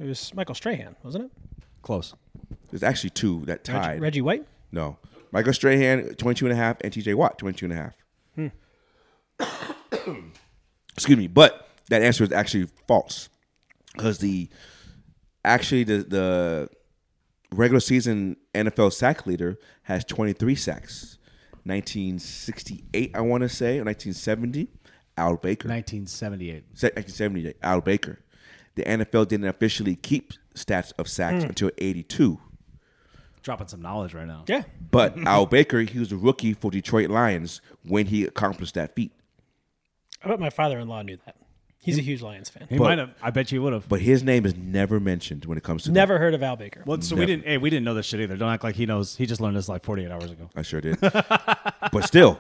Speaker 3: It was Michael Strahan, wasn't it?
Speaker 2: Close.
Speaker 1: There's actually two that
Speaker 3: Reg-
Speaker 1: tied.
Speaker 3: Reggie White.
Speaker 1: No. Michael Strahan, 22 and a half, and TJ Watt, 22 and a half. Excuse me, but that answer is actually false. Because the actually the the regular season NFL sack leader has 23 sacks. 1968, I want to say, or 1970, Al Baker.
Speaker 2: 1978.
Speaker 1: Se- 1970, Al Baker. The NFL didn't officially keep stats of sacks until 82.
Speaker 2: Dropping some knowledge right now.
Speaker 3: Yeah.
Speaker 1: But Al Baker, he was a rookie for Detroit Lions when he accomplished that feat.
Speaker 3: I bet my father-in-law knew that. He's a huge Lions fan.
Speaker 2: He might have. I bet you would have.
Speaker 1: But his name is never mentioned when it comes to
Speaker 3: Never heard of Al Baker.
Speaker 2: Well, so we didn't. Hey, we didn't know this shit either. Don't act like he knows. He just learned this like 48 hours ago.
Speaker 1: I sure did. but still,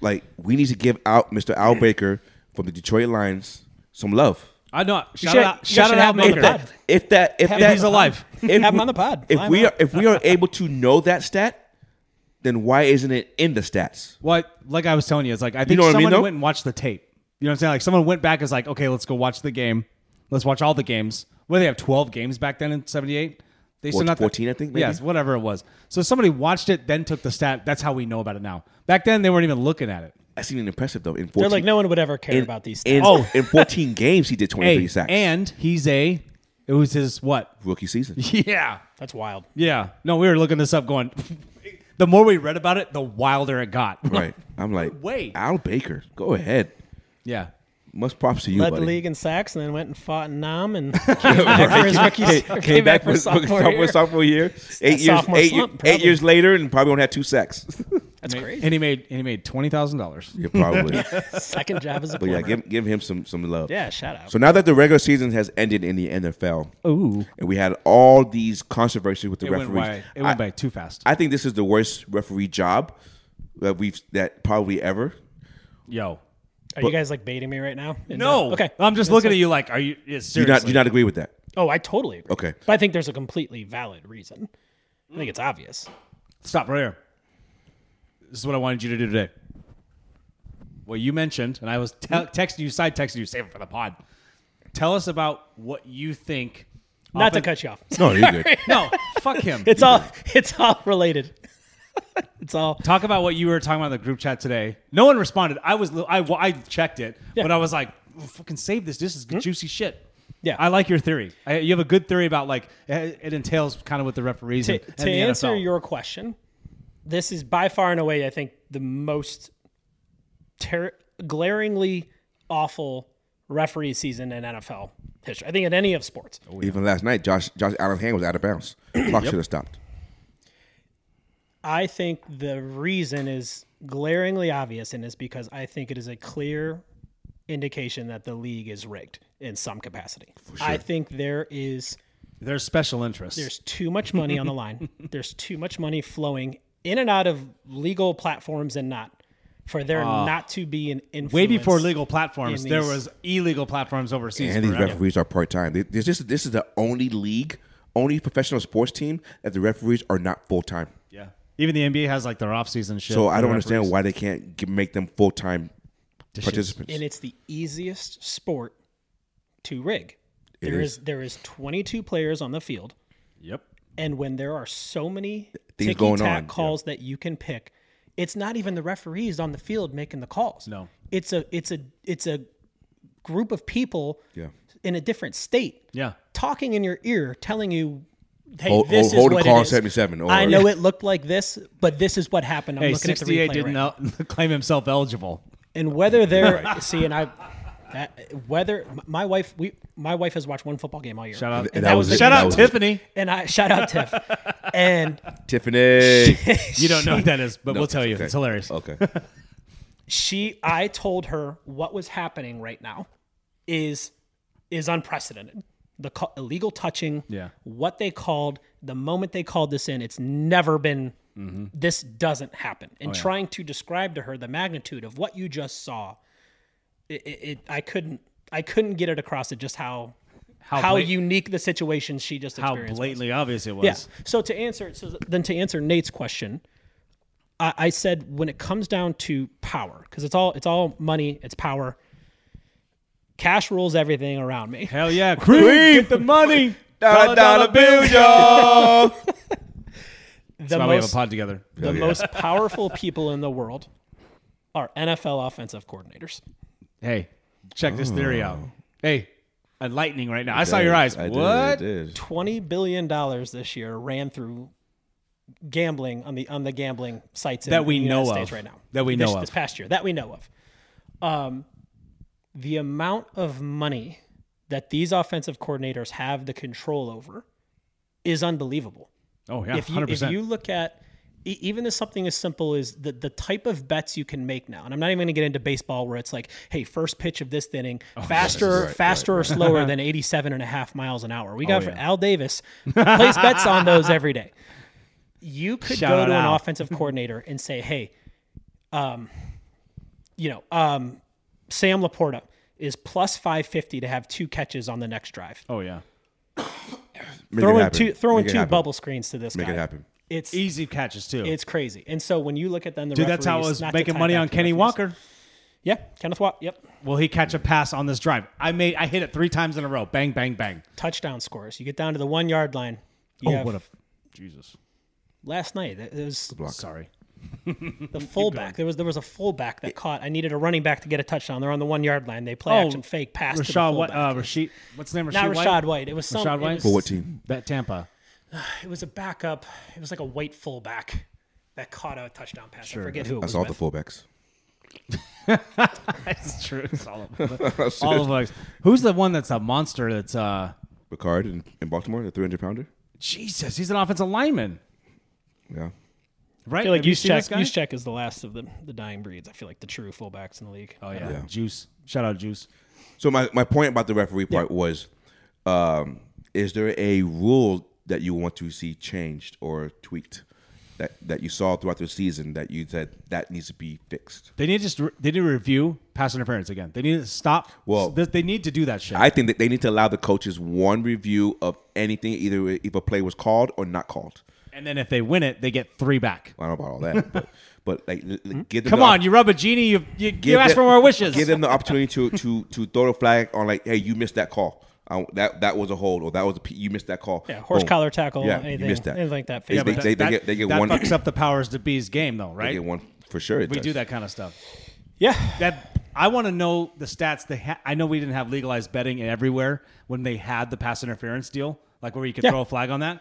Speaker 1: like we need to give out Mr. Al Baker from the Detroit Lions some love.
Speaker 2: I know. Shout
Speaker 3: should-
Speaker 2: out.
Speaker 3: you
Speaker 2: Shout
Speaker 3: should
Speaker 2: out
Speaker 3: have him
Speaker 2: Al
Speaker 3: on
Speaker 1: If
Speaker 3: the
Speaker 2: Baker.
Speaker 1: that,
Speaker 3: pod.
Speaker 1: if that, if
Speaker 3: Have him
Speaker 1: that,
Speaker 3: on
Speaker 2: He's alive.
Speaker 1: If
Speaker 3: Have him
Speaker 1: we-
Speaker 3: on the pod.
Speaker 1: If
Speaker 3: Fly him
Speaker 1: we
Speaker 3: out.
Speaker 1: are, if we are able to know that stat, then why isn't it in the stats?
Speaker 2: What? Like I was telling you, it's like I think
Speaker 1: know what I mean,
Speaker 2: someone
Speaker 1: though?
Speaker 2: went and watched the tape. You know what I'm saying? Like someone went back is like, okay, let's go watch the game. Let's watch all the games. What do they have? 12 games back then in '78. They
Speaker 1: Four-
Speaker 2: still not that-
Speaker 1: 14, I think, maybe?
Speaker 2: Yes, whatever it was. So somebody watched it, then took the stat. That's how we know about it now. Back then, they weren't even looking at it.
Speaker 1: That's even impressive though. In 14,
Speaker 3: They're like, no one would ever care
Speaker 1: in,
Speaker 3: about these Oh,
Speaker 1: in,
Speaker 3: things.
Speaker 1: in 14 games, he did 23
Speaker 2: Hey,
Speaker 1: sacks.
Speaker 2: and he's a It was
Speaker 1: <laughs>
Speaker 2: his what?
Speaker 1: Rookie season.
Speaker 2: Yeah.
Speaker 3: That's wild.
Speaker 2: Yeah. No, we were looking this up going <laughs> the more we read about it, the wilder it got. <laughs>
Speaker 1: <laughs> Right. I'm like,
Speaker 2: Wait.
Speaker 1: Al Baker, go ahead.
Speaker 2: yeah.
Speaker 1: Much props to you,
Speaker 3: Led
Speaker 1: buddy. <laughs>
Speaker 3: the league <laughs> in sacks and then went and fought in Nam and came back for his rookie.
Speaker 1: Came,
Speaker 3: came,
Speaker 1: came
Speaker 3: back,
Speaker 1: back
Speaker 3: for
Speaker 1: with
Speaker 3: sophomore, year.
Speaker 1: sophomore year. Eight years,
Speaker 3: sophomore
Speaker 1: eight,
Speaker 3: slump,
Speaker 1: year- eight
Speaker 3: probably.
Speaker 1: years later, and probably won't have two
Speaker 3: <laughs>
Speaker 1: sacks.
Speaker 3: That's crazy.
Speaker 2: And he made and he made twenty thousand dollars.
Speaker 1: yeah, probably.
Speaker 3: Second job as a
Speaker 1: But
Speaker 3: plumber.
Speaker 1: yeah, give give him some some love.
Speaker 3: Yeah, shout out.
Speaker 1: So now that the regular season has ended in the NFL,
Speaker 2: Ooh.
Speaker 1: and we had all these controversies with the
Speaker 2: It went
Speaker 1: referees,
Speaker 2: by it
Speaker 1: I,
Speaker 2: went by too fast.
Speaker 1: I think this is the worst referee job that we've that probably ever.
Speaker 2: Yo.
Speaker 3: Are you guys like baiting me right now? uh,
Speaker 2: No.
Speaker 3: Okay.
Speaker 2: I'm just
Speaker 3: That's
Speaker 2: looking
Speaker 3: fine.
Speaker 2: at you like, are you yeah,
Speaker 1: Do you
Speaker 2: seriously?
Speaker 1: not do you not agree with that?
Speaker 3: Oh, I totally agree.
Speaker 1: Okay.
Speaker 3: But I think there's a completely valid reason. I think it's obvious.
Speaker 2: Stop right here. This is what I wanted you to do today. What you mentioned, and I was te- texting you, side texting you, save it for the pod. Tell us about what you think.
Speaker 3: Not to
Speaker 2: offen-
Speaker 3: cut you off.
Speaker 1: No, you're
Speaker 3: <laughs>
Speaker 1: good.
Speaker 2: No, fuck him.
Speaker 3: It's all it's all related. <laughs> it's all
Speaker 2: Talk about what you were talking about in the group chat today. No one responded. I was I, I checked it, but I was like, "Oh, fucking save this. This is juicy shit.
Speaker 3: Hmm? Yeah.
Speaker 2: I like your theory. I, you have a good theory about like it, it entails kind of with the referees <laughs>
Speaker 3: to,
Speaker 2: and, and
Speaker 3: to
Speaker 2: the
Speaker 3: answer
Speaker 2: NFL.
Speaker 3: your question. This is by far and away, I think, the most ter- glaringly awful referee season in NFL history. I think in any of sports.
Speaker 1: Even last night, Josh Josh Allen Hand was out of
Speaker 3: <clears throat>
Speaker 1: bounds. Clock should have stopped.
Speaker 3: I think the reason is glaringly obvious and is because I think it is a clear indication that the league is rigged in some capacity. I think there is
Speaker 2: There's special interests.
Speaker 3: there's too much money on the line.
Speaker 1: <laughs>
Speaker 3: There's too much money flowing in and out of legal platforms and not for there
Speaker 1: Ah.
Speaker 3: not to be an influence.
Speaker 2: Way before legal platforms,
Speaker 3: in
Speaker 2: there
Speaker 3: these-
Speaker 2: was illegal platforms overseas.
Speaker 1: And these
Speaker 2: forever.
Speaker 1: referees are part time. This is this is the only league, only professional sports team that the referees are not full time.
Speaker 2: Yeah. Even the NBA has like their offseason shit.
Speaker 1: So I
Speaker 2: for
Speaker 1: don't
Speaker 2: the
Speaker 1: understand
Speaker 2: referees.
Speaker 1: why they can't g- make them full time
Speaker 2: shit's-
Speaker 1: participants.
Speaker 3: and it's the easiest sport to rig. There
Speaker 1: is.
Speaker 3: is there is 22 players on the field.
Speaker 2: Yep.
Speaker 3: And when there are so many
Speaker 1: Things
Speaker 3: ticky
Speaker 1: going on,
Speaker 3: tack
Speaker 1: yeah.
Speaker 3: calls that you can pick, it's not even the referees on the field making the calls.
Speaker 2: No.
Speaker 3: It's a it's a it's a group of people
Speaker 1: Yeah.
Speaker 3: in a different state
Speaker 2: Yeah.
Speaker 3: talking in your ear telling you Hey,
Speaker 1: Hold-
Speaker 3: this
Speaker 1: hold- hold
Speaker 3: is
Speaker 1: a
Speaker 3: what
Speaker 1: call
Speaker 3: it is.
Speaker 1: 77 or-
Speaker 3: I know it looked like this, but this is what happened. I'm
Speaker 2: Hey,
Speaker 3: looking at the
Speaker 2: 68
Speaker 3: replay
Speaker 2: didn't
Speaker 3: right now.
Speaker 2: el- <laughs> claim himself eligible.
Speaker 3: And whether they're <laughs> see, and I, that, whether my wife, we, my wife has watched one football game all year.
Speaker 2: Shout out-
Speaker 1: And
Speaker 3: that
Speaker 1: that was
Speaker 3: was the-
Speaker 1: it.
Speaker 2: Shout
Speaker 1: that
Speaker 2: out
Speaker 1: was-
Speaker 2: Tiffany.
Speaker 3: And I shout out Tiff, and <laughs>
Speaker 1: Tiffany.
Speaker 2: You don't know what that is, but we'll tell you.
Speaker 1: Okay. Oh,
Speaker 2: It's hilarious. <laughs>
Speaker 1: Okay.
Speaker 3: she i told her what was happening right now is is unprecedented the co- illegal touching
Speaker 2: Yeah.
Speaker 3: what they called the moment they called this in it's never been
Speaker 2: Mm-hmm.
Speaker 3: this doesn't happen
Speaker 2: Oh,
Speaker 3: and trying to describe to her the magnitude of what you just saw it, it, it i couldn't i couldn't get it across it just how how,
Speaker 2: blat-
Speaker 3: unique the situation she just
Speaker 2: How
Speaker 3: experienced was.
Speaker 2: blatantly obvious it was.
Speaker 3: Yeah. So to answer, so then to answer Nate's question, I, I said when it comes down to power, because it's all it's all money, it's power. Cash rules everything around me.
Speaker 2: Hell
Speaker 3: <laughs>
Speaker 2: yeah. Cream, get the money.
Speaker 1: dollar, dollar bill,
Speaker 2: <laughs>
Speaker 1: y'all.
Speaker 3: The
Speaker 2: That's why we have a
Speaker 3: most,
Speaker 2: pod together.
Speaker 3: the most
Speaker 2: <laughs>
Speaker 3: powerful people in the world are NFL offensive coordinators.
Speaker 2: Hey, check this theory out. Hey, enlightening right now. I saw your eyes.
Speaker 1: I Oh. did, I
Speaker 2: what?
Speaker 1: did.
Speaker 3: Twenty billion dollars this year ran through gambling on the on the gambling sites in
Speaker 2: That we
Speaker 3: the
Speaker 2: know
Speaker 3: United
Speaker 2: of.
Speaker 3: States right now.
Speaker 2: That we
Speaker 3: this,
Speaker 2: know of.
Speaker 3: This past year, that we know of. Um, the amount of money that these offensive coordinators have the control over is unbelievable.
Speaker 2: Oh, yeah.
Speaker 3: if you
Speaker 2: 100%.
Speaker 3: if you look at e- even as something as simple as the, the type of bets you can make now, and I'm not even going to get into baseball where it's like, hey, first pitch of this inning,
Speaker 1: Oh,
Speaker 3: faster, faster or slower
Speaker 1: <laughs>
Speaker 3: than 87 and a half miles an
Speaker 1: Oh,
Speaker 3: hour. We got for Al Davis plays bets on those every day. You could
Speaker 2: Shout
Speaker 3: go
Speaker 2: out
Speaker 3: to an
Speaker 2: Al.
Speaker 1: <laughs>
Speaker 3: offensive coordinator and say, hey, um, you know, um, Sam Laporta is plus 550 to have two catches on the next drive.
Speaker 2: oh, yeah.
Speaker 1: Make it
Speaker 3: Throwing
Speaker 1: happen.
Speaker 3: two, throwing
Speaker 1: Make it
Speaker 3: two
Speaker 1: happen.
Speaker 3: bubble screens to this
Speaker 1: Make
Speaker 3: guy.
Speaker 1: it happen.
Speaker 3: It's
Speaker 2: Easy catches, too.
Speaker 3: it's crazy. And so when you look at them, the
Speaker 2: Dude, that's how I
Speaker 3: referees-
Speaker 2: was
Speaker 3: not to
Speaker 2: making
Speaker 3: tie
Speaker 2: money
Speaker 3: back
Speaker 2: on
Speaker 3: to the
Speaker 2: Kenny
Speaker 3: referees.
Speaker 2: Walker.
Speaker 3: Yeah, Kenneth Walker. Yep,
Speaker 2: Will he catch a pass on this drive? I made I hit it three times in a row. Bang, bang, bang.
Speaker 3: touchdown scores. You get down to
Speaker 2: Oh,
Speaker 3: the one yard line. You have-
Speaker 2: Jesus.
Speaker 3: last night. It was
Speaker 2: Sorry.
Speaker 3: The fullback. There was there was a fullback that caught. I needed a running back to get a touchdown. They're on the one yard line. They play
Speaker 2: Oh,
Speaker 3: action fake pass to the
Speaker 2: Rashad, what,
Speaker 3: fullback.
Speaker 2: uh, Rashid, what's the name? Rashid
Speaker 3: Not
Speaker 2: White?
Speaker 3: Rashad White. It was some.
Speaker 2: Rashad
Speaker 3: it
Speaker 2: White?
Speaker 3: was-
Speaker 1: For what team?
Speaker 2: That Tampa. <laughs>
Speaker 3: It was a backup. It was like a white fullback that caught a touchdown pass. I forget who it
Speaker 1: I
Speaker 3: was.
Speaker 1: saw the
Speaker 3: with.
Speaker 1: fullbacks.
Speaker 2: That's true. It's all
Speaker 3: <laughs>
Speaker 1: <laughs>
Speaker 2: of all of us. Who's the one that's a monster? That's uh,
Speaker 1: Ricard in, in Baltimore, the 300 pounder.
Speaker 2: Jesus. He's an offensive lineman,
Speaker 1: Yeah.
Speaker 2: right?
Speaker 3: I feel like
Speaker 2: Have you
Speaker 3: Juice
Speaker 2: seen this
Speaker 3: Check,
Speaker 2: guy?
Speaker 3: Juice Check is the last of the, the dying breeds. I feel like the true fullbacks in the league.
Speaker 2: Oh yeah.
Speaker 1: Yeah.
Speaker 2: Juice. Shout out Juice.
Speaker 1: So my, my point about the referee part was, um, is there a rule that you want to see changed or tweaked that, that you saw throughout the season that you said that needs to be fixed?
Speaker 2: They need to just re- they need to review pass interference again. They need to stop.
Speaker 1: Well-
Speaker 2: they, they need to do that shit.
Speaker 1: I think that they need to allow the coaches one review of anything, either if a play was called or not called.
Speaker 2: and then if they win it, they get three back.
Speaker 1: I don't know about all
Speaker 2: <laughs>
Speaker 1: that, but, but like, l- l- give them
Speaker 2: Come
Speaker 1: the-
Speaker 2: on, you rub a genie. You you,
Speaker 1: give
Speaker 2: you ask
Speaker 1: them-
Speaker 2: for more wishes.
Speaker 1: Give them the opportunity to to to throw the flag on like, hey, you missed that call. I, that that was a hold, or that was a P, you missed that call.
Speaker 3: Yeah, horse
Speaker 1: Boom.
Speaker 3: collar tackle,
Speaker 1: Yeah,
Speaker 3: anything-
Speaker 1: you missed that.
Speaker 3: anything like that.
Speaker 1: They,
Speaker 3: Yeah,
Speaker 1: they,
Speaker 2: but
Speaker 1: they,
Speaker 2: that-
Speaker 1: they get they get
Speaker 2: that
Speaker 1: one.
Speaker 2: fucks up the powers to be's game though,
Speaker 1: They
Speaker 2: right?
Speaker 1: get one for sure. it
Speaker 2: We
Speaker 1: does.
Speaker 2: do that kind of stuff.
Speaker 3: Yeah.
Speaker 2: That I want to know the stats. They ha- I know we didn't have legalized betting everywhere when they had the pass interference deal, like where you could
Speaker 3: Yeah.
Speaker 2: throw a flag on that.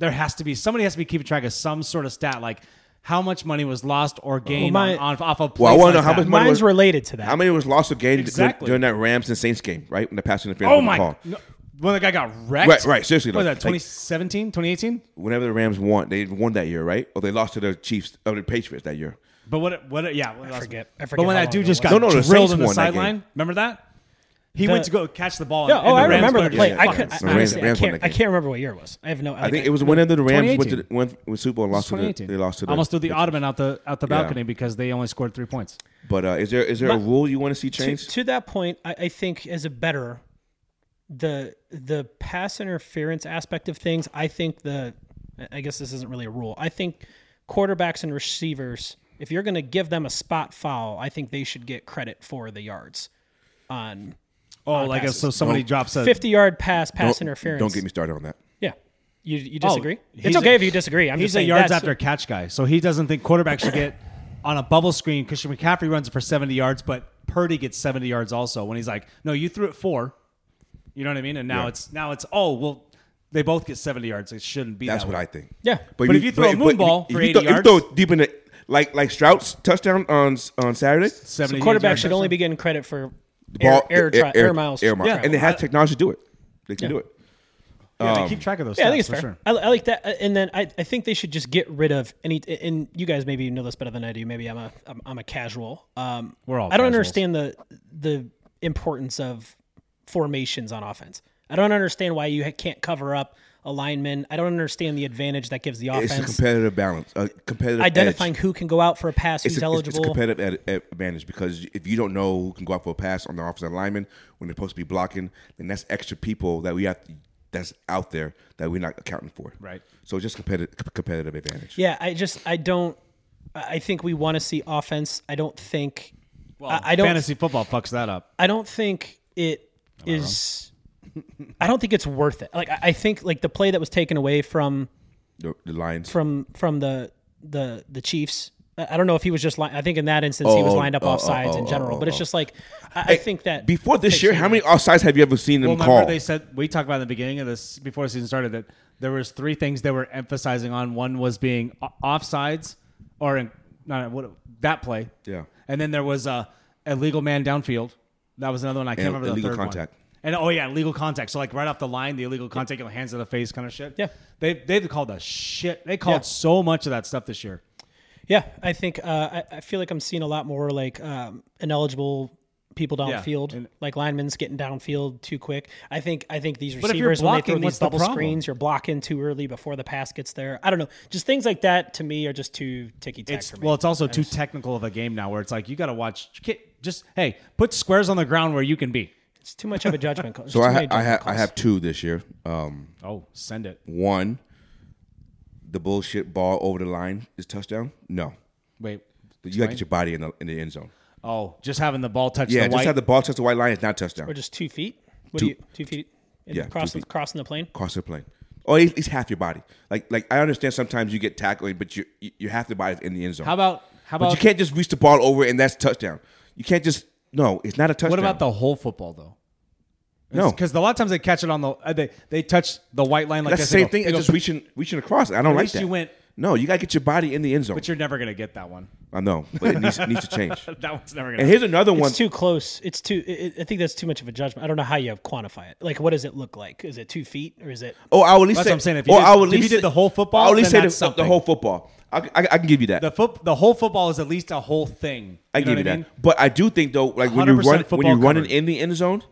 Speaker 2: There has to be somebody has to be keeping track of some sort of stat, like how much money was lost or gained
Speaker 3: my-
Speaker 2: on, on- off a play.
Speaker 1: Well, I want to know how much money
Speaker 3: Mine's
Speaker 1: was
Speaker 3: related to that.
Speaker 1: how many was lost or gained
Speaker 2: Exactly.
Speaker 1: during that Rams and Saints game, right? When the pass interference
Speaker 2: Oh
Speaker 1: was
Speaker 2: my!
Speaker 1: called.
Speaker 2: No, when the guy got wrecked.
Speaker 1: Right, right, seriously,
Speaker 2: What was
Speaker 1: though,
Speaker 2: that?
Speaker 1: like-
Speaker 2: 2017, 2018?
Speaker 1: Whenever the Rams won, they won that year, right? Or they lost to the Chiefs or the Patriots that year.
Speaker 2: But what? What? Yeah, what I
Speaker 3: forget- I
Speaker 2: But
Speaker 3: forget
Speaker 2: when
Speaker 3: how
Speaker 2: that dude
Speaker 3: long
Speaker 2: just
Speaker 3: it was.
Speaker 2: got
Speaker 1: No, no, the
Speaker 2: drilled
Speaker 1: Saints
Speaker 2: in the
Speaker 1: won that
Speaker 2: sideline.
Speaker 1: game.
Speaker 2: Remember that? He
Speaker 3: The-
Speaker 2: went to go catch the ball.
Speaker 3: Yeah,
Speaker 2: and-
Speaker 3: oh,
Speaker 2: and the
Speaker 3: I
Speaker 2: Rams
Speaker 3: remember
Speaker 2: put
Speaker 3: the
Speaker 2: it
Speaker 3: play.
Speaker 2: in.
Speaker 1: yeah,
Speaker 3: I
Speaker 1: yeah.
Speaker 3: could,
Speaker 1: Rams-
Speaker 3: I, honestly,
Speaker 1: Rams
Speaker 3: I,
Speaker 1: won that
Speaker 3: can't, I
Speaker 1: game.
Speaker 3: can't remember what year it was. I have no.
Speaker 1: I think it was whenever the Rams went to the,
Speaker 2: 2018.
Speaker 1: went went Super Bowl and lost to the
Speaker 2: 2018.
Speaker 1: they lost to the
Speaker 2: almost threw the ottoman out the out the
Speaker 1: Yeah.
Speaker 2: balcony because they only scored three points.
Speaker 1: But uh, is there is there a
Speaker 3: My-
Speaker 1: rule you want to see
Speaker 3: to,
Speaker 1: changed?
Speaker 3: to that point. I, I think as a better, the the pass interference aspect of things. I think the. I guess this isn't really a rule. I think quarterbacks and receivers. If you're going to give them a spot foul, I think they should get credit for the yards on
Speaker 2: Oh, like
Speaker 3: passes.
Speaker 2: so somebody drops a
Speaker 3: 50 yard pass, pass
Speaker 1: Don't-
Speaker 3: interference.
Speaker 1: Don't get me started on that.
Speaker 3: Yeah. You, you
Speaker 2: Oh,
Speaker 3: disagree?
Speaker 2: he's
Speaker 3: it's
Speaker 2: a-
Speaker 3: okay if you disagree. I'm
Speaker 2: He's
Speaker 3: just
Speaker 2: a
Speaker 3: saying
Speaker 2: yards
Speaker 3: that's-
Speaker 2: after catch guy, so he doesn't think quarterbacks should get on a bubble screen. Christian McCaffrey runs it for seventy yards, but Purdy gets seventy yards also. When he's like, "No, you threw it four. You know what I mean? And now it's now it's oh well, they both get seventy yards. It shouldn't be
Speaker 1: That's
Speaker 2: that
Speaker 1: what
Speaker 2: way.
Speaker 1: I think.
Speaker 3: Yeah.
Speaker 2: But if you throw a moon ball
Speaker 1: if you
Speaker 2: for
Speaker 1: throw-
Speaker 2: 80
Speaker 1: if you
Speaker 2: yards-
Speaker 1: throw deep in the like like Stroud's touchdown on on Saturday,
Speaker 2: Seventy
Speaker 3: So
Speaker 2: yards
Speaker 3: quarterbacks
Speaker 2: yards
Speaker 3: should
Speaker 2: or
Speaker 3: only be getting credit for
Speaker 1: the
Speaker 3: air,
Speaker 1: ball
Speaker 3: air, tri- air, miles.
Speaker 1: air miles,
Speaker 2: Yeah.
Speaker 1: and they have technology to do it. They can
Speaker 3: Yeah.
Speaker 1: do it.
Speaker 2: something.
Speaker 1: Um,
Speaker 2: Yeah, they keep track of those.
Speaker 3: Yeah, I
Speaker 2: stats
Speaker 3: think it's
Speaker 2: for
Speaker 3: fair.
Speaker 2: Sure.
Speaker 3: I, I like that. And then I, I think they should just get rid of any. And you guys maybe know this better than I do. Maybe I'm a I'm, I'm a casual. Um,
Speaker 2: We're all
Speaker 3: I don't
Speaker 2: casuals.
Speaker 3: understand the the importance of formations on offense. I don't understand why you ha- can't cover up a lineman. I don't understand the advantage that gives the
Speaker 1: It's a
Speaker 3: offense.
Speaker 1: competitive balance, a competitive
Speaker 3: Identifying
Speaker 1: edge.
Speaker 3: who can go out for a pass,
Speaker 1: It's
Speaker 3: who's
Speaker 1: a, it's- it's a
Speaker 3: eligible.
Speaker 1: competitive ad- ad- advantage because if you don't know who can go out for a pass on the offensive lineman when they're supposed to be blocking, then that's extra people that we have that's out there that we're not accounting for.
Speaker 2: Right.
Speaker 1: So it's just competitive competitive advantage.
Speaker 3: Yeah, I just I don't. I I think we want to see offense. I don't think.
Speaker 2: Well,
Speaker 3: I, I don't.
Speaker 2: Fantasy football fucks that up.
Speaker 3: I don't think it is. I don't think it's worth it. Like I, I think like the play that was taken away from
Speaker 1: The, the Lions.
Speaker 3: from from the the the Chiefs. I I don't know if he was just. Li- I think in that instance he was
Speaker 1: Oh,
Speaker 3: lined up
Speaker 1: oh,
Speaker 3: off sides
Speaker 1: oh,
Speaker 3: in
Speaker 1: oh,
Speaker 3: general.
Speaker 1: oh,
Speaker 3: but it's
Speaker 1: oh.
Speaker 3: just like I, I think that
Speaker 1: before this year, how many offsides have you ever seen them
Speaker 2: Well, remember
Speaker 1: call?
Speaker 2: they said we talked about in the beginning of this before the season started that there was three things they were emphasizing on. One was being o- offsides or in, not what that play.
Speaker 1: Yeah.
Speaker 2: And then there was a illegal man downfield. That was another one I can't
Speaker 1: And
Speaker 2: remember
Speaker 1: illegal
Speaker 2: the third
Speaker 1: contact.
Speaker 2: one. And oh yeah, illegal contact. So like right off the line, the illegal contact, you know, hands to the face kind of shit.
Speaker 3: Yeah.
Speaker 2: They they've called the shit. They called
Speaker 3: Yeah.
Speaker 2: so much of that stuff this year.
Speaker 3: Yeah, I think uh, I, I feel like I'm seeing a lot more like um, ineligible people
Speaker 2: Yeah,
Speaker 3: downfield,
Speaker 2: and-
Speaker 3: like linemen's getting downfield too quick. I think I think these
Speaker 2: if you're
Speaker 3: receivers when they
Speaker 2: blocking,
Speaker 3: throw
Speaker 2: what's
Speaker 3: these
Speaker 2: the
Speaker 3: double
Speaker 2: problem?
Speaker 3: screens, you're blocking too early before the pass gets there. I don't know, just things like that to me are just too ticky tack
Speaker 2: It's
Speaker 3: for me.
Speaker 2: well, it's also too technical of a game now, where it's like you got to watch. you can't- Just hey, put squares on the ground where you can be.
Speaker 3: it's too much of a judgment
Speaker 1: <laughs>
Speaker 3: call.
Speaker 1: so I, ha- I, ha- I have two this year. Um,
Speaker 2: Oh, send it.
Speaker 1: one, the bullshit ball over the line is touchdown. No,
Speaker 2: Wait.
Speaker 1: you got to get your body in the in the end zone.
Speaker 2: Oh, just having the ball touch
Speaker 1: Yeah,
Speaker 2: the
Speaker 1: just
Speaker 2: white.
Speaker 1: have the ball touch the white line. It's not touchdown.
Speaker 3: or just two feet. What
Speaker 1: Two-
Speaker 3: do you two feet?
Speaker 1: Yeah, two
Speaker 3: crossing
Speaker 1: feet.
Speaker 3: crossing the plane.
Speaker 1: Cross the plane. or at least half your body. Like like I understand sometimes you get tackling, but you you you half the body's in the end zone.
Speaker 2: How about how
Speaker 1: But
Speaker 2: about
Speaker 1: you can't just reach the ball over and that's touchdown. You can't just no. It's not a touchdown.
Speaker 2: what about the whole football though?
Speaker 1: no?
Speaker 2: because a lot of times they catch it on the uh, they they touch the white line like
Speaker 1: That's the same
Speaker 2: this, they go-
Speaker 1: thing
Speaker 2: they
Speaker 1: as
Speaker 2: go,
Speaker 1: just reaching reaching across. I don't like
Speaker 2: least
Speaker 1: that.
Speaker 2: you went-
Speaker 1: No, you gotta get your body in the end zone.
Speaker 2: But you're never gonna get that one.
Speaker 1: I know, but it needs, it needs to change.
Speaker 2: <laughs> That one's never gonna.
Speaker 1: And here's another one.
Speaker 3: It's too close. It's too. i I I think that's too much of a judgment. I don't know how you quantify it. Like, what does it look like? Is it two feet or is it?
Speaker 1: Oh, I will at least
Speaker 2: That's
Speaker 1: say,
Speaker 2: what I'm saying. If you
Speaker 1: or
Speaker 2: did-
Speaker 1: I will
Speaker 2: if you did the whole football,
Speaker 1: I'll at least
Speaker 2: then
Speaker 1: say
Speaker 2: that's
Speaker 1: the, the
Speaker 2: something.
Speaker 1: whole football. I, I, I can give you that.
Speaker 2: the foot the whole football is at least a whole thing.
Speaker 1: I
Speaker 2: You know
Speaker 1: give you
Speaker 2: what
Speaker 1: that.
Speaker 2: mean?
Speaker 1: But I do think though, like when you run
Speaker 2: 100%
Speaker 1: when
Speaker 2: football
Speaker 1: you're running
Speaker 2: covered.
Speaker 1: in the end zone,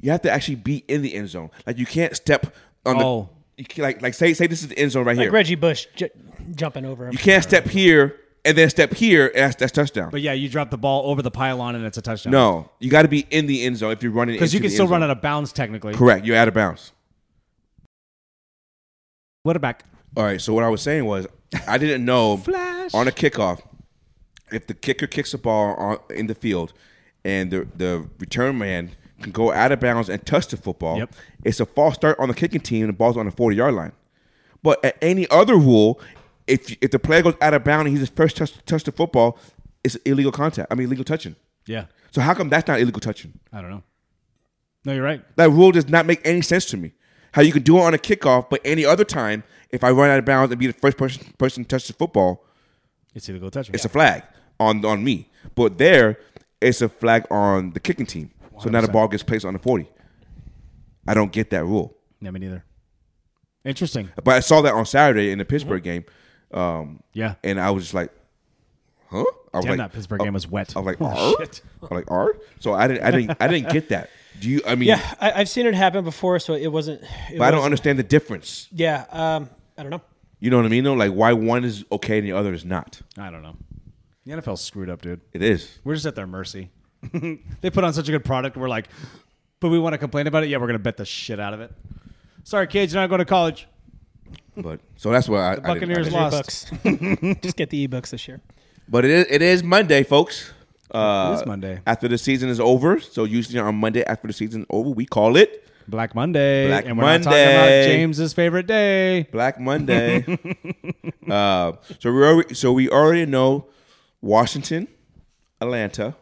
Speaker 1: you have to actually be in the end zone. Like you can't step on
Speaker 2: Oh.
Speaker 1: the you can, like like say say this is the end zone right
Speaker 3: Like
Speaker 1: here.
Speaker 3: Reggie Bush j- jumping over him.
Speaker 1: you can't step here and then step here and that's, that's touchdown.
Speaker 2: But yeah, you drop the ball over the pylon and it's a touchdown.
Speaker 1: no, you got to be in the end zone if you're running
Speaker 2: because you
Speaker 1: into
Speaker 2: can
Speaker 1: the
Speaker 2: still
Speaker 1: end
Speaker 2: run
Speaker 1: zone.
Speaker 2: out of bounds technically.
Speaker 1: Correct. You're out of bounds.
Speaker 2: What a back.
Speaker 1: All right. So what I was saying was, I didn't know
Speaker 2: <laughs> Flash.
Speaker 1: on a kickoff if the kicker kicks the ball on, in the field and the the return man can go out of bounds and touch the football.
Speaker 2: Yep.
Speaker 1: It's a false start on the kicking team and the ball's on the forty yard line. But at any other rule, if if the player goes out of bounds and he's the first touch touch the football, it's illegal contact. I mean, illegal touching.
Speaker 2: Yeah,
Speaker 1: So how come that's not illegal touching?
Speaker 2: I don't know. No, you're right.
Speaker 1: That rule does not make any sense to me. How you can do it on a kickoff, but any other time, if I run out of bounds and be the first person person to touch the football,
Speaker 2: It's illegal touching.
Speaker 1: it's a flag on on me. But there, it's a flag on the kicking team. So now the ball gets placed on the forty. I don't get that rule.
Speaker 2: yeah, me neither. Interesting.
Speaker 1: But I saw that on Saturday in the Pittsburgh game, um,
Speaker 2: Yeah.
Speaker 1: and I was just like, "Huh?" I was
Speaker 2: Damn,
Speaker 1: like, uh,
Speaker 2: that Pittsburgh game was wet.
Speaker 1: I was like,
Speaker 2: oh,
Speaker 1: "R?"
Speaker 2: shit.
Speaker 1: I'm like, "R?" So I didn't, I didn't, I didn't get that. Do you? I mean,
Speaker 3: yeah, I, I've seen it happen before, so it wasn't. It
Speaker 1: but I don't
Speaker 3: wasn't-
Speaker 1: understand the difference.
Speaker 3: Yeah, um, I don't know.
Speaker 1: You know what I mean? Though, like why one is okay and the other is not.
Speaker 2: <laughs> I don't know. The NFL's screwed up, dude.
Speaker 1: It is.
Speaker 2: We're just at their mercy. <laughs> they put on such a good product. We're like, but we want to complain about it. Yeah, we're gonna bet the shit out of it. Sorry, kids, you're not going to college.
Speaker 1: But so that's why I, the
Speaker 2: Buccaneers lost.
Speaker 3: Ebooks. <laughs> Just get the ebooks this year.
Speaker 1: But it is it is Monday, folks. Uh,
Speaker 2: It is Monday.
Speaker 1: After the season is over. So usually on Monday after the season is over, we call it
Speaker 2: Black Monday.
Speaker 1: Black
Speaker 2: and we're not talking about
Speaker 1: Monday.
Speaker 2: James's favorite day.
Speaker 1: Black
Speaker 2: <laughs>
Speaker 1: Monday. uh, so we already, so we already know Washington, Atlanta.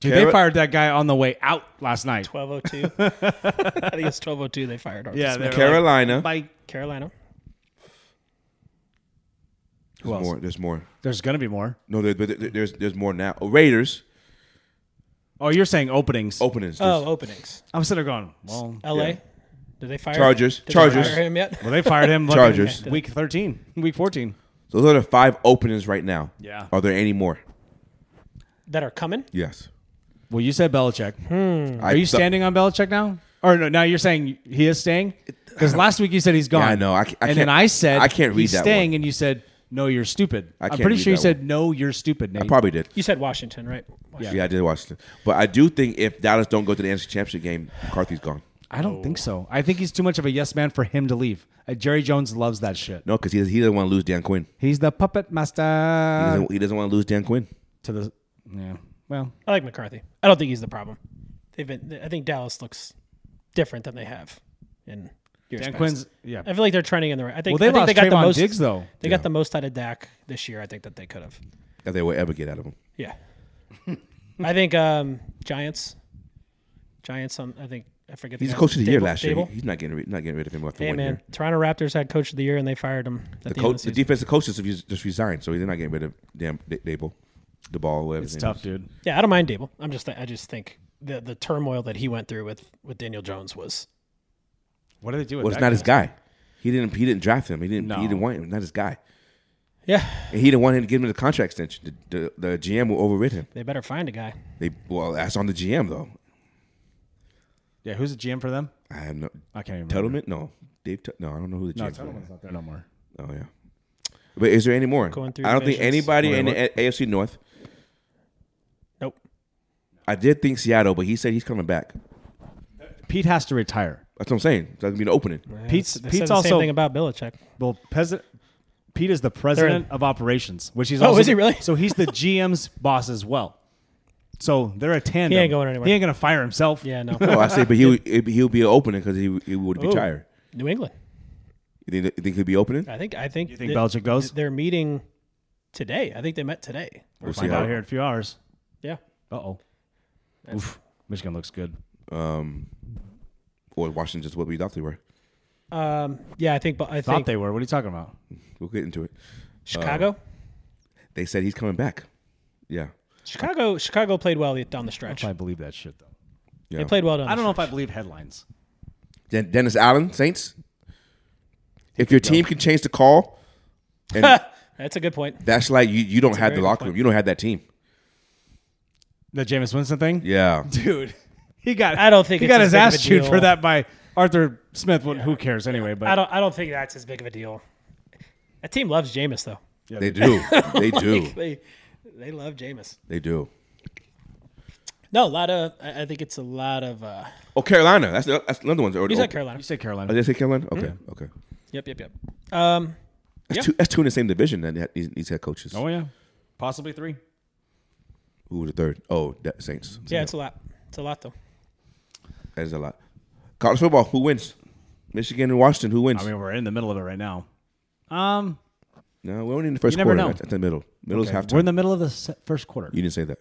Speaker 2: Dude, they
Speaker 1: Carrot-
Speaker 2: fired that guy on the way out last night.
Speaker 3: Twelve
Speaker 2: <laughs>
Speaker 3: oh two. I think it's twelve oh two. They fired. Arthur
Speaker 2: Yeah,
Speaker 3: Smith.
Speaker 2: they're
Speaker 1: Carolina.
Speaker 2: Like, Bye.
Speaker 3: Carolina.
Speaker 1: There's
Speaker 2: else?
Speaker 1: more. There's more.
Speaker 2: There's gonna be more.
Speaker 1: No, there, there, there's there's more now. Oh, Raiders
Speaker 2: Oh, you're saying openings?
Speaker 1: openings.
Speaker 3: Oh,
Speaker 1: There's
Speaker 3: openings.
Speaker 2: I'm sitting there going, well,
Speaker 3: L.A.
Speaker 1: Yeah.
Speaker 3: Did they fire
Speaker 1: Chargers.
Speaker 3: Did
Speaker 1: Chargers.
Speaker 3: They fire him yet?
Speaker 2: well, they
Speaker 1: <laughs>
Speaker 2: fired him. like,
Speaker 1: Chargers.
Speaker 2: Week 13, week 14.
Speaker 1: Those are the five openings right now.
Speaker 2: Yeah.
Speaker 1: Are there any more?
Speaker 3: That are coming.
Speaker 1: Yes.
Speaker 2: Well, you said Belichick.
Speaker 3: Hmm.
Speaker 1: I
Speaker 2: Are you
Speaker 1: thought-
Speaker 2: standing on Belichick now? Or no, now you're saying he is staying? Because last week you said he's gone.
Speaker 1: I know. I ca- I
Speaker 2: and then
Speaker 1: can't-
Speaker 2: I said
Speaker 1: I can't read
Speaker 2: he's
Speaker 1: that
Speaker 2: staying,
Speaker 1: one.
Speaker 2: and you said no, you're stupid.
Speaker 1: I
Speaker 2: am
Speaker 1: can't
Speaker 2: pretty
Speaker 1: read
Speaker 2: sure you
Speaker 1: that
Speaker 2: said no, you're stupid, Nate.
Speaker 1: I probably did.
Speaker 3: You said Washington, right?
Speaker 1: Yeah. I did watch it. But I do think if Dallas don't go to the NFC Championship game, McCarthy's gone.
Speaker 2: I don't think so. I think he's too much of a yes man for him to leave. Uh, Jerry Jones loves that shit.
Speaker 1: No, because he, he doesn't want to lose Dan Quinn.
Speaker 2: He's the puppet
Speaker 1: He
Speaker 2: master
Speaker 1: doesn't, he doesn't want to lose Dan Quinn.
Speaker 2: to the yeah. Well,
Speaker 3: I like McCarthy. I don't think he's the problem. They've been. I think Dallas looks different than they have in years
Speaker 2: Dan
Speaker 3: past.
Speaker 2: Quinn's yeah.
Speaker 3: I feel like they're trending in the right. I think
Speaker 2: Well, they
Speaker 3: I
Speaker 2: lost
Speaker 3: think they got
Speaker 2: Trayvon
Speaker 3: the most,
Speaker 2: Diggs though.
Speaker 3: They got the most out of Dak this year. I think that they could have.
Speaker 1: That they will ever get out of him.
Speaker 3: Yeah. <laughs> I think um, Giants. Giants. On I think I forget.
Speaker 1: He's
Speaker 3: the
Speaker 1: the
Speaker 3: guy.
Speaker 1: coach of the year
Speaker 3: Dable-
Speaker 1: last year.
Speaker 3: Dable?
Speaker 1: He- He's not getting rid, not getting rid of him after
Speaker 3: Hey
Speaker 1: one
Speaker 3: man,
Speaker 1: year.
Speaker 3: Toronto Raptors had coach of the year and they fired him. At
Speaker 1: The, coach,
Speaker 3: the,
Speaker 1: the
Speaker 3: end of the season.
Speaker 1: defensive coaches have just just resigned, so they're not getting rid of Dan D- Dable, the ball. Whatever
Speaker 2: It's
Speaker 1: his name
Speaker 2: tough,
Speaker 1: is.
Speaker 2: dude.
Speaker 3: yeah, I don't mind Dable. I'm just I just think the the turmoil that he went through with with Daniel Jones was
Speaker 2: What do they do? With
Speaker 1: Well, it's
Speaker 2: that
Speaker 1: not
Speaker 2: guy?
Speaker 1: his guy. He didn't. He didn't draft him. He didn't.
Speaker 2: No.
Speaker 1: He didn't want him. Not his guy.
Speaker 3: yeah.
Speaker 1: And he didn't want him to give him the contract extension. The, the, the GM will overrid him.
Speaker 3: They better find a guy.
Speaker 1: They well, that's on the GM though.
Speaker 2: Yeah, who's the GM for them?
Speaker 1: I have no
Speaker 2: I can't even. remember.
Speaker 1: Tuttleman. No, Dave. Tut- no, I don't know who the
Speaker 2: No,
Speaker 1: GM. is.
Speaker 2: Tuttleman's not there no more.
Speaker 1: Oh yeah. But is there any more?
Speaker 3: Going through
Speaker 1: I don't think
Speaker 3: divisions.
Speaker 1: anybody
Speaker 2: Wait,
Speaker 1: in
Speaker 2: what?
Speaker 1: the A- AFC North.
Speaker 3: Nope.
Speaker 1: I did think Seattle, but he said he's coming back.
Speaker 2: Pete has to retire.
Speaker 1: That's what I'm saying. That's gonna be an
Speaker 3: <laughs>
Speaker 1: opening.
Speaker 2: Pete's
Speaker 3: They said
Speaker 2: Pete's
Speaker 3: the same
Speaker 2: also
Speaker 3: thing about Belichick.
Speaker 2: well. Pez, Pete is the president of operations, which he's
Speaker 3: Oh,
Speaker 2: also
Speaker 3: is he really?
Speaker 2: so he's
Speaker 3: <laughs>
Speaker 2: the GM's boss as well. So they're a tandem.
Speaker 3: ain't going anywhere.
Speaker 2: He ain't gonna fire
Speaker 1: <laughs>
Speaker 2: himself.
Speaker 3: Yeah, no. Oh.
Speaker 1: No, I say, but he would- he'll be an opening because he he would be
Speaker 3: Ooh,
Speaker 1: tired.
Speaker 3: New England.
Speaker 1: You think you think he'll be opening?
Speaker 3: I think I think you
Speaker 2: think Belichick goes?
Speaker 3: They're meeting today. I think they met today.
Speaker 1: We'll see
Speaker 2: Find out
Speaker 1: how.
Speaker 2: here in a few hours.
Speaker 3: Yeah.
Speaker 2: Uh oh. Oof. Michigan looks good.
Speaker 1: Or Washington's what we thought they were.
Speaker 3: Um, yeah, I think but I
Speaker 2: Thought
Speaker 3: think
Speaker 2: they were. What are you talking about?
Speaker 1: We'll get into it.
Speaker 3: Chicago.
Speaker 1: They said he's coming back. Yeah,
Speaker 3: Chicago Chicago played well down the stretch.
Speaker 2: I believe that shit though.
Speaker 1: yeah.
Speaker 3: They played well down
Speaker 2: I don't
Speaker 3: the
Speaker 2: know if I believe headlines.
Speaker 1: Den- Dennis Allen, Saints. If your team can change the call, and
Speaker 3: stretch. <laughs> That's a good point.
Speaker 1: that's like you, you don't have the
Speaker 3: very good
Speaker 1: locker room. You don't have that team.
Speaker 2: The Jameis Winston thing.
Speaker 1: Yeah.
Speaker 2: dude. He got.
Speaker 3: I don't think
Speaker 2: he
Speaker 3: it's
Speaker 2: got
Speaker 3: as
Speaker 2: his
Speaker 3: big of
Speaker 2: ass
Speaker 3: a
Speaker 2: chewed for
Speaker 3: deal.
Speaker 2: that by Arthur Smith. What, Who cares anyway? But
Speaker 3: I don't I don't think that's as big of a deal. That team loves Jameis though.
Speaker 1: They <laughs> do. They do.
Speaker 3: They they love Jameis.
Speaker 1: They do.
Speaker 3: No, a lot of I I think it's a lot of uh
Speaker 1: Oh, Carolina. That's that's another one.
Speaker 3: he's at Carolina.
Speaker 2: you say Carolina.
Speaker 1: Oh, did I say Carolina? Okay. Okay.
Speaker 3: Yep, yep, yep. Um
Speaker 1: That's,
Speaker 3: Yeah.
Speaker 1: two, that's two in the same division. Then these, these head coaches.
Speaker 2: oh yeah, possibly three.
Speaker 1: Who was the third? Oh, that Saints.
Speaker 3: yeah, it's a lot. It's a lot though.
Speaker 1: that is a lot. College football. Who wins? Michigan and Washington. Who wins?
Speaker 2: I mean, we're in the middle of it right now. Um,
Speaker 1: no, we're only in the first
Speaker 2: You never
Speaker 1: quarter.
Speaker 2: know.
Speaker 1: That's at the middle. Middle is halftime.
Speaker 2: we're in the middle of the se- first quarter.
Speaker 1: you didn't say that.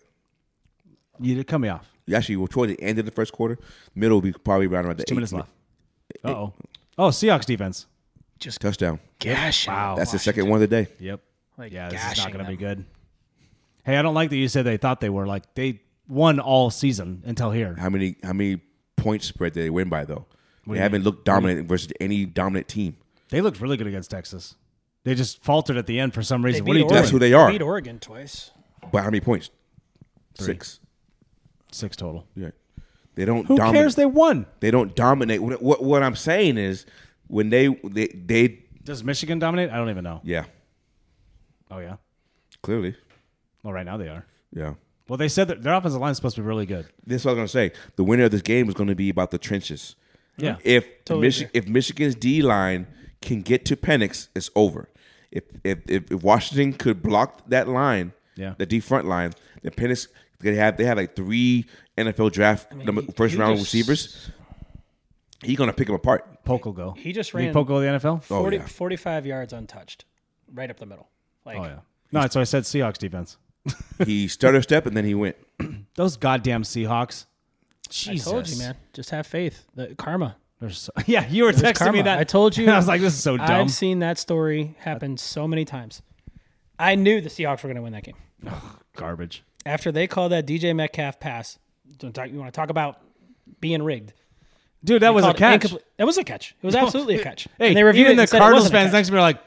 Speaker 2: You did cut me off.
Speaker 1: You actually, we're toward the end of the first quarter. Middle will be probably around about the
Speaker 2: Two
Speaker 1: eight-
Speaker 2: minutes left. Uh oh. Oh, Seahawks defense.
Speaker 1: touchdown.
Speaker 3: Gosh.
Speaker 2: Wow.
Speaker 1: That's the second one of the day.
Speaker 2: Yep.
Speaker 3: Like,
Speaker 2: yeah, this is not
Speaker 3: gashing
Speaker 2: going to be
Speaker 3: them.
Speaker 2: good. Hey, I don't like that you said they thought they were like they won all season until here.
Speaker 1: How many how many point spread did they win by though? they haven't looked dominant versus any dominant team.
Speaker 2: They looked really good against Texas. They just faltered at the end for some reason. What are
Speaker 3: beat
Speaker 2: you doing?
Speaker 3: Oregon.
Speaker 1: That's who they are.
Speaker 3: Beat Oregon twice.
Speaker 1: By how many points? Six.
Speaker 2: Six total.
Speaker 1: Yeah. They don't
Speaker 2: Who
Speaker 1: dominate.
Speaker 2: cares? They won.
Speaker 1: They don't dominate. What, what what I'm saying is when they they they
Speaker 2: Does Michigan dominate? I don't even know.
Speaker 1: yeah
Speaker 2: Oh yeah.
Speaker 1: clearly
Speaker 2: Well, right now they are.
Speaker 1: yeah.
Speaker 2: Well, they said that their offensive line is supposed to be really good.
Speaker 1: This is what I was gonna say. The winner of this game is gonna be about the trenches.
Speaker 2: Yeah.
Speaker 1: If
Speaker 3: Totally
Speaker 1: Michi- if Michigan's D line can get to Penix, it's over. If if if, if Washington could block that line,
Speaker 2: Yeah.
Speaker 1: the D front line, then Penix they have they have like three NFL draft number, first
Speaker 3: you
Speaker 1: round
Speaker 3: just-
Speaker 1: receivers. He's gonna pick them apart.
Speaker 2: Polk will go.
Speaker 3: He just
Speaker 2: You think
Speaker 3: ran-
Speaker 2: Polk will go to the NFL.
Speaker 3: 40,
Speaker 1: yeah.
Speaker 3: 45 yards untouched, right up the middle. Like,
Speaker 2: Oh yeah. No, so I said Seahawks defense.
Speaker 1: he stutter step and then he went.
Speaker 2: Those goddamn Seahawks.
Speaker 3: I
Speaker 2: Jesus.
Speaker 3: told you, man. Just have faith. The karma.
Speaker 2: They're so- <laughs> yeah, you were texting
Speaker 3: karma.
Speaker 2: me that. <laughs>
Speaker 3: I told you.
Speaker 2: I was like, this is so dumb.
Speaker 3: I've seen that story happen so many times. I knew the Seahawks were going to win that game
Speaker 2: Garbage.
Speaker 3: after they called that DJ Metcalf pass. Don't talk, you want to talk about being rigged?
Speaker 2: Dude, that was a
Speaker 3: Called
Speaker 2: catch.
Speaker 3: incomplete- That was a catch. It was absolutely a catch.
Speaker 2: Hey,
Speaker 3: and they reviewed
Speaker 2: even
Speaker 3: it
Speaker 2: the
Speaker 3: and said it
Speaker 2: Cardinals
Speaker 3: wasn't a
Speaker 2: fans
Speaker 3: catch.
Speaker 2: next to me are like,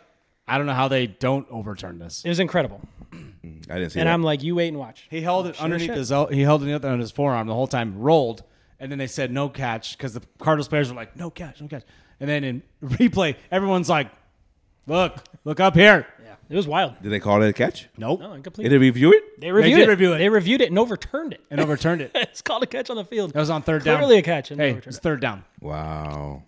Speaker 2: I don't know how they don't overturn this.
Speaker 3: It was incredible,
Speaker 1: I didn't see that.
Speaker 3: and I'm like, you wait and watch.
Speaker 2: He held it underneath
Speaker 3: shit.
Speaker 2: his el- he held it on his forearm the whole time, rolled, and then they said no catch because the Cardinals players were like no catch, no catch, and then in <laughs> replay everyone's like, look, look up here,
Speaker 3: Yeah, it was wild.
Speaker 1: Did they call it a catch?
Speaker 2: nope,
Speaker 3: No,
Speaker 1: Did
Speaker 3: incomplete.
Speaker 1: they review it?
Speaker 3: They reviewed
Speaker 2: did
Speaker 3: it.
Speaker 2: review it.
Speaker 3: They reviewed it and overturned it. <laughs>
Speaker 2: and overturned it. That
Speaker 3: it's called a catch on the field.
Speaker 2: was on third down.
Speaker 3: Clearly a catch. And, they
Speaker 2: Hey,
Speaker 3: overturned
Speaker 2: it's
Speaker 3: it.
Speaker 2: third down.
Speaker 1: Wow,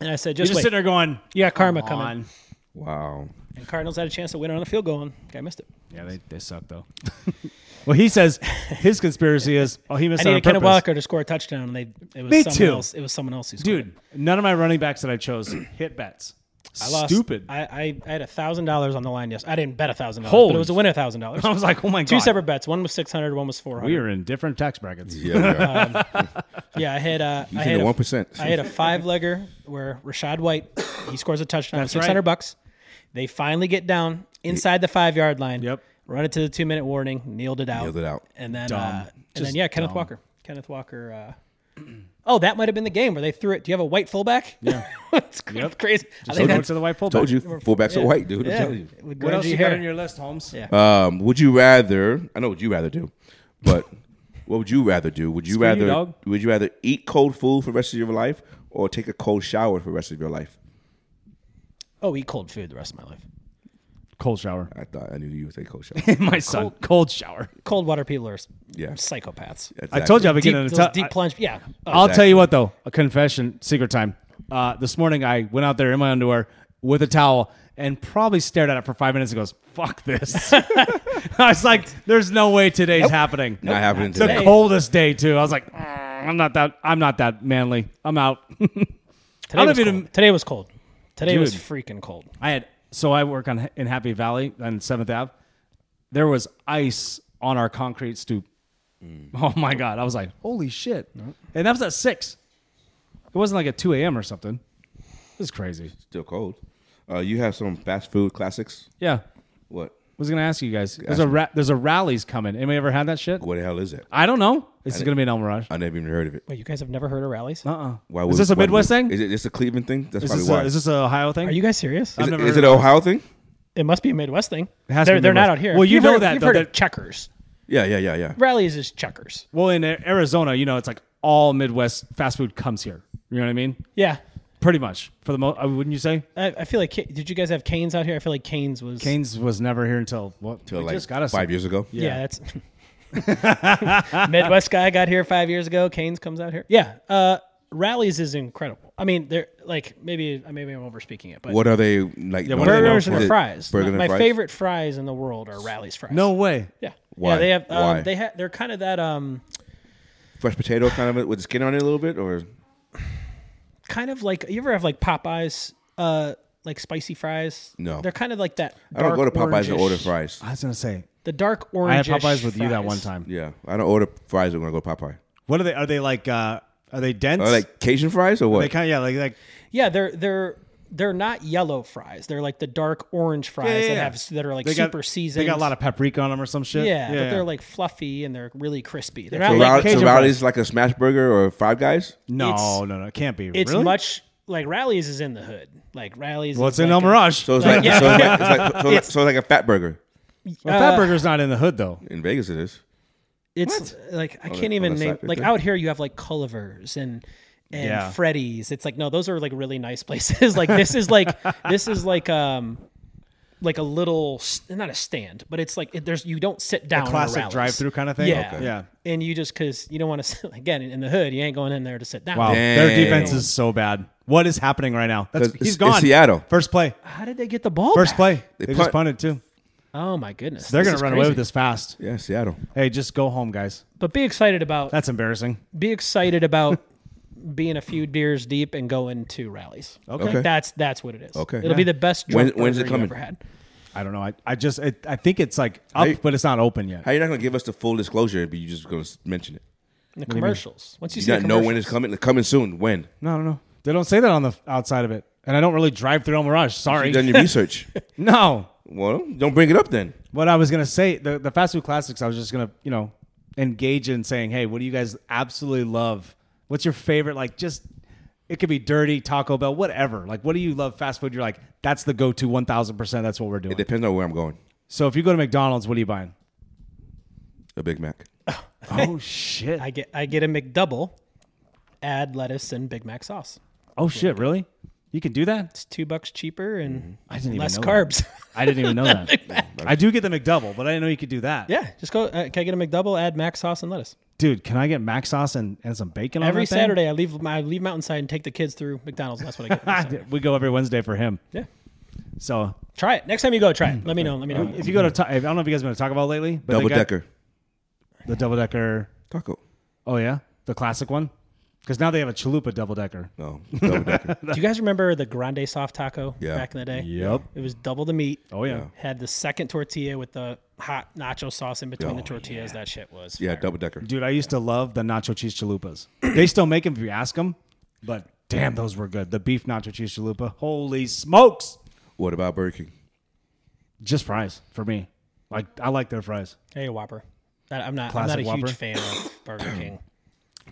Speaker 3: and I said,
Speaker 2: You're
Speaker 3: just,
Speaker 2: just
Speaker 3: wait.
Speaker 2: sitting there going,
Speaker 3: You got karma
Speaker 2: come
Speaker 3: coming.
Speaker 2: on.
Speaker 1: wow.
Speaker 3: And Cardinals had a chance to win on a field goal, and guy missed it.
Speaker 2: Yeah, they, they suck though. <laughs> well, he says his conspiracy is, oh, he missed
Speaker 3: I
Speaker 2: out on
Speaker 3: needed Kenneth
Speaker 2: purpose.
Speaker 3: Walker to score a touchdown, and they it was
Speaker 2: Me
Speaker 3: someone
Speaker 2: too.
Speaker 3: else. It was someone else who scored.
Speaker 2: Dude, none of my running backs that I chose <clears throat> hit bets.
Speaker 3: I lost.
Speaker 2: Stupid.
Speaker 3: I, I, I had a thousand dollars on the line. Yes, I didn't bet a thousand dollars,
Speaker 2: Holy
Speaker 3: but it was a win a thousand dollars.
Speaker 2: <laughs> I was like, <laughs> oh my god.
Speaker 3: Two separate bets. One was six hundred. One was four
Speaker 2: We
Speaker 3: hundred.
Speaker 2: are in different tax brackets.
Speaker 1: Yeah,
Speaker 3: Yeah, I had. Uh, I
Speaker 1: he's
Speaker 3: had
Speaker 1: in the
Speaker 3: a-
Speaker 1: one percent.
Speaker 3: I had a five legger where Rashad White he scores a touchdown,
Speaker 2: That's
Speaker 3: six hundred
Speaker 2: right.
Speaker 3: bucks. They finally get down inside the five yard line.
Speaker 2: Yep.
Speaker 3: Run it to the two minute warning, kneeled it out,
Speaker 1: Nailed it out.
Speaker 3: and then
Speaker 2: Dumb.
Speaker 3: uh, and
Speaker 2: Just
Speaker 3: then yeah, Kenneth
Speaker 2: dumb.
Speaker 3: Walker, Kenneth Walker. Uh, <clears throat> oh, that might have been the game where they threw it. Do you have a white fullback? Yeah, <laughs> it's cr-
Speaker 2: Yep.
Speaker 3: crazy. I
Speaker 2: So
Speaker 3: think
Speaker 2: go
Speaker 3: that's
Speaker 2: to the white fullback.
Speaker 1: Told you, fullbacks are white, dude. I'm
Speaker 3: yeah.
Speaker 1: telling you.
Speaker 3: With
Speaker 2: What else
Speaker 3: grungy
Speaker 2: you
Speaker 3: hair.
Speaker 2: got on your list, Holmes?
Speaker 3: Yeah.
Speaker 1: Um, would you rather? I know what you rather do, but what would you rather do? Would you
Speaker 2: Screw you,
Speaker 1: rather?
Speaker 2: dog.
Speaker 1: would you rather eat cold food for the rest of your life or take a cold shower for the rest of your life?
Speaker 3: Oh, eat cold food the rest of my life.
Speaker 2: Cold shower. <laughs>
Speaker 1: I thought I knew you would take cold shower. Exactly.
Speaker 2: My son, cold shower.
Speaker 3: Cold water people are s-
Speaker 1: Yeah.
Speaker 3: psychopaths.
Speaker 2: <laughs> I told you I would
Speaker 3: Deep,
Speaker 2: get in a
Speaker 3: those
Speaker 2: tub.
Speaker 3: deep plunge. Yeah. Oh,
Speaker 2: I'll tell you what though, a confession, secret time. Uh, this morning I went out there in my underwear with a towel and probably stared at it for five minutes and goes, "Fuck this." <laughs> I was like, "There's no way today's happening."
Speaker 1: Not happening
Speaker 2: The
Speaker 1: today.
Speaker 2: coldest day too. I was like, "Mm, "I'm not that. I'm not that manly. I'm out." <laughs>
Speaker 3: today,
Speaker 2: don't
Speaker 3: was
Speaker 2: even-
Speaker 3: cold. today was cold. Today was
Speaker 2: Dude.
Speaker 3: freaking cold.
Speaker 2: I had so I work on in Happy Valley on Seventh Ave. There was ice on our concrete stoop.
Speaker 1: Mm.
Speaker 2: Oh my god! I was like, holy shit! And that was at six. It wasn't like at two a.m. or something. It was crazy.
Speaker 1: Still cold. Uh, you have some fast food classics.
Speaker 2: Yeah.
Speaker 1: What?
Speaker 2: Was gonna ask you guys. There's a ra- there's a rallies coming. Anybody ever had that shit?
Speaker 1: What the hell is it?
Speaker 2: I don't know. This is gonna be an El Mirage.
Speaker 1: I never even heard of it.
Speaker 3: Wait, you guys have never heard of rallies?
Speaker 2: Uh uh
Speaker 1: Why
Speaker 2: Is this a
Speaker 1: why
Speaker 2: Midwest
Speaker 1: would-
Speaker 2: thing?
Speaker 1: Is it just a Cleveland thing? That's
Speaker 2: Is
Speaker 1: probably
Speaker 2: this,
Speaker 1: why.
Speaker 2: a, is this a Ohio thing?
Speaker 3: Are you guys serious?
Speaker 1: is
Speaker 2: I've
Speaker 1: it,
Speaker 2: never
Speaker 1: is
Speaker 2: heard
Speaker 1: it an
Speaker 2: of it.
Speaker 1: Ohio thing?
Speaker 3: It must be a Midwest thing.
Speaker 2: has to
Speaker 3: they're
Speaker 2: be
Speaker 3: they're not
Speaker 2: Midwest.
Speaker 3: out here.
Speaker 2: Well, you
Speaker 3: You've
Speaker 2: know
Speaker 3: heard,
Speaker 2: that,
Speaker 3: You've
Speaker 2: though,
Speaker 3: heard
Speaker 2: that-
Speaker 3: of checkers.
Speaker 1: Yeah, yeah, yeah, yeah.
Speaker 3: Rallies is checkers.
Speaker 2: well, in A- Arizona, you know, it's like all Midwest fast food comes here. You know what I mean?
Speaker 3: Yeah.
Speaker 2: Pretty much for the most. Wouldn't you say?
Speaker 3: I, I feel like Ca- did you guys have Canes out here? I feel like Canes was
Speaker 2: Canes was never here until what?
Speaker 1: Till
Speaker 2: we
Speaker 1: like
Speaker 2: just got us
Speaker 1: five years ago.
Speaker 3: Yeah, that's <laughs> Midwest guy got here five years ago. Canes comes out here. Yeah, uh, rallies is incredible. I mean, they're like maybe maybe I'm overspeaking it, but
Speaker 1: What are they like?
Speaker 2: what are they known
Speaker 3: burgers
Speaker 2: for?
Speaker 1: Is
Speaker 3: and
Speaker 1: it
Speaker 3: fries.
Speaker 1: Burger and
Speaker 3: My
Speaker 1: fries?
Speaker 3: favorite fries in the world are rallies fries.
Speaker 2: No way.
Speaker 3: yeah,
Speaker 1: Why?
Speaker 3: yeah, they have. Um,
Speaker 1: Why?
Speaker 3: They ha- they're kind of that um,
Speaker 1: fresh potato kind of with the skin on it a little bit, or
Speaker 3: kind of like you ever have like Popeyes, uh, like spicy fries.
Speaker 1: No.
Speaker 3: they're kind of like that.
Speaker 1: I don't
Speaker 3: dark
Speaker 1: go to Popeyes and
Speaker 3: orange-ish-
Speaker 1: order fries.
Speaker 2: I was gonna say
Speaker 3: The dark
Speaker 2: I had
Speaker 3: orange.
Speaker 2: Popeyes with you that one time.
Speaker 1: Yeah, I don't order fries when I go to Popeye.
Speaker 2: What are they? Are they like? uh Are they dense?
Speaker 1: Are like Cajun fries or
Speaker 2: they
Speaker 1: what?
Speaker 2: kind of yeah like like
Speaker 3: Yeah, they're they're they're not yellow fries. They're like the dark orange fries
Speaker 2: yeah,
Speaker 3: that
Speaker 2: yeah.
Speaker 3: have that are like
Speaker 2: they got-
Speaker 3: super seasoned.
Speaker 2: They got a lot of paprika on them or some shit.
Speaker 3: yeah, but they're like fluffy and they're really crispy. They're
Speaker 1: So
Speaker 3: not
Speaker 1: Row-
Speaker 3: like
Speaker 1: so
Speaker 2: Cajun
Speaker 1: Rowdy's like a smash burger or Five Guys.
Speaker 2: no,
Speaker 3: it's-
Speaker 2: no, no, it can't be.
Speaker 3: it's
Speaker 2: really?
Speaker 3: much like rallies is in the hood. Like rallies.
Speaker 2: Well, it's
Speaker 3: is
Speaker 2: in
Speaker 3: like
Speaker 2: El
Speaker 3: a- Uh,
Speaker 2: Mirage.
Speaker 1: So
Speaker 2: So
Speaker 1: it's like,
Speaker 3: yeah.
Speaker 1: so, it's like, it's like- so, it's, so it's like a fat burger
Speaker 2: well, Fat Burger's not in the hood though.
Speaker 1: in Vegas. It is.
Speaker 3: It's like I can't
Speaker 1: the-
Speaker 3: even
Speaker 1: on the
Speaker 3: name.
Speaker 1: side right
Speaker 3: Like
Speaker 1: there.
Speaker 3: out here, you have like Culver's and and
Speaker 2: Yeah.
Speaker 3: Freddy's. It's like no, those are like really nice places. <laughs> like this is like this is like um like a little s- not a stand, but it's like it, there's you don't sit down. in a
Speaker 2: Classic
Speaker 3: rallies.
Speaker 2: drive-through kind of thing.
Speaker 3: Yeah,
Speaker 2: yeah.
Speaker 3: And you just because you don't want to sit <laughs> again in the hood, you ain't going in there to sit down.
Speaker 2: Wow,
Speaker 1: Dang.
Speaker 2: their defense is so bad. What is happening right now? That's,
Speaker 1: 'Cause it's-
Speaker 2: he's gone.
Speaker 1: it's Seattle.
Speaker 2: First play.
Speaker 3: How did they get the ball?
Speaker 2: First
Speaker 3: back?
Speaker 2: play. They,
Speaker 1: They punt.
Speaker 2: just punted too.
Speaker 3: Oh my goodness,
Speaker 2: They're
Speaker 3: this
Speaker 2: gonna
Speaker 3: is
Speaker 2: run away
Speaker 3: crazy.
Speaker 2: with this fast.
Speaker 1: Yeah, Seattle.
Speaker 2: Hey, just go home, guys.
Speaker 3: But be excited about
Speaker 2: That's embarrassing.
Speaker 3: be excited about being a few beers deep and going to rallies.
Speaker 2: Okay.
Speaker 1: Okay.
Speaker 3: That's that's what it is.
Speaker 1: Okay.
Speaker 3: It'll be the best
Speaker 1: When-
Speaker 3: drunk
Speaker 1: when's it
Speaker 3: burger
Speaker 1: coming?
Speaker 3: you've ever had.
Speaker 2: I don't know. I, I just it, I think it's like up,
Speaker 1: Hey.
Speaker 2: but it's not open yet.
Speaker 1: How you not gonna give us the full disclosure? But you just gonna s- mention it.
Speaker 3: In the commercials. Once you,
Speaker 1: You
Speaker 3: see
Speaker 1: not
Speaker 3: the
Speaker 1: know when it's
Speaker 3: commercials.
Speaker 1: coming. It's coming soon. When?
Speaker 2: No, no, no. They don't say that on the outside of it. And I don't really drive through El Mirage.
Speaker 1: You
Speaker 2: Sorry.
Speaker 1: done your
Speaker 2: <laughs>
Speaker 1: research.
Speaker 2: No.
Speaker 1: Well, don't bring it up then.
Speaker 2: What I was gonna say, the the fast food classics, I was just gonna you know engage in saying, hey, what do you guys absolutely love? What's your favorite? Like just. It could be dirty Taco Bell, whatever. Like, what do you love? Fast food. You're like, that's the go-to, one thousand percent. That's what we're doing.
Speaker 1: It depends on where I'm going.
Speaker 2: So, if you go to McDonald's, what are you buying?
Speaker 1: A Big Mac.
Speaker 2: <laughs> Oh shit!
Speaker 3: I get I get a McDouble, add lettuce and Big Mac sauce.
Speaker 2: Oh shit! Really? You can do that?
Speaker 3: It's two bucks cheaper and
Speaker 2: Mm-hmm. I didn't even
Speaker 3: less
Speaker 2: know
Speaker 3: carbs. <laughs>
Speaker 2: That. I didn't even know that. I do get the McDouble, but I didn't know you could do that.
Speaker 3: yeah, just go. Uh, can I get a McDouble? Add mac sauce and lettuce.
Speaker 2: Dude, can I get mac sauce and, and some bacon on
Speaker 3: Every
Speaker 2: that thing? <laughs>
Speaker 3: Saturday, I leave my I leave Mountainside and take the kids through McDonald's. That's what I
Speaker 2: I
Speaker 3: get. every Saturday.
Speaker 2: did- Ah, we go every Wednesday for him.
Speaker 3: yeah,
Speaker 2: So
Speaker 3: try it next time you go. Try it. Let me know. Let me know.
Speaker 2: if you go to, Ta- I don't know if you guys have been to Taco Bell lately, but they
Speaker 1: Double
Speaker 2: got
Speaker 1: decker
Speaker 2: the double decker.
Speaker 1: taco.
Speaker 2: Oh yeah, the classic one. Because now they have a chalupa double decker.
Speaker 1: No, double
Speaker 2: <laughs>
Speaker 1: decker.
Speaker 3: Do you guys remember the grande soft taco
Speaker 1: Yeah.
Speaker 3: back in the day?
Speaker 2: Yep.
Speaker 3: It was double the meat.
Speaker 2: Oh yeah.
Speaker 3: Had the second tortilla with the hot nacho sauce in between the tortillas. That shit was.
Speaker 1: Oh, Yeah,
Speaker 3: fire.
Speaker 1: double decker.
Speaker 2: Dude, I used to love the nacho cheese chalupas. <clears throat> they still make them if you ask them, but damn, those were good. The beef nacho cheese chalupa. Holy smokes!
Speaker 1: What about Burger King?
Speaker 2: Just fries for me. Like I like their fries.
Speaker 3: Hey, Whopper. I- I'm not.
Speaker 2: Classic
Speaker 3: I'm not a
Speaker 2: Whopper.
Speaker 3: huge fan of
Speaker 1: <clears throat>
Speaker 3: Burger King.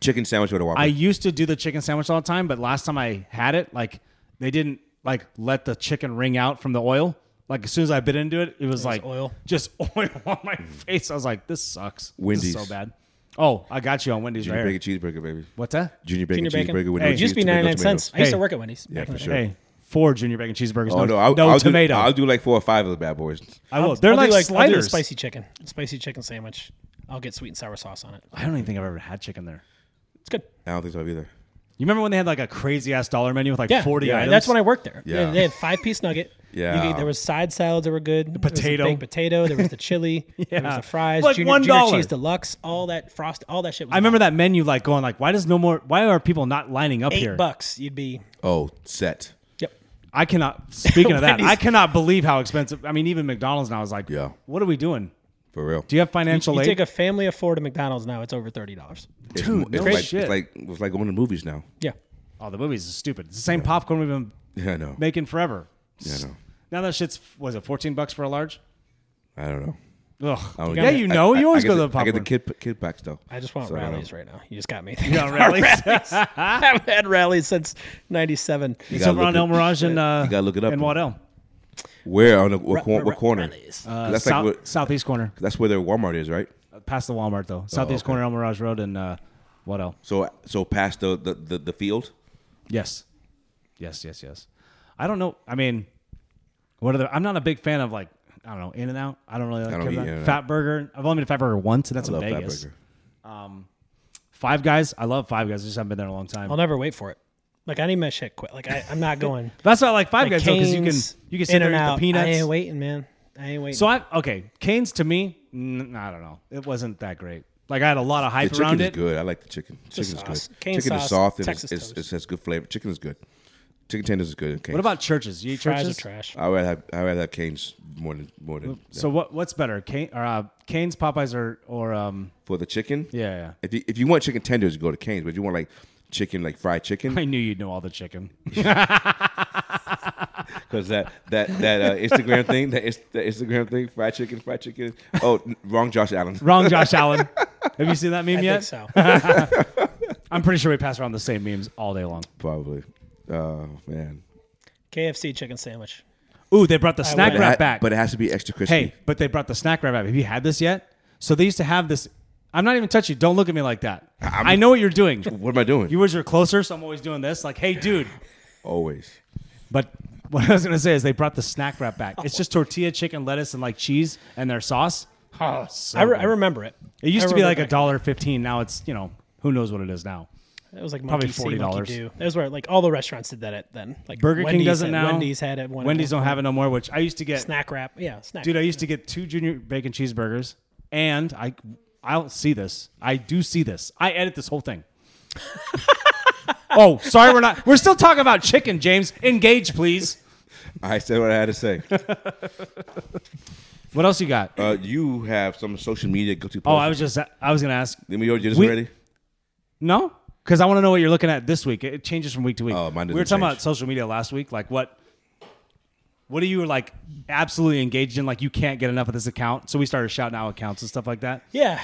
Speaker 1: Chicken sandwich with a Whopper.
Speaker 2: I used to do the chicken sandwich all the time, but last time I had it, like they didn't like let the chicken ring out from the oil. Like as soon as I bit into it, it was, like
Speaker 3: oil.
Speaker 2: just <laughs> oil on my face. I was like, this sucks.
Speaker 1: Wendy's.
Speaker 2: this is so bad. Oh, I got you on Wendy's
Speaker 1: Junior
Speaker 2: right here.
Speaker 1: bacon cheeseburger, baby.
Speaker 2: What's that?
Speaker 1: Junior bacon
Speaker 3: Junior bacon.
Speaker 1: cheeseburger with
Speaker 2: Hey,
Speaker 1: no
Speaker 3: It
Speaker 1: cheese,
Speaker 3: used to be
Speaker 1: tomato,
Speaker 3: 99
Speaker 1: tomatoes.
Speaker 3: cents. I used to
Speaker 2: Hey.
Speaker 3: work at Wendy's.
Speaker 1: Yeah,
Speaker 3: back
Speaker 1: for
Speaker 3: in the day.
Speaker 1: sure.
Speaker 2: Hey, four junior bacon cheeseburgers.
Speaker 1: Oh
Speaker 2: no,
Speaker 1: no, I'll,
Speaker 2: no
Speaker 1: I'll
Speaker 2: tomato.
Speaker 1: Do, I'll do like four or five of the bad boys.
Speaker 2: I will. They're
Speaker 3: I'll do
Speaker 2: like,
Speaker 3: like I'll do the
Speaker 2: sliders.
Speaker 3: spicy chicken, spicy chicken sandwich. I'll get sweet and sour sauce on it.
Speaker 2: I don't even think I've ever had chicken there.
Speaker 3: It's good.
Speaker 1: I don't think so either.
Speaker 2: You remember when they had like a crazy ass dollar menu with like
Speaker 3: Yeah,
Speaker 2: forty
Speaker 3: yeah.
Speaker 2: items?
Speaker 3: That's when I worked there.
Speaker 1: Yeah.
Speaker 3: They, they had five piece nugget.
Speaker 1: Yeah.
Speaker 3: You could- there was side salads that were good. The
Speaker 2: potato.
Speaker 3: baked potato. There
Speaker 2: <laughs>
Speaker 3: was the chili. There was
Speaker 2: Yeah.
Speaker 3: the fries.
Speaker 2: Like
Speaker 3: junior,
Speaker 2: one
Speaker 3: junior
Speaker 2: dollar.
Speaker 3: cheese deluxe. All that frost. All that shit. Was
Speaker 2: I remember that menu like going like, why does no more? Why are people not lining up
Speaker 3: eight
Speaker 2: here?
Speaker 3: bucks. You'd be.
Speaker 1: Oh, set.
Speaker 3: Yep.
Speaker 2: I cannot. Speaking
Speaker 3: <laughs>
Speaker 2: of that,
Speaker 3: Wendy's-
Speaker 2: I cannot believe how expensive. I mean, even McDonald's now is like,
Speaker 1: Yeah.
Speaker 2: what are we doing?
Speaker 1: for real.
Speaker 2: Do you have financial
Speaker 3: You
Speaker 2: aid?
Speaker 3: take a family of four to McDonald's now, it's over thirty dollars.
Speaker 1: It's,
Speaker 2: Dude,
Speaker 1: mo- it's
Speaker 2: no
Speaker 1: like,
Speaker 2: shit.
Speaker 1: It's like it's like going to movies now. <laughs>
Speaker 3: Yeah,
Speaker 2: oh, the movies is stupid. It's the same popcorn we've been
Speaker 1: Yeah, I know.
Speaker 2: making forever.
Speaker 1: Yeah, I know.
Speaker 2: Now that shit's was it fourteen bucks for a large?
Speaker 1: I don't know.
Speaker 2: Ugh.
Speaker 1: Oh, I don't
Speaker 2: Yeah, you know,
Speaker 1: I-
Speaker 2: you
Speaker 1: I-
Speaker 2: always
Speaker 1: I
Speaker 2: go
Speaker 1: get
Speaker 2: to the popcorn.
Speaker 1: I get the kid kid back stuff.
Speaker 3: I just want
Speaker 1: So I don't
Speaker 3: rallies
Speaker 1: know.
Speaker 3: right now. You just got me. <laughs>
Speaker 2: Yeah, rallies. <laughs>
Speaker 3: I haven't had rallies since '97.
Speaker 1: You
Speaker 2: It's
Speaker 1: gotta
Speaker 2: over on
Speaker 1: look
Speaker 2: El
Speaker 1: it-
Speaker 2: Mirage and uh,
Speaker 1: <laughs> You gotta look it up.
Speaker 2: and Waddell,
Speaker 1: Where on the what, cor-
Speaker 3: ra-
Speaker 1: what corner?
Speaker 3: rallies.
Speaker 1: 'Cause
Speaker 2: uh,
Speaker 1: that's
Speaker 2: south,
Speaker 1: like what,
Speaker 2: southeast corner,
Speaker 1: that's where their Walmart is, right?
Speaker 2: past the Walmart though, southeast
Speaker 1: okay.
Speaker 2: corner El Mirage Road and uh, Waddell.
Speaker 1: So so past the the, the, the field.
Speaker 2: Yes, yes, yes, yes. I don't know. I mean, what are the? I'm not a big fan of like I don't know In and Out. I don't really like
Speaker 1: don't
Speaker 2: care
Speaker 1: eat
Speaker 2: about
Speaker 1: In-N-Out.
Speaker 2: Fat Burger. I've only been to Fat Burger once, and that's
Speaker 1: I
Speaker 2: in
Speaker 1: love Fat
Speaker 2: Vegas.
Speaker 1: Burger.
Speaker 2: Five Guys, I love Five Guys. I just haven't been there in a long time.
Speaker 3: I'll never wait for it. Like I need my shit quick. Like I, I'm not going.
Speaker 2: That's why I like Five Guys
Speaker 3: Like,
Speaker 2: though, because <laughs> you can
Speaker 3: Cane's,
Speaker 2: you can sit there and eat
Speaker 3: In-N-Out.
Speaker 2: the peanuts.
Speaker 3: I ain't waiting, man. I ain't waiting.
Speaker 2: So I okay, Canes to me, n- I don't know. It wasn't that great. Like I had a lot of
Speaker 1: The
Speaker 2: hype
Speaker 1: chicken
Speaker 2: around
Speaker 1: is
Speaker 2: it.
Speaker 1: good. I like the chicken. Chicken is
Speaker 3: sauce.
Speaker 1: good.
Speaker 3: Cane
Speaker 1: chicken
Speaker 3: sauce,
Speaker 1: is soft. and
Speaker 3: Texas
Speaker 1: it's, it's,
Speaker 3: toast.
Speaker 1: it has good flavor. Chicken is good. Chicken tenders is good.
Speaker 2: What about churches? You eat
Speaker 3: fries are
Speaker 2: churches?
Speaker 3: trash.
Speaker 1: I would have I would have canes more than more than
Speaker 2: So what what's better, Cane or uh, Canes, Popeyes, or or um
Speaker 1: for the chicken.
Speaker 2: yeah, yeah. <laughs>
Speaker 1: If you, if you want chicken tenders, you go to Canes. But if you want like chicken, like fried chicken,
Speaker 2: I knew you'd know all the chicken.
Speaker 1: because that that that uh,
Speaker 2: <laughs>
Speaker 1: Instagram thing, that, is, that Instagram thing, fried chicken, fried chicken. Oh, n- wrong, Josh Allen.
Speaker 2: Wrong, Josh Allen. Have you seen that meme
Speaker 3: I
Speaker 2: yet?
Speaker 3: think so.
Speaker 2: <laughs>
Speaker 3: I
Speaker 2: I'm pretty sure we pass around the same memes all day long.
Speaker 1: Probably. Oh man.
Speaker 3: KFC chicken sandwich.
Speaker 2: Ooh, they brought the snack
Speaker 1: But it,
Speaker 2: wrap
Speaker 1: ha-
Speaker 2: back.
Speaker 1: but it has to be extra crispy.
Speaker 2: hey, but they brought the snack wrap back. Have you had this yet? So they used to have this. I'm not even touching you. Don't look at me like that. I know what you're doing.
Speaker 1: What am I doing?
Speaker 2: You was your closer, so I'm always doing this. Like, hey, dude.
Speaker 1: Always.
Speaker 2: But what I was gonna say is they brought the snack wrap back. It's just tortilla, chicken, lettuce, and like cheese and their sauce. Oh, so
Speaker 3: I, re-
Speaker 2: good.
Speaker 3: I remember it.
Speaker 2: it used
Speaker 3: I
Speaker 2: to be like
Speaker 3: remember
Speaker 2: a dollar fifteen. Now it's you know who knows what it is now.
Speaker 3: It was like
Speaker 2: Probably
Speaker 3: probably forty
Speaker 2: $40.
Speaker 3: dollars. That was where like all the restaurants did that at then. Like
Speaker 2: Burger King
Speaker 3: Wendy's
Speaker 2: doesn't
Speaker 3: had-
Speaker 2: now.
Speaker 3: Wendy's had it. One
Speaker 2: Wendy's don't have it no more. Which I used to get.
Speaker 3: snack wrap. Yeah, snack.
Speaker 2: Dude, I
Speaker 3: wrap.
Speaker 2: used to get two junior bacon cheeseburgers, and I I don't see this. I do see this. I edit this whole thing. oh, sorry, we're not. We're still talking about chicken, James. Engage, please.
Speaker 1: I said what I had to <laughs> say.
Speaker 2: What else you got?
Speaker 1: uh, you have some social media go to.
Speaker 2: Oh, I was just. I was gonna ask.
Speaker 1: Let me know. You just
Speaker 2: We-
Speaker 1: ready?
Speaker 2: No, because I want to know what you're looking at this week. It, it changes from week to week.
Speaker 1: Oh, mine
Speaker 2: we were
Speaker 1: doesn't
Speaker 2: talking about
Speaker 1: change.
Speaker 2: social media last week. Like what? What are you like absolutely engaged in? Like you can't get enough of this account. So we started shouting out accounts and stuff like that.
Speaker 3: Yeah,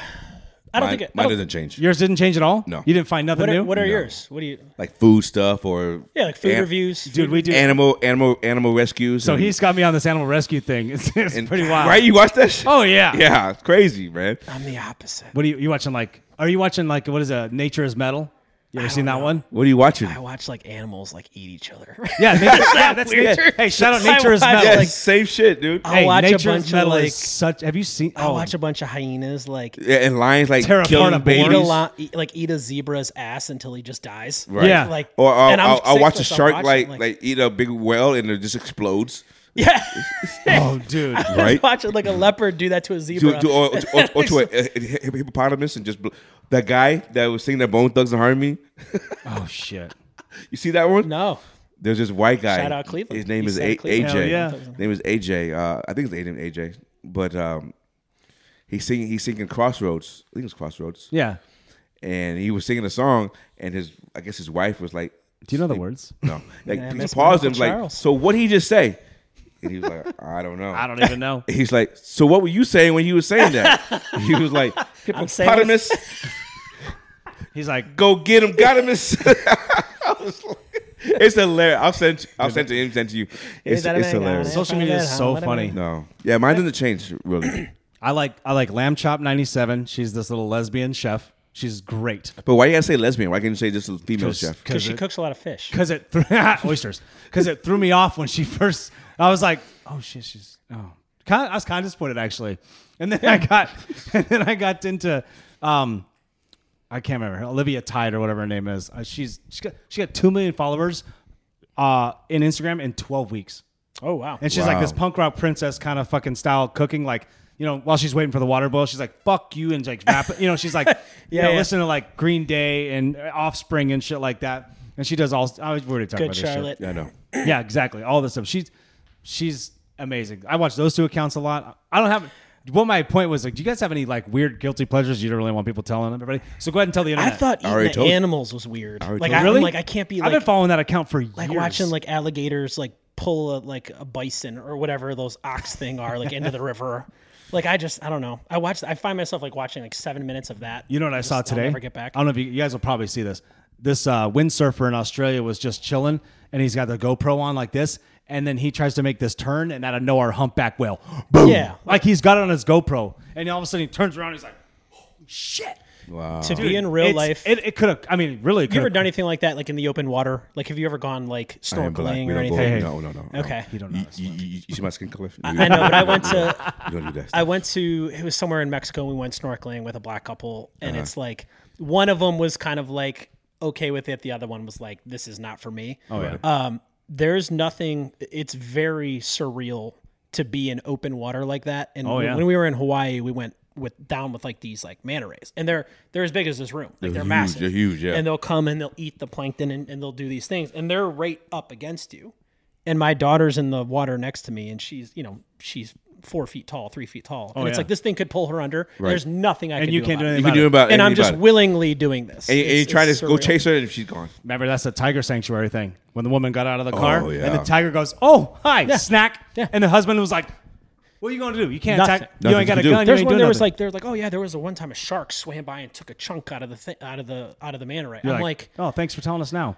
Speaker 3: I don't
Speaker 1: Mine,
Speaker 3: think it. I
Speaker 1: mine
Speaker 3: don't-
Speaker 1: doesn't change.
Speaker 2: Yours didn't change at all.
Speaker 1: No.
Speaker 2: you didn't find nothing
Speaker 3: what are,
Speaker 2: new.
Speaker 3: what are yours? What do you?
Speaker 1: like food stuff or
Speaker 3: Yeah, like food
Speaker 1: an-
Speaker 3: reviews.
Speaker 2: Dude, we do.
Speaker 1: Animal, animal, animal rescues.
Speaker 2: so
Speaker 1: and-
Speaker 2: he's got me on this animal rescue thing. <laughs> It's, it's
Speaker 1: and-
Speaker 2: pretty wild.
Speaker 1: Right? You watch that? Shit?
Speaker 2: Oh yeah.
Speaker 1: Yeah, it's crazy, man.
Speaker 3: I'm the opposite.
Speaker 2: What are you? You watching like? Are you watching like what is it? Nature is metal. You ever seen that one?
Speaker 1: What are you watching?
Speaker 3: I watch like animals like eat each other. <laughs>
Speaker 2: Yeah, nature, yeah, that's
Speaker 3: weird?
Speaker 2: nature. Hey, shout out
Speaker 3: I
Speaker 2: nature is
Speaker 3: watch,
Speaker 2: metal.
Speaker 1: Yeah,
Speaker 3: like-
Speaker 1: same shit, dude.
Speaker 3: I'll
Speaker 2: hey,
Speaker 3: watch a
Speaker 2: nature
Speaker 3: bunch
Speaker 2: is
Speaker 3: of
Speaker 2: metal
Speaker 3: like.
Speaker 2: is such. Have you seen?
Speaker 3: I'll
Speaker 2: oh.
Speaker 3: watch a bunch of hyenas like
Speaker 1: Yeah, and lions like
Speaker 2: Tear apart a
Speaker 1: killing
Speaker 2: boar.
Speaker 1: babies.
Speaker 3: eat a
Speaker 2: Babies.
Speaker 3: lot, eat, like eat a zebra's ass until he just dies.
Speaker 1: Right.
Speaker 2: Yeah.
Speaker 3: like
Speaker 1: Or I'll,
Speaker 3: and I'm
Speaker 1: I'll, I'll
Speaker 3: six
Speaker 1: watch a
Speaker 3: plus, I'm
Speaker 1: shark
Speaker 3: watching,
Speaker 1: like, like eat a big whale and it just explodes.
Speaker 3: yeah.
Speaker 2: Oh,
Speaker 3: <laughs>
Speaker 2: dude.
Speaker 1: Right?
Speaker 3: watch it like a leopard do that to a
Speaker 1: To,
Speaker 3: zebra.
Speaker 1: to, or, or, or
Speaker 3: <laughs>
Speaker 1: to a, a- a hippopotamus and just bl- that guy that was singing that Bone Thugs and Harmony.
Speaker 2: Oh shit.
Speaker 1: You see that one?
Speaker 3: no,
Speaker 1: There's this white guy.
Speaker 3: Shout out Cleveland.
Speaker 1: His name
Speaker 3: He
Speaker 1: is
Speaker 3: said
Speaker 1: a-
Speaker 3: Cleveland.
Speaker 2: Hell
Speaker 1: AJ.
Speaker 2: yeah.
Speaker 1: His name is AJ. Uh, I think it's name AJ. But um, he's singing. He's singing Crossroads. I think it's Crossroads.
Speaker 2: Yeah.
Speaker 1: And he was singing a song, and his I guess his wife was like,
Speaker 2: Do you know the words?
Speaker 3: <laughs>
Speaker 1: no, like he
Speaker 3: miss
Speaker 1: just paused him,
Speaker 3: Uncle
Speaker 1: like,
Speaker 3: Charles.
Speaker 1: so what he just say? And he was like, I don't
Speaker 3: <laughs>
Speaker 1: know.
Speaker 2: I don't even know.
Speaker 1: He's like, so what were you saying when you was saying
Speaker 3: <laughs>
Speaker 1: that? he was like,
Speaker 3: I'm saying this-
Speaker 1: hippopotamus,
Speaker 2: He's like,
Speaker 1: go get him,
Speaker 3: <laughs>
Speaker 1: got him. I was like- it's hilarious. I'll send. I'll send to him. Send to you. It's,
Speaker 3: that a
Speaker 1: it's
Speaker 3: man?
Speaker 1: hilarious.
Speaker 2: social media is so funny.
Speaker 1: No. Yeah, mine doesn't change
Speaker 3: <clears throat>
Speaker 1: really.
Speaker 2: I like I like Lamb Chop ninety seven. She's this little lesbian chef. She's great.
Speaker 1: But why you gotta say lesbian? Why can't you say just a female chef?
Speaker 3: because she
Speaker 2: it,
Speaker 3: cooks a lot of fish.
Speaker 2: <laughs> cause it threw, oysters. Because it threw me off when she first. I was like, oh shit, she's oh. Kind I was kind of disappointed actually, and then I got <laughs> and then I got into um, I can't remember Olivia Tide or whatever her name is. Uh, she's she got she got two million followers, uh, in Instagram in twelve weeks.
Speaker 3: Oh wow,
Speaker 2: And she's like
Speaker 1: Wow.
Speaker 2: this punk rock princess kind of fucking style cooking, like, you know, while she's waiting for the water boil, she's like, fuck you.
Speaker 3: <laughs>
Speaker 2: And like, rap, you know, she's like, yeah, you know,
Speaker 3: yeah.
Speaker 2: listen to like Green Day and Offspring and shit like that. and she does all. I was already talking
Speaker 3: Good
Speaker 2: about this
Speaker 3: Charlotte.
Speaker 1: Yeah, I know.
Speaker 2: Shit. <clears throat> Yeah, exactly. All this stuff. She's she's amazing. I watch those two accounts a lot. I don't have. What my point was like, do you guys have any like weird guilty pleasures you don't really want people telling everybody? So go ahead and tell the
Speaker 3: I
Speaker 2: internet.
Speaker 3: thought
Speaker 1: already
Speaker 3: eating the
Speaker 1: told you.
Speaker 3: animals was weird.
Speaker 1: already
Speaker 3: like
Speaker 1: told
Speaker 3: I,
Speaker 2: really,
Speaker 3: am like I can't be
Speaker 2: I've been
Speaker 3: like
Speaker 2: following that account for
Speaker 3: like
Speaker 2: years.
Speaker 3: watching like alligators like pull a, like a bison or whatever those ox thing are like into the river. Like I just I don't know. I watched I find myself like watching like seven minutes of that.
Speaker 2: You know what I saw today?
Speaker 3: never get back.
Speaker 2: I don't know if you, you guys will probably see this. This uh, windsurfer in Australia was just chilling, and he's got the GoPro on like this, and then he tries to make this turn, and out of nowhere, humpback whale, boom!
Speaker 3: Yeah.
Speaker 2: like he's got it on his GoPro, and all of a sudden he turns around, he's like, "Holy shit!"
Speaker 1: Wow.
Speaker 3: to be in real
Speaker 2: It's-
Speaker 3: life.
Speaker 2: it, it could have. I mean, really, it
Speaker 3: have you ever
Speaker 2: could've-
Speaker 3: done anything like that, like in the open water? Like, have you ever gone like
Speaker 1: I am black.
Speaker 3: snorkeling
Speaker 1: We
Speaker 3: or
Speaker 1: don't go.
Speaker 3: anything?
Speaker 2: Hey, hey.
Speaker 1: No, no, no. no.
Speaker 3: Okay.
Speaker 2: You don't know.
Speaker 1: You,
Speaker 2: this.
Speaker 1: you, you, you see my skin color? I,
Speaker 3: know, but I went to-
Speaker 1: <laughs> You don't do that.
Speaker 3: I
Speaker 1: stuff.
Speaker 3: went to it was somewhere in Mexico. We went snorkeling with a black couple, and it's like one of them was kind of like okay with it. The other one was like, "This is not for me." Oh
Speaker 2: yeah.
Speaker 3: Um, there's nothing. It's very surreal to be in open water like that. And
Speaker 2: yeah.
Speaker 3: when we were in Hawaii, we went with down with like these like manta rays, and they're they're as big as this room. Like they're,
Speaker 1: huge,
Speaker 3: massive.
Speaker 1: they're huge, yeah.
Speaker 3: And they'll come and they'll eat the plankton and, and they'll do these things, and they're right up against you and my daughter's in the water next to me and she's you know she's four feet tall three feet tall and it's
Speaker 2: yeah.
Speaker 3: like this thing could pull her under there's nothing i
Speaker 2: and
Speaker 3: can
Speaker 2: you
Speaker 3: do
Speaker 2: can't do
Speaker 3: about it.
Speaker 2: anything.
Speaker 1: You can
Speaker 2: about
Speaker 1: do
Speaker 2: it.
Speaker 1: about
Speaker 3: and
Speaker 1: anything
Speaker 3: i'm just
Speaker 1: about it.
Speaker 3: willingly doing this
Speaker 1: And, and you
Speaker 3: It's-
Speaker 1: try to
Speaker 3: it's
Speaker 1: go
Speaker 3: surreal.
Speaker 1: chase her, and she's gone.
Speaker 2: Remember that's the tiger sanctuary thing when the woman got out of the car
Speaker 1: Oh, yeah.
Speaker 2: and the tiger goes, "Oh, hi, snack,"
Speaker 3: Yeah.
Speaker 2: and the husband was like, "What are you going to do? You can't
Speaker 3: Nothing.
Speaker 2: attack. You ain't
Speaker 1: Nothing
Speaker 2: got
Speaker 1: to
Speaker 2: a
Speaker 1: do.
Speaker 2: gun. you
Speaker 3: there's
Speaker 2: ain't
Speaker 3: one
Speaker 2: doing
Speaker 3: there was
Speaker 2: nothing."
Speaker 3: like there was like oh yeah there was a one time a shark swam by and took a chunk out of the thing out of the out of the manta ray
Speaker 2: You're
Speaker 3: i'm like,
Speaker 2: oh, thanks for telling us now.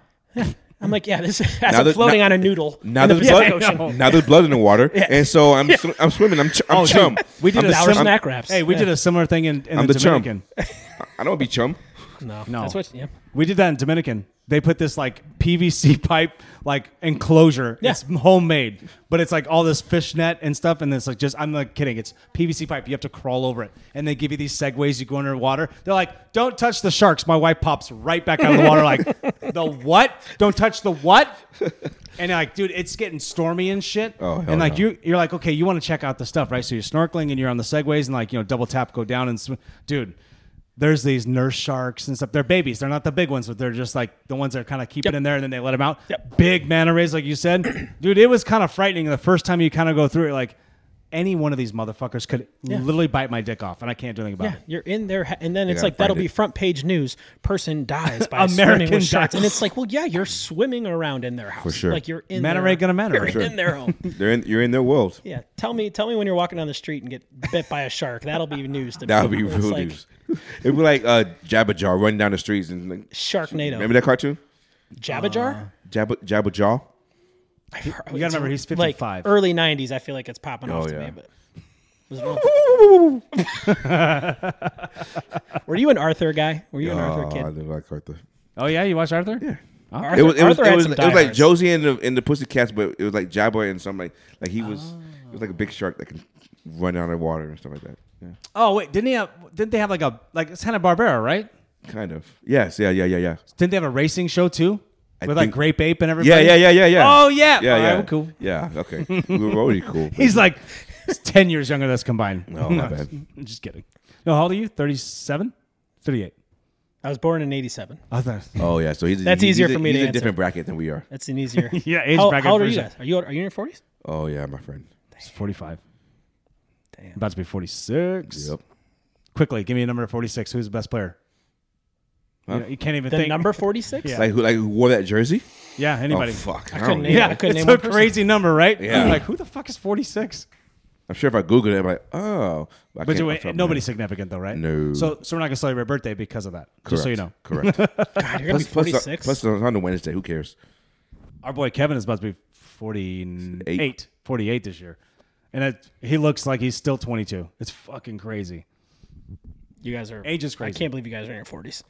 Speaker 3: i'm like yeah this <laughs> as i'm
Speaker 1: there's-
Speaker 3: floating
Speaker 1: now-
Speaker 3: on a noodle
Speaker 1: Now
Speaker 3: in the
Speaker 1: there's blood.
Speaker 3: Pacific
Speaker 1: <laughs>
Speaker 3: Ocean.
Speaker 1: Now there's blood in the
Speaker 3: <laughs>
Speaker 1: water, and so I'm sw- I'm swimming. I'm, ch- I'm
Speaker 2: Oh, dude,
Speaker 1: chum.
Speaker 2: we did
Speaker 1: I'm
Speaker 2: a
Speaker 1: the-
Speaker 3: Now
Speaker 1: I'm-
Speaker 3: we're snack wraps
Speaker 2: Hey, we
Speaker 3: Yeah.
Speaker 2: did a similar thing in, in
Speaker 1: I'm
Speaker 2: the,
Speaker 1: the chump.
Speaker 2: Dominican.
Speaker 1: <laughs> I don't be chum.
Speaker 3: no,
Speaker 2: No.
Speaker 3: that's what yeah
Speaker 2: We did that in Dominican. They put this like PVC <laughs> pipe like enclosure.
Speaker 3: Yeah.
Speaker 2: It's homemade, but it's like all this fish net and stuff. And it's like just I'm not kidding. It's PVC pipe. You have to crawl over it, and they give you these segways. You go underwater. They're like, "Don't touch the sharks." My wife pops right back out of the water. Like, the what? Don't touch the what? And like, dude, it's getting stormy and shit.
Speaker 1: Oh, hell
Speaker 2: and like
Speaker 1: no.
Speaker 2: you, you're like, okay, you want to check out the stuff, right? So you're snorkeling and you're on the segways and like, you know, double tap, go down and swim. Dude, there's these nurse sharks and stuff. They're babies. They're not the big ones, but they're just like the ones that are kind of keep it in there and then they let them out. Big manta rays, like you said. Dude, it was kind of frightening the first time you kind of go through it. Like, any one of these motherfuckers could literally bite my dick off and I can't do anything about
Speaker 3: Yeah,
Speaker 2: it.
Speaker 3: you're in there, ha- and then it's
Speaker 1: gotta
Speaker 3: like that'll
Speaker 1: find
Speaker 3: be
Speaker 1: it.
Speaker 3: front page news. Person dies
Speaker 1: <laughs>
Speaker 3: by swimming
Speaker 2: American
Speaker 3: with sharks,
Speaker 2: dies.
Speaker 3: and it's like, well, yeah, you're swimming around in their house. For
Speaker 1: sure.
Speaker 3: like you're in
Speaker 2: Manta
Speaker 3: their,
Speaker 2: ray gonna manta
Speaker 3: you're
Speaker 2: ray.
Speaker 1: Sure.
Speaker 3: in their home. <laughs>
Speaker 1: They're in. You're in their world.
Speaker 3: Yeah, tell me, tell me when you're walking down the street and get bit by a shark. That'll be news to me.
Speaker 1: That would be
Speaker 3: <laughs> It's
Speaker 1: real
Speaker 3: like
Speaker 1: news. <laughs> It'd be like uh, Jabba Jaw running down the streets and like,
Speaker 3: Sharknado.
Speaker 1: remember that Uh, cartoon?
Speaker 3: Jabba Jar.
Speaker 1: Jabba Jabba Jaw.
Speaker 3: you
Speaker 2: gotta remember, he's 55.
Speaker 3: Like early '90s, I feel like it's popping
Speaker 1: Oh,
Speaker 3: off to
Speaker 1: yeah.
Speaker 3: me. But was it all- were you an Arthur guy? Were you an Arthur
Speaker 1: Ah, I
Speaker 3: kid?
Speaker 1: didn't like Arthur.
Speaker 2: Oh yeah, you watch Arthur? Yeah.
Speaker 3: Arthur,
Speaker 1: It was it was,
Speaker 3: Arthur had
Speaker 1: it was,
Speaker 3: some
Speaker 1: it was like
Speaker 3: diehards.
Speaker 1: Josie and the and the Pussycats, but it was like Jabba and something like like he was it was like a big shark that can run out of water and stuff like that. Yeah,
Speaker 2: Oh wait, didn't he have? Didn't they have like a like it's Hanna Barbera, right?
Speaker 1: kind of. Yes, yeah, yeah, yeah, yeah.
Speaker 2: Didn't they have a racing show too
Speaker 1: I
Speaker 2: with like
Speaker 1: think-
Speaker 2: Grape Ape and everybody?
Speaker 1: Yeah, yeah, yeah, yeah, yeah.
Speaker 2: Oh, yeah.
Speaker 1: yeah,
Speaker 2: All right,
Speaker 1: yeah.
Speaker 2: well, cool.
Speaker 1: Yeah, okay.
Speaker 3: <laughs>
Speaker 1: We were already cool. but-
Speaker 2: He's like <laughs> he's ten years younger than us combined.
Speaker 1: Oh, my
Speaker 3: <laughs>
Speaker 1: bad.
Speaker 2: I'm just kidding. No, how old are you? 37? 38.
Speaker 3: I was born in '87.
Speaker 2: I thought-
Speaker 1: oh yeah, so he's
Speaker 3: That's
Speaker 1: he's-
Speaker 3: easier
Speaker 1: he's a-
Speaker 3: for me to
Speaker 1: He's in a
Speaker 3: answer.
Speaker 1: different bracket than we are.
Speaker 3: That's
Speaker 1: <laughs>
Speaker 3: an easier.
Speaker 2: <laughs> Yeah, age
Speaker 3: how,
Speaker 2: bracket
Speaker 3: how old are you
Speaker 2: version.
Speaker 3: guys? Are you are you in your forties?
Speaker 1: Oh yeah, my friend.
Speaker 2: It's 45.
Speaker 3: Damn.
Speaker 2: About to be 46.
Speaker 1: Yep.
Speaker 2: Quickly, give me a number of 46. Who's the best player? You, know, you can't even
Speaker 3: The
Speaker 2: think.
Speaker 3: number forty six.
Speaker 2: Yeah.
Speaker 1: Like who like who wore that jersey?
Speaker 2: Yeah, anybody.
Speaker 1: Oh fuck. I
Speaker 3: couldn't
Speaker 1: don't
Speaker 3: name
Speaker 1: know.
Speaker 2: Yeah,
Speaker 3: I couldn't
Speaker 2: it's
Speaker 3: name
Speaker 2: a
Speaker 3: one person.
Speaker 2: crazy number, right?
Speaker 1: Yeah.
Speaker 2: Like, who the fuck is 46?
Speaker 1: I'm sure if I Googled it, I'm like, oh. I
Speaker 2: But
Speaker 1: can't-
Speaker 2: do
Speaker 1: off the top
Speaker 2: it,
Speaker 1: of my
Speaker 2: nobody
Speaker 1: head.
Speaker 2: significant, though, right?
Speaker 1: No.
Speaker 2: So, so we're not going to celebrate your birthday because of that, just so you know.
Speaker 1: Correct.
Speaker 2: <laughs>
Speaker 3: God,
Speaker 1: plus,
Speaker 3: you're gonna be
Speaker 1: plus,
Speaker 3: forty
Speaker 1: plus,
Speaker 3: six.
Speaker 1: it's on a Wednesday. Who cares?
Speaker 2: Our boy Kevin is about to be 48, 48 this year. And it, he looks like he's still 22. It's fucking crazy.
Speaker 3: You guys are
Speaker 2: Age is crazy.
Speaker 3: I can't believe you guys are in your
Speaker 1: <laughs>
Speaker 3: forties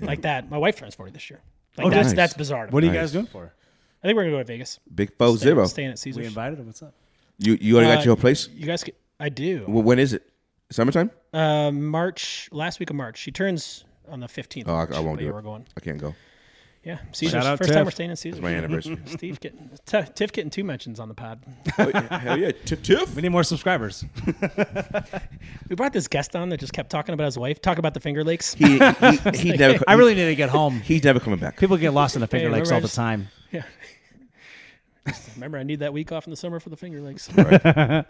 Speaker 3: like that. My wife turns forty this year. Like
Speaker 2: Oh,
Speaker 3: that's
Speaker 1: nice.
Speaker 3: that's bizarre. to
Speaker 2: What
Speaker 3: me.
Speaker 2: are you guys doing for?
Speaker 3: I think we're gonna go to Vegas.
Speaker 1: Big foe
Speaker 3: Staying-
Speaker 1: zero.
Speaker 3: Staying at
Speaker 2: We
Speaker 3: Caesars.
Speaker 2: invited him. What's up?
Speaker 1: You you already
Speaker 3: Uh,
Speaker 1: got your place.
Speaker 3: You guys, get, I do.
Speaker 1: Well, when is it? Summertime?
Speaker 3: Uh, March last week of March. She turns on the fifteenth.
Speaker 1: Oh, I, I won't do it.
Speaker 3: We're going.
Speaker 1: I can't go.
Speaker 3: Yeah, Caesar's.
Speaker 2: out
Speaker 3: First time
Speaker 2: Tiff.
Speaker 3: we're staying in Caesar's.
Speaker 1: my
Speaker 2: <laughs>
Speaker 1: anniversary.
Speaker 3: Steve getting t- Tiff getting two mentions on the pod.
Speaker 1: Oh, yeah, Hell yeah, Tiff Tiff.
Speaker 2: We need more subscribers.
Speaker 3: We brought this guest on that just kept talking about his wife, talking about the Finger
Speaker 1: <laughs>
Speaker 2: <laughs>
Speaker 3: Lakes. <laughs>
Speaker 1: He, he, he never.
Speaker 2: <laughs> I really need to get home.
Speaker 1: He's never coming back.
Speaker 2: People get lost in the Finger
Speaker 3: Hey,
Speaker 2: Lakes
Speaker 3: remember I
Speaker 2: all the
Speaker 3: just-
Speaker 2: time.
Speaker 3: yeah. Remember, I need that week off in the summer for the Finger Lakes.
Speaker 1: That's, it, that's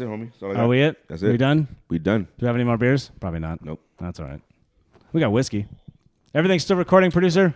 Speaker 1: it, homie. That's all I got.
Speaker 2: Um, Are we it?
Speaker 1: That's it.
Speaker 2: We done? Do
Speaker 1: We done.
Speaker 2: we have any more beers? Probably not.
Speaker 1: Nope.
Speaker 2: That's all right. We got whiskey. Everything's still recording, producer.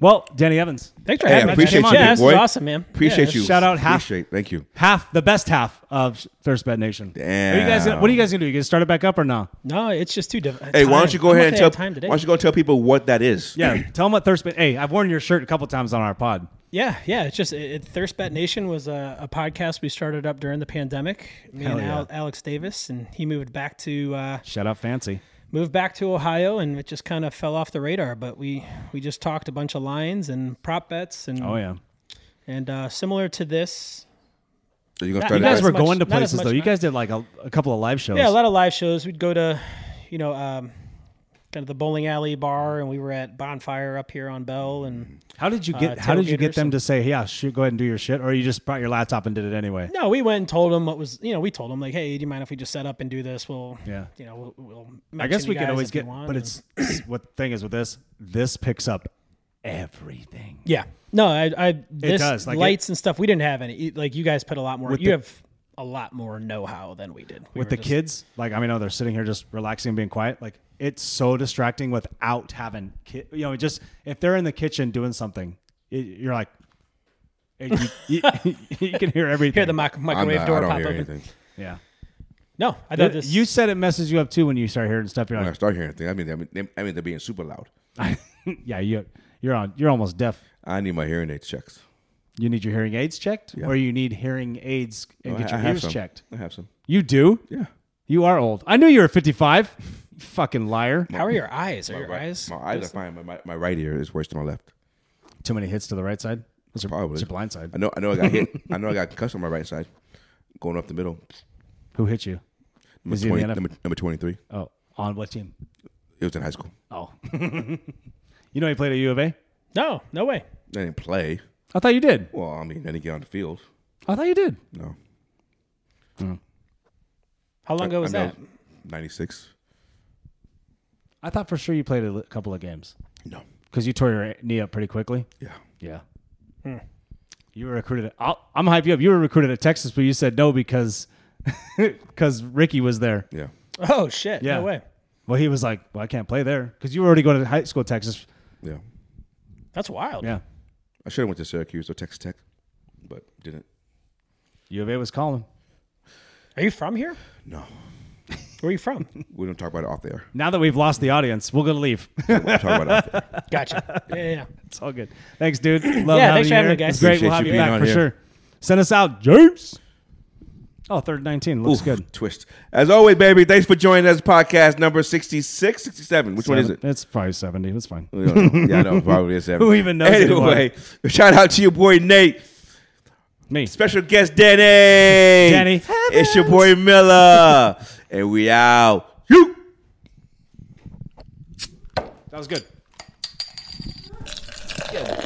Speaker 2: Well, Danny Evans,
Speaker 3: Thanks for
Speaker 1: Hey,
Speaker 3: having
Speaker 1: I
Speaker 3: me.
Speaker 1: appreciate
Speaker 3: yeah,
Speaker 1: you,
Speaker 3: this is
Speaker 1: boy.
Speaker 3: awesome, man.
Speaker 1: Appreciate
Speaker 3: Yeah,
Speaker 1: you.
Speaker 2: shout out half-
Speaker 1: Appreciate. Thank you.
Speaker 2: half the best half of Thirst Bet Nation. Are you guys? Gonna,
Speaker 1: Damn.
Speaker 2: what are you guys gonna do? You gonna start it back up or no?
Speaker 3: No, it's just too different.
Speaker 1: Hey, why don't you go ahead and tell?
Speaker 3: time today?
Speaker 1: Why don't you go tell people what that is?
Speaker 2: Yeah. tell them what Thirst Bet. Hey, I've worn your shirt a couple times on our pod.
Speaker 3: Yeah, yeah. It's just it, it, Thirst Bet Nation was a, a podcast we started up during the pandemic. Me
Speaker 2: Hell
Speaker 3: and
Speaker 2: yeah.
Speaker 3: Al, Alex Davis, and he moved back to uh,
Speaker 2: Shout out Fancy.
Speaker 3: moved back to Ohio, and it just kind of fell off the radar. But we we just talked a bunch of lines and prop bets, and
Speaker 2: Oh yeah.
Speaker 3: and uh, similar to this.
Speaker 1: So you're gonna
Speaker 3: Yeah,
Speaker 1: start
Speaker 2: You
Speaker 1: it
Speaker 2: guys
Speaker 1: back-
Speaker 2: were
Speaker 3: much-
Speaker 2: going to
Speaker 3: not as
Speaker 2: places
Speaker 3: much
Speaker 2: though. You
Speaker 3: not-
Speaker 2: guys did like a, a couple of live shows.
Speaker 3: Yeah, a lot of live shows. We'd go to, you know, um, kind of the bowling alley bar, and we were at Bonfire up here on Bell, and
Speaker 2: How did you get?
Speaker 3: uh,
Speaker 2: how did you
Speaker 3: tailgaters
Speaker 2: get them to say, "Yeah, shoot, go ahead and do your shit," or you just brought your laptop and did it anyway?
Speaker 3: No, we went and told him what was, you know, we told him like, hey, do you mind if we just set up and do this? We'll,
Speaker 2: Yeah.
Speaker 3: you know, we'll. we'll
Speaker 2: I
Speaker 3: mention
Speaker 2: guess
Speaker 3: you
Speaker 2: we could
Speaker 3: guys
Speaker 2: always
Speaker 3: if you
Speaker 2: get,
Speaker 3: want,"
Speaker 2: but
Speaker 3: and-
Speaker 2: it's <clears throat> what the thing is with this. This picks up everything.
Speaker 3: yeah. No, I, I this
Speaker 2: does, like,
Speaker 3: lights and stuff. We didn't have any. e, Like you guys put a lot more. You
Speaker 2: the-
Speaker 3: have a lot more know-how than we did We
Speaker 2: with
Speaker 3: were
Speaker 2: the
Speaker 3: just-
Speaker 2: kids, like I mean, oh, they're sitting here just relaxing, and being quiet. Like it's so distracting without having kid. You know, just if they're in the kitchen doing something, it, you're like, <laughs> it- you, you- you can hear everything.
Speaker 3: Hear the mic-
Speaker 1: I'm
Speaker 3: microwave
Speaker 1: not, I
Speaker 3: door
Speaker 1: don't
Speaker 3: pop
Speaker 1: hear
Speaker 3: open.
Speaker 1: anything.
Speaker 2: yeah.
Speaker 3: No, I thought this.
Speaker 2: You said it messes you up too when you start hearing stuff. You're
Speaker 1: When I
Speaker 2: like,
Speaker 1: start hearing anything, I mean, I mean, they- I mean, they're being super loud.
Speaker 2: <laughs> yeah, you you're on you're almost deaf.
Speaker 1: I need my hearing aid checks.
Speaker 2: You need your hearing aids checked, or you need hearing aids and
Speaker 1: I-
Speaker 2: get
Speaker 1: I
Speaker 2: your
Speaker 1: have
Speaker 2: ears
Speaker 1: some.
Speaker 2: checked.
Speaker 1: I have some.
Speaker 2: You do?
Speaker 1: Yeah.
Speaker 2: You are old. I knew you were 55. Fucking liar.
Speaker 3: how are your eyes? Are your
Speaker 1: Right-
Speaker 3: eyes?
Speaker 1: My eyes are fine. My, my, my right ear is worse than my left.
Speaker 2: Too many hits to the right side. It's your,
Speaker 1: Probably.
Speaker 2: it's your blind side.
Speaker 1: I know. I know. I got hit. I know. I got cussed on my right side, going up the middle.
Speaker 2: Who hit you?
Speaker 1: Number
Speaker 2: Is he in
Speaker 1: twenty.
Speaker 2: the NFL?
Speaker 1: Number, number twenty-three.
Speaker 2: Oh, on what team?
Speaker 1: It was in high school.
Speaker 2: Oh. <laughs> you know he played at U of A?
Speaker 3: No, no way.
Speaker 1: I didn't play.
Speaker 2: I thought you did.
Speaker 1: Well, I mean, I didn't get on the field.
Speaker 2: I thought you did.
Speaker 1: No.
Speaker 3: How long ago was
Speaker 1: I mean, I
Speaker 3: that?
Speaker 1: was Ninety-six.
Speaker 2: I thought for sure you played a li- couple of games
Speaker 1: No.
Speaker 2: because you tore your knee up pretty quickly.
Speaker 1: Yeah.
Speaker 2: Yeah. You were recruited. At, I'll, I'm hype you up. You were recruited at Texas, but you said no because <laughs> because Ricky was there.
Speaker 1: Yeah.
Speaker 3: Oh shit!
Speaker 2: Yeah.
Speaker 3: No way.
Speaker 2: Well, he was like, well, I can't play there because you were already going to high school at Texas.
Speaker 1: Yeah.
Speaker 3: That's wild.
Speaker 2: Yeah.
Speaker 1: I should have went to Syracuse or Texas Tech, but didn't.
Speaker 2: U of A was calling.
Speaker 3: Are you from here?
Speaker 1: No.
Speaker 3: Where are
Speaker 2: <laughs>
Speaker 3: you from?
Speaker 1: We don't talk about it off the air.
Speaker 2: Now that we've lost the audience, we're going to leave.
Speaker 1: We'll talk about it off the air.
Speaker 3: Gotcha. Yeah, yeah. yeah.
Speaker 2: it's all good. Thanks, dude. <clears throat> Love having
Speaker 3: Yeah, thanks
Speaker 2: you
Speaker 3: for having
Speaker 2: here.
Speaker 3: me, guys.
Speaker 2: It's great.
Speaker 1: Appreciate
Speaker 2: We'll
Speaker 1: you
Speaker 2: have you
Speaker 1: being
Speaker 2: back
Speaker 1: on
Speaker 2: for
Speaker 1: here.
Speaker 2: sure. Send us out, James. Oh, third 19. Looks
Speaker 1: Oof, <laughs>
Speaker 2: good.
Speaker 1: Twist. As always, baby, thanks for joining us. Podcast number 66, 67. Which one is it?
Speaker 2: <laughs> It's probably 70. It's fine.
Speaker 1: We don't know. Yeah, I know. Probably is seven.
Speaker 2: Who even knows
Speaker 1: Anyway, shout out to your boy Nate.
Speaker 2: Me.
Speaker 1: Special guest Danny.
Speaker 2: Danny.
Speaker 1: It's your boy Miller. and we out. You.
Speaker 2: That was good.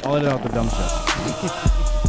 Speaker 2: I'll let it out the dumb shit.